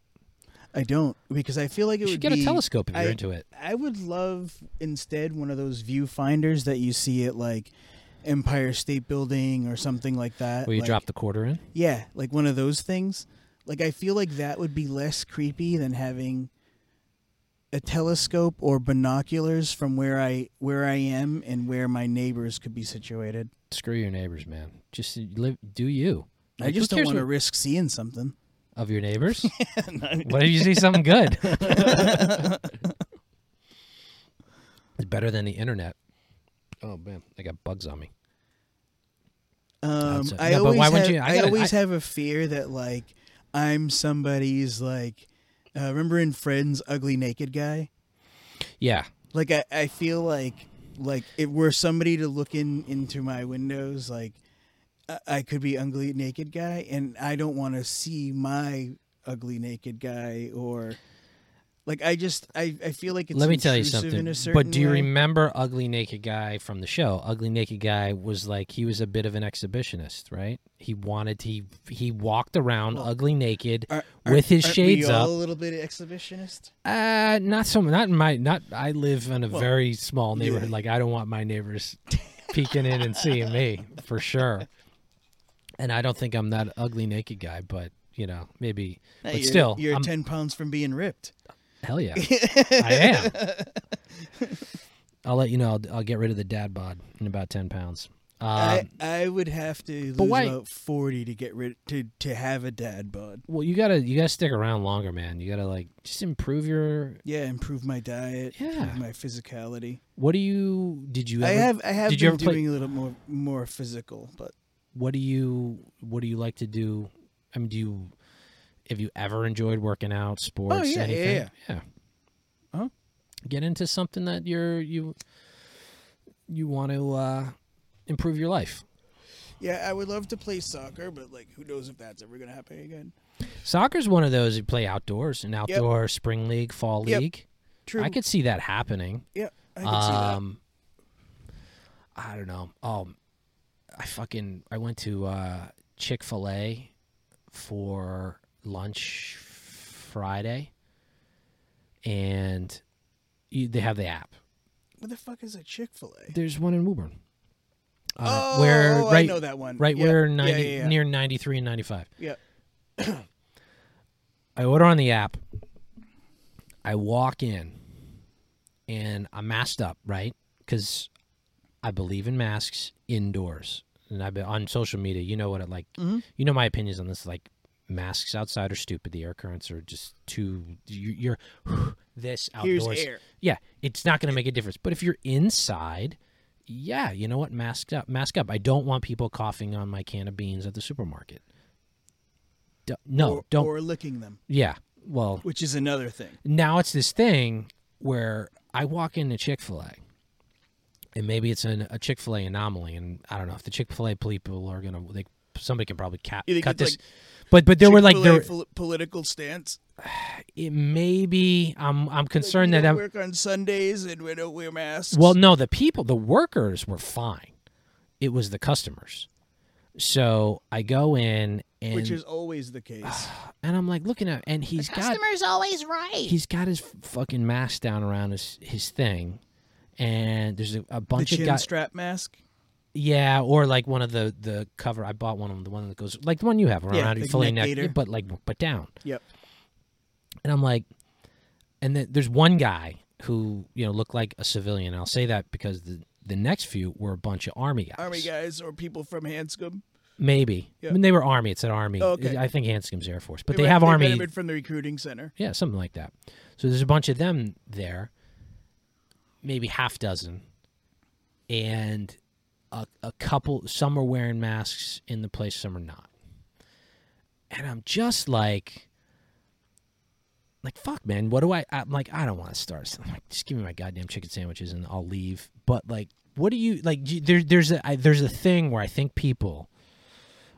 B: I don't because I feel like it
A: You
B: would
A: should get
B: be,
A: a telescope if you're
B: I-
A: into it.
B: I would love instead one of those viewfinders that you see at like Empire State Building or something like that.
A: Will you
B: like,
A: drop the quarter in?
B: Yeah, like one of those things. Like I feel like that would be less creepy than having a telescope or binoculars from where I where I am and where my neighbors could be situated.
A: Screw your neighbors, man. Just live, do you.
B: I
A: Like, who
B: just don't
A: cares
B: want to
A: what-
B: risk seeing something.
A: of your neighbors. what if you see something good? it's better than the internet. Oh man, I got bugs on me.
B: Um,
A: Outside.
B: I
A: No, but
B: always
A: why wouldn't
B: have,
A: you- I
B: I,
A: gotta-
B: always
A: I-
B: have a fear that like I'm somebody's like uh, remember in Friends ugly naked guy?
A: Yeah,
B: Like I, I feel like like if were somebody to look in into my windows like I, I could be ugly naked guy and I don't want to see my ugly naked guy or like I just I, I feel like it's
A: let me tell you
B: intrusive
A: something.
B: in a certain
A: But do you
B: way.
A: remember Ugly Naked Guy from the show? Ugly Naked Guy was like he was a bit of an exhibitionist, right? He wanted he he walked around ugly naked
B: Are-
A: with his
B: aren't
A: shades
B: we all
A: up.
B: a little bit exhibitionist?
A: Uh, not so. Not in my. Not. I live in a very small neighborhood.
B: yeah.
A: Like I don't want my neighbors peeking in and seeing me for sure. And I don't think I'm that ugly naked guy, but you know, maybe. but
B: you're,
A: still,
B: you're
A: I'm,
B: ten pounds from being ripped.
A: hell yeah, I am. I'll let you know. I'll, I'll get rid of the dad bod in about ten pounds. Um,
B: I, I would have to lose
A: why-
B: about forty to get rid to to have a dad bod.
A: Well, you gotta you gotta stick around longer, man. You gotta like just improve your.
B: Yeah, improve my diet. improve
A: Yeah.
B: my physicality.
A: What do you did you?
B: I
A: ever-
B: have I have
A: Did you
B: been
A: ever play?
B: doing a little more more physical, but
A: What do you What do you like to do? I mean, do you have you ever enjoyed working out, sports,
B: Oh, yeah, yeah,
A: anything?
B: yeah. Uh-huh. Huh?
A: Get into something that you're you you want to uh improve your life.
B: yeah, I would love to play soccer, but like, who knows if that's ever gonna happen again?
A: Soccer's one of those you play outdoors, an outdoor spring league, fall
B: Yep.
A: league.
B: True.
A: I could see that happening.
B: Yeah, I could
A: Um, I don't know. Um, I fucking I went to uh, Chick Fil A for lunch Friday, and you, they have the app.
B: see that. What the fuck is a Chick Fil A?
A: There's one in Woburn. Uh,
B: Oh,
A: where
B: oh, I
A: right,
B: know that one.
A: Right
B: Yeah.
A: where
B: Yeah,
A: ninety
B: yeah, yeah.
A: near ninety three and ninety five.
B: Yeah.
A: I order on the app. I walk in and I'm masked up, right? Because I believe in masks indoors. And I've been on social media. You know what it like.
B: Mm-hmm.
A: You know my opinions on this. Like masks outside are stupid. The air currents are just too. You, you're this
B: Here's
A: outdoors.
B: air.
A: Yeah, it's not going to make a difference. But if you're inside, yeah, you know what? Mask up. Mask up. I don't want people coughing on my can of beans at the supermarket. D- no,
B: or,
A: don't.
B: or licking them,
A: yeah. Well,
B: which is another thing.
A: now it's this thing where I walk into Chick Fil A, and maybe it's an, a Chick Fil A anomaly, and I don't know if the Chick Fil A people are gonna. They, somebody can probably cap,
B: You think
A: cut
B: it's
A: this, but
B: like
A: but there were like
B: Chick-fil-A
A: there.
B: pol- political stance.
A: It, maybe I'm I'm concerned
B: we
A: that
B: don't
A: I'm.
B: work on Sundays and we don't wear masks.
A: Well, no, the people, the workers were fine. It was the customers. So I go in and
B: which is always the case.
A: and I'm like looking at and he's got
I: Customer's always right.
A: he's got his fucking mask down around his his thing, and there's a, a
B: the
A: bunch of
B: chin
A: guys.
B: strap mask.
A: Yeah, or like one of the the cover. I bought one of them, the one that goes like the one you have around
B: Yeah,
A: your
B: the
A: fillet
B: neck
A: neck,
B: gaiter.
A: yeah, but like but down.
B: Yep.
A: And I'm like, and then there's one guy who you know looked like a civilian. I'll say that because the the next few were a bunch of army guys.
B: Army guys or people from Hanscom.
A: maybe.
B: Yeah.
A: I mean, they were army. It's an army.
B: Oh, okay.
A: I think Hanscom's Air Force, but they,
B: went-
A: have army.
B: benefit from the recruiting center.
A: Yeah, something like that. So there's a bunch of them there, maybe half dozen, and a, a couple. Some are wearing masks in the place, some are not. And I'm just like, like fuck, man. What do I? I'm like, I don't want to start. something. like, just give me my goddamn chicken sandwiches and I'll leave. But like, what do you like? you- There, there's a I, there's a thing where I think people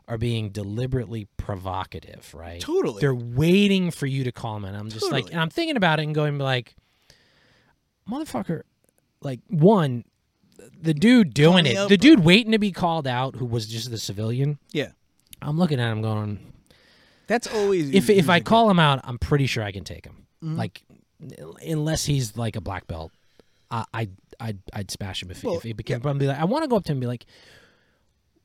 A: are being deliberately provocative, right?
B: Totally.
A: They're waiting for you to comment. I'm just like,
B: Totally.
A: and I'm thinking about it and going like, motherfucker, like one, the dude doing
B: Calling
A: it,
B: out
A: the
B: for-
A: dude waiting to be called out, who was just the civilian.
B: Yeah.
A: I'm looking at him going,
B: That's always
A: if
B: who's
A: if I
B: the
A: call him out, I'm pretty sure I can take him.
B: Mm-hmm.
A: Like, unless he's like a black belt, I I I'd, I'd smash him if,
B: Well,
A: if he became. But I'm be like, I want to go up to him and be like,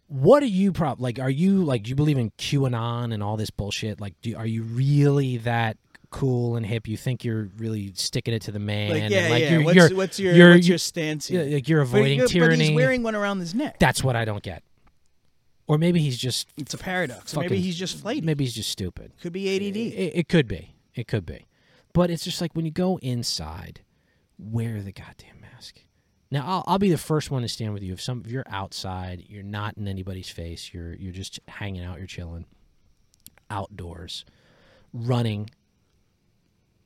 A: "What are you prob? Like, are you like do you believe in QAnon and all this bullshit? Like, do are you really that?" cool and hip you think you're really sticking it to the man
B: Like,
A: and,
B: yeah,
A: like,
B: yeah.
A: you're,
B: what's,
A: you're-
B: what's your
A: you're-
B: what's
A: you're-
B: your stance
A: yeah,
B: here?
A: like you're
B: But he-
A: avoiding
B: but
A: tyranny
B: he's wearing one around his neck.
A: that's what i don't get or maybe he's just
B: it's a paradox.
A: fucking-
B: Maybe he's just flighty.
A: maybe he's just stupid
B: Could be ADD.
A: it, it could be. It could be. But it's just like when you go inside, wear the goddamn mask. Now I'll, I'll be the first one to stand with you. If some if you're outside, you're not in anybody's face. You're you're just hanging out. You're chilling, outdoors, running,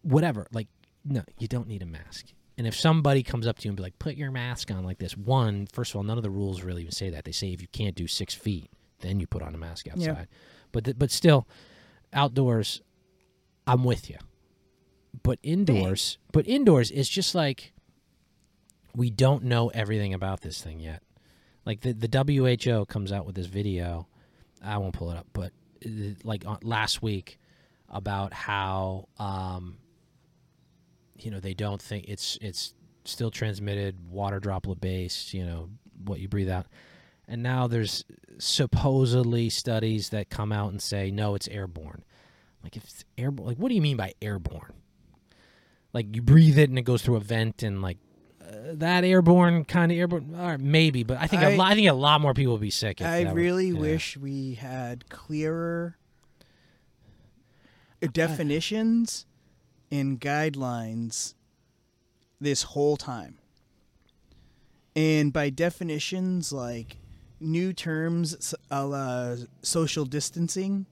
A: whatever. Like no, you don't need a mask. And if somebody comes up to you and be like, "Put your mask on," like this, one first of all, none of the rules really even say that. They say if you can't do six feet, then you put on a mask outside. But th- but still, outdoors, I'm with you. But indoors, but indoors is just like we don't know everything about this thing yet. Like the the WHO comes out with this video, I won't pull it up, but uh, like on, last week about how um you know they don't think it's it's still transmitted water droplet based, you know, what you breathe out. And now there's supposedly studies that come out and say no, it's airborne. Like if it's airborne, like what do you mean by airborne? Like you breathe it and it goes through a vent and like uh, that airborne kind of airborne, all right, maybe, but I think a
B: I-
A: lot, I think a lot more people would be sick. If
B: I
A: that were-
B: really
A: yeah.
B: wish we had clearer
A: Uh,
B: definitions and guidelines this whole time. And by definitions, like new terms s- a la social distancing,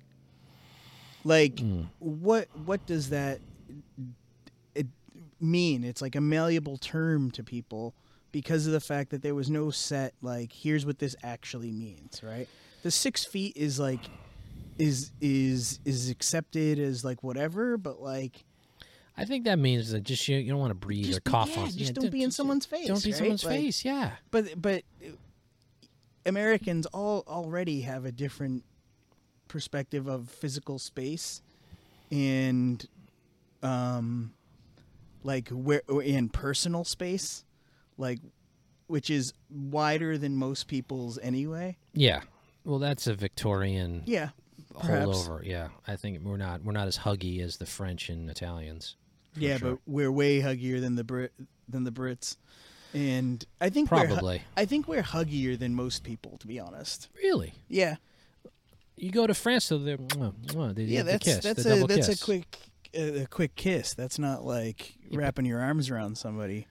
B: like
A: Hmm.
B: what what does that it mean? It's like a malleable term to people because of the fact that there was no set like here's what this actually means, right? The six feet is like is is is accepted as like whatever, but like
A: I think that means that just you, you don't want to breathe or
B: Just be-
A: cough
B: yeah,
A: on.
B: just don't be in someone's face,
A: Don't be in
B: right?
A: someone's
B: Like-
A: face. Yeah.
B: but but uh, Americans all already have a different perspective of physical space and um like where in personal space like which is wider than most people's anyway
A: Yeah. Well, that's a Victorian
B: yeah perhaps
A: holdover. Yeah, I think we're not we're not as huggy as the French and Italians. for
B: yeah
A: sure.
B: but we're way huggier than the brit than the brits and i think we're hu-
A: Probably.
B: i think we're huggier than most people to be honest
A: really,
B: yeah
A: you go to France, so they're mwah, mwah, they,
B: yeah,
A: have the
B: that's
A: kiss, the
B: that's a
A: double
B: that's
A: kiss.
B: a quick uh, a quick kiss. That's not like wrapping your arms around somebody.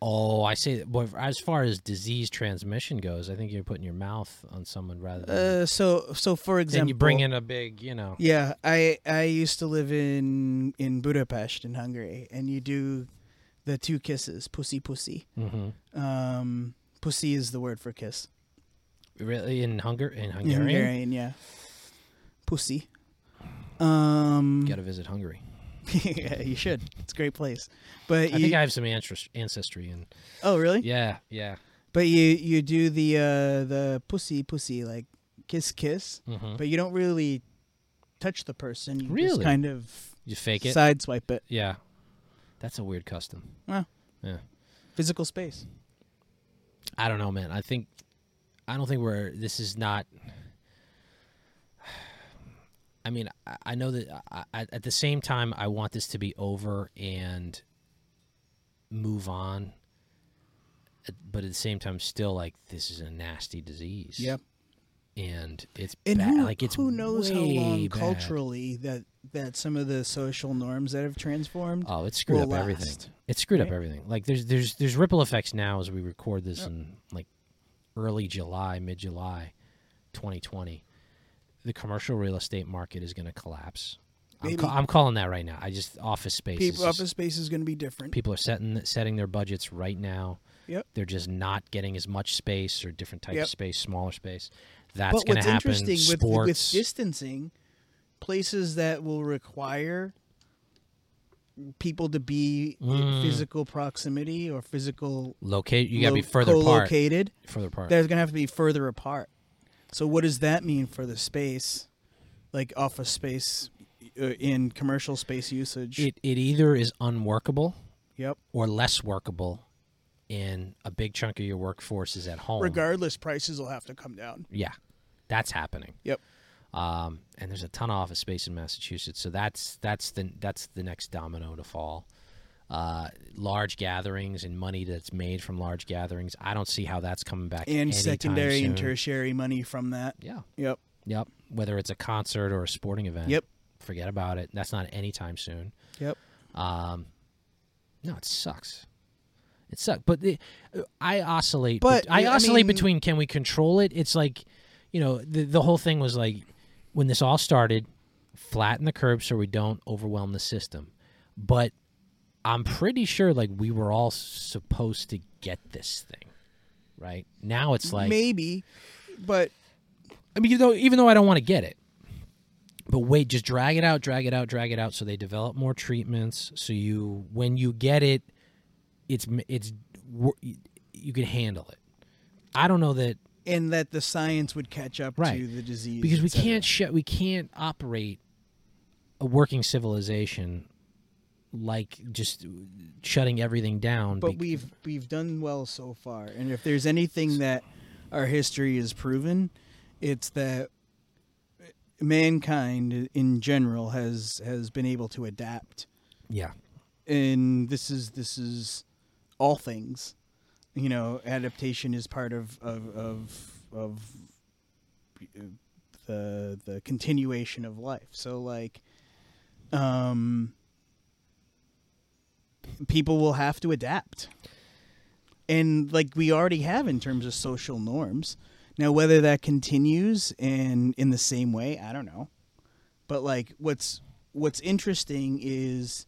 A: Oh, I see. Well, as far as disease transmission goes, I think you're putting your mouth on someone rather than.
B: Uh, so so for
A: Mm-hmm.
B: example,
A: then you bring in a big, you know.
B: Yeah, I I used to live in in Budapest in Hungary, and you do the two kisses, pussy pussy.
A: Mhm.
B: Um, pussy is the word for kiss
A: Really, in Hunger, in
B: in
A: Hungarian,
B: Hungarian. Yeah, pussy. Um,
A: you got to visit Hungary.
B: yeah, you should. It's a great place, but
A: I
B: you,
A: think I have some ancestry, ancestry, and
B: oh really?
A: yeah, yeah.
B: But you you do the uh, the pussy pussy like kiss kiss,
A: Mhm.
B: but you don't really touch the person. You just
A: Really?
B: kind of
A: You fake it.
B: sideswipe it.
A: yeah, that's a weird custom.
B: Well,
A: Yeah.
B: physical space.
A: I don't know, man. I think I don't think we're this is not I mean, I, I know that I, I, at the same time I want this to be over and move on. Uh, But at the same time still like this is a nasty disease. And it's
B: And
A: bad.
B: who,
A: like it's
B: who knows how long
A: way bad.
B: culturally that that some of the social norms that have transformed.
A: Oh, it screwed
B: will
A: up everything.
B: last,
A: It screwed up everything. Like there's there's there's ripple effects now as we record this in like early July, mid July, 2020. The commercial real estate market is going to collapse. I'm,
B: Maybe.
A: ca- I'm calling that right now. I just office space. is
B: People,
A: just-
B: office space is going to be different.
A: people are setting setting their budgets right now.
B: Yep.
A: They're just not getting as much space or different type
B: Yep.
A: of space, smaller space. That's
B: but
A: going
B: what's
A: to happen.
B: interesting with
A: Sports.
B: with distancing, places that will require people to be
A: Mm.
B: in physical proximity or physical
A: locate. You got to be
B: lo-
A: further apart.
B: co-located,
A: Further apart.
B: There's gonna have to be further apart. So what does that mean for the space, like office space, uh, in commercial space usage?
A: It it either is unworkable
B: yep.
A: or less workable and a big chunk of your workforce is at home.
B: Regardless, prices will have to come down.
A: yeah. That's happening.
B: Yep.
A: Um, and there's a ton of office space in Massachusetts, so that's that's the that's the next domino to fall. Uh, large gatherings and money that's made from large gatherings. I don't see how that's coming back.
B: And
A: anytime
B: secondary and
A: soon.
B: tertiary money from that.
A: Yeah.
B: Yep.
A: Yep. Whether it's a concert or a sporting event.
B: Yep.
A: Forget about it. That's not anytime soon.
B: Yep.
A: No, it sucks. It sucks. But the, I oscillate.
B: But,
A: bet- I
B: I
A: oscillate
B: mean-
A: between can we control it? It's like, you know, the the whole thing was like when this all started, flatten the curve so we don't overwhelm the system. But I'm pretty sure like we were all supposed to get this thing, right? Now it's like
B: Maybe, but
A: I mean, even though even though I don't want to get it, but wait, just drag it out, drag it out, drag it out, so they develop more treatments. So you, when you get it, it's m- it's wor- you can handle it. I don't know that
B: and that the science would catch up
A: Right.
B: to the disease
A: because we
B: et cetera.
A: can't shut, we can't operate a working civilization like just shutting everything down.
B: But
A: bec-
B: we've we've done well so far, and if there's anything that our history has proven, it's that mankind in general has has been able to adapt,
A: yeah,
B: and this is this is all things. you know adaptation is part of of of, of uh, the the continuation of life. So like, um, people will have to adapt, and like we already have in terms of social norms. Now whether that continues in in the same way, I don't know. But like, what's what's interesting is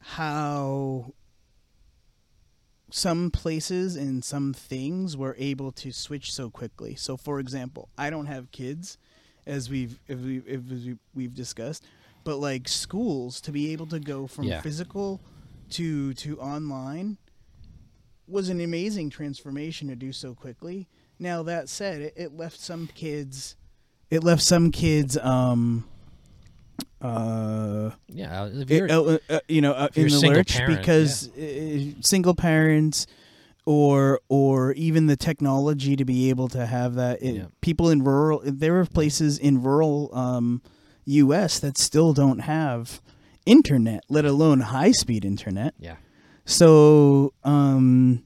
B: how some places and some things were able to switch so quickly. So, for example, I don't have kids, as we've if we if we- we've discussed, but like schools to be able to go from
A: Yeah.
B: physical to to online was an amazing transformation to do so quickly. Now that said, it, it left some kids, it left some kids, um, uh,
A: Yeah, uh, if
B: it-
A: you're-
B: uh, uh, you know, uh,
A: you're
B: in the
A: single
B: lurch
A: parent,
B: because uh, single parents or or even the technology to be able to have that. It,
A: Yeah.
B: People in rural, there are places in rural um, U.S. that still don't have internet, let alone high speed internet.
A: yeah.
B: So, um,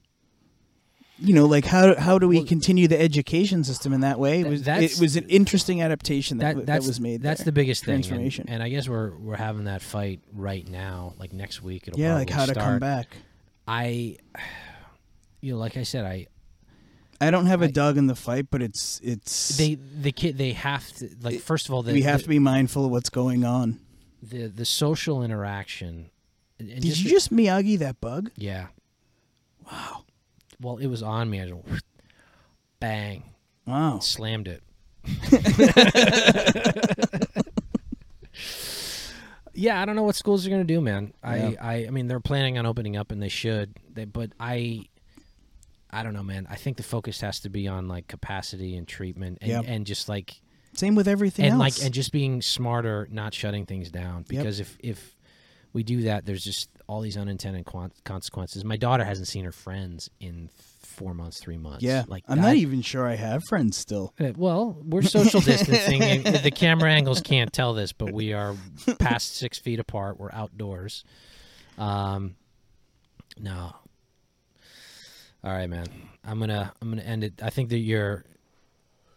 B: you know, like how how do we continue the education system in that way? It
A: Th-
B: was, it
A: that's-
B: was an interesting adaptation that,
A: that,
B: that,
A: that's,
B: was made.
A: That's
B: there.
A: the biggest thing. and-
B: Transformation.
A: And, I guess we're we're having that fight right now. Like next week, it'll
B: yeah,
A: probably
B: like how to come
A: start.
B: back.
A: I, you know, like I said, I
B: I don't have a dog in the fight, but it's it's
A: they the kid they have to like first of all the
B: we have
A: the,
B: to be mindful of what's going on.
A: the the social interaction. and- and
B: Did you just Miyagi that bug?
A: Yeah. Wow. Well, it was on me. I just bang
B: Wow.
A: slammed it. yeah, I don't know what schools are going to do, man.
B: Yeah.
A: I, I I mean they're planning on opening up and they should. They, but I I don't know, man. I think the focus has to be on like capacity and treatment and,
B: Yep.
A: and just like
B: Same with everything
A: and
B: else.
A: like and just being smarter, not shutting things down. Because if if we do that, there's just all these unintended quan- consequences. My daughter hasn't seen her friends in four months, three months.
B: yeah,
A: like
B: I'm not
A: that-
B: even sure I have friends still.
A: uh, Well, we're social distancing. and the camera angles can't tell this, but we are past six feet apart. We're outdoors. Um, no. All right, man. I'm gonna I'm gonna end it. I think that your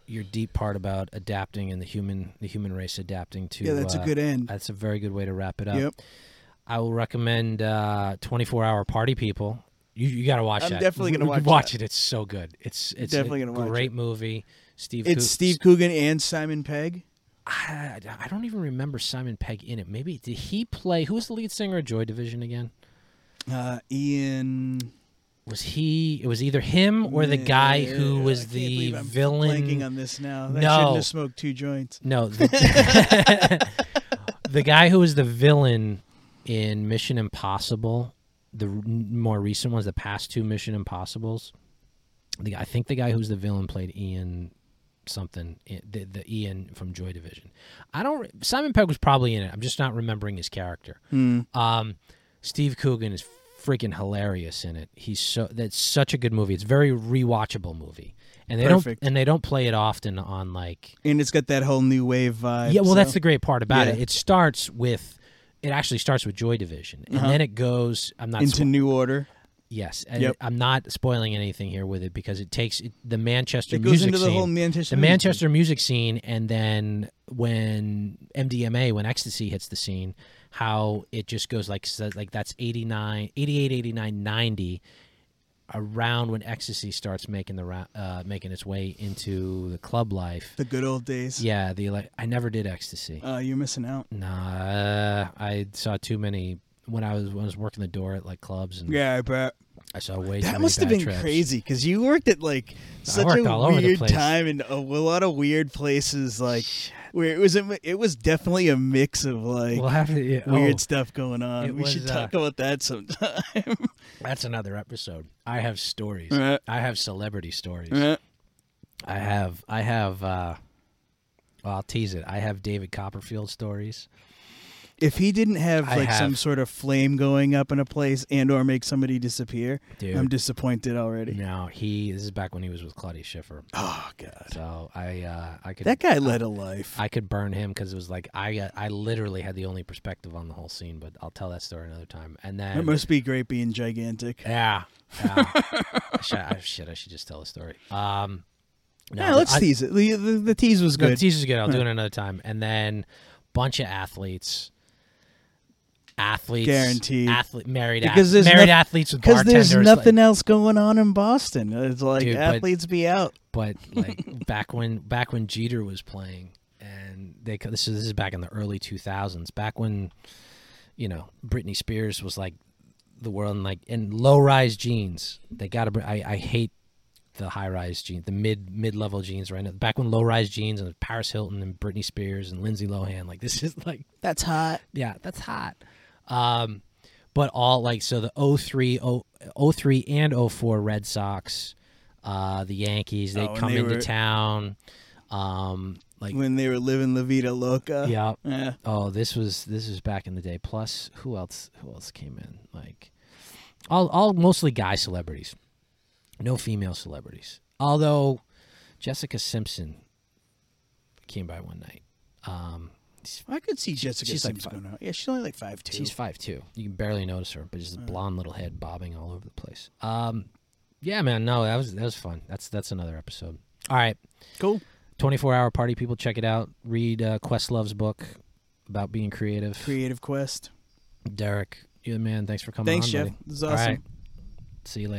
A: your deep part about adapting and the human the human race adapting to
B: Yeah, that's
A: uh,
B: a good end.
A: That's a very good way to wrap it up.
B: Yep.
A: I will recommend uh, 24 Hour Party People. You, you got to watch
B: I'm
A: that.
B: definitely gonna
A: W-
B: watch
A: it. It's so good. It's it's
B: Definitely
A: a
B: gonna watch
A: great
B: it.
A: movie. Steve.
B: It's
A: Coo-
B: Steve Coogan and Simon Pegg.
A: I, I don't even remember Simon Pegg in it. Maybe did he play? Who was the lead singer of Joy Division again?
B: Uh, Ian.
A: Was he? It was either him or the guy who
B: Yeah, I
A: was
B: can't
A: the
B: believe I'm
A: villain.
B: Blanking on this now. I
A: No.
B: shouldn't have smoked two joints.
A: No, the, the guy who was the villain in Mission Impossible, the r- more recent ones, the past two Mission Impossibles. The guy- I think the guy who's the villain played Ian something, I- the, the Ian from Joy Division. I don't. re- Simon Pegg was probably in it. I'm just not remembering his character. Um, Steve Coogan is freaking hilarious in it. He's so that's such a good movie. It's a very rewatchable movie. And they
B: Perfect.
A: don't and they don't play it often on like
B: And it's got that whole new wave vibe.
A: yeah, well,
B: so-
A: that's the great part about it.
B: Yeah.
A: It starts with, it actually starts with Joy Division, and then it goes. I'm not.
B: Uh-huh. into
A: spo-
B: New Order.
A: yes, and
B: Yep.
A: I'm not spoiling anything here with it because it takes it, the Manchester
B: It goes
A: music
B: into the
A: scene,
B: whole Manchester
A: the
B: music
A: Manchester music scene, and then when MDMA, when ecstasy hits the scene, how it just goes like so- like that's 89, 88, 89, 90 around when ecstasy starts making the ra- uh, making its way into the club life.
B: The good old days.
A: yeah, the like I never did ecstasy.
B: Uh, you're missing out.
A: Nah, I saw too many when I was when I was working the door at like clubs and
B: Yeah, I bet.
A: I saw way too
B: That
A: many
B: must have
A: bad
B: been
A: trips.
B: crazy because you worked at like such
A: worked
B: a
A: all over the
B: weird
A: place.
B: time and a, a lot of weird places, like where it was a, mi- it was definitely a mix of like
A: We'll have to, yeah,
B: weird
A: oh,
B: stuff going on.
A: it
B: We should
A: was, uh,
B: talk about that sometime.
A: oh, that's another episode. I have stories.
B: Uh.
A: I have celebrity stories.
B: Uh,
A: I have I have uh well, I'll tease it. I have David Copperfield stories.
B: If he didn't have
A: I
B: like some
A: have.
B: sort of flame going up in a place and or make somebody disappear,
A: Dude.
B: I'm disappointed already.
A: No, he. This is back when he was with Claudia Schiffer.
B: Oh god.
A: So I, uh, I could.
B: That guy led a life.
A: I could burn him because it was like I, uh, I literally had the only perspective on the whole scene. But I'll tell that story another time. And then
B: It must be great being gigantic.
A: Yeah. yeah. I should, I, shit, I should just tell the story. Um, no,
B: yeah, let's
A: I,
B: tease it. The, the, the tease was
A: No,
B: good.
A: the teaser's good. I'll do it another time. And then bunch of athletes. Athletes.
B: Guaranteed.
A: Athlete, married
B: Because
A: ath-
B: there's
A: married
B: noth-
A: athletes with
B: because
A: bartenders.
B: there's
A: like-
B: nothing else going on in Boston. It's like
A: Dude, but-
B: athletes be out.
A: but like back when back when Jeter was playing, and they co- this is this is back in the early two thousands, back when you know Britney Spears was like the world and like in low rise jeans. They got to. I I hate the high rise jeans, the mid mid level jeans right now. Back when low rise jeans and Paris Hilton and Britney Spears and Lindsay Lohan, like this is like
B: That's hot.
A: yeah, that's hot. Um, but all like so the 03, 0- 03 and 04 Red Sox, uh, the Yankees, they
B: Oh, and
A: come
B: they
A: into
B: were-
A: town. Um, like
B: When they were living La Vida Loca.
A: yeah.
B: Yeah.
A: Oh, this was this was back in the day. Plus, who else? Who else came in? Like, all all mostly guy celebrities, no female celebrities. Although Jessica Simpson came by one night. Um,
B: I could see Jessica
A: she's like
B: Simpson
A: five-
B: going out. Yeah, she's only like five two. Uh.
A: She's five two. You can barely notice her, but just a blonde little head bobbing all over the place. Um, yeah, man. No, that was that was fun. That's that's another episode. All right,
B: cool.
A: twenty four hour party. People, check it out. Read uh, Questlove's book about being creative.
B: Creative Quest.
A: Derek, you the man. Thanks for coming.
B: Thanks,
A: on,
B: Jeff.
A: buddy.
B: This is awesome.
A: All right. See you later.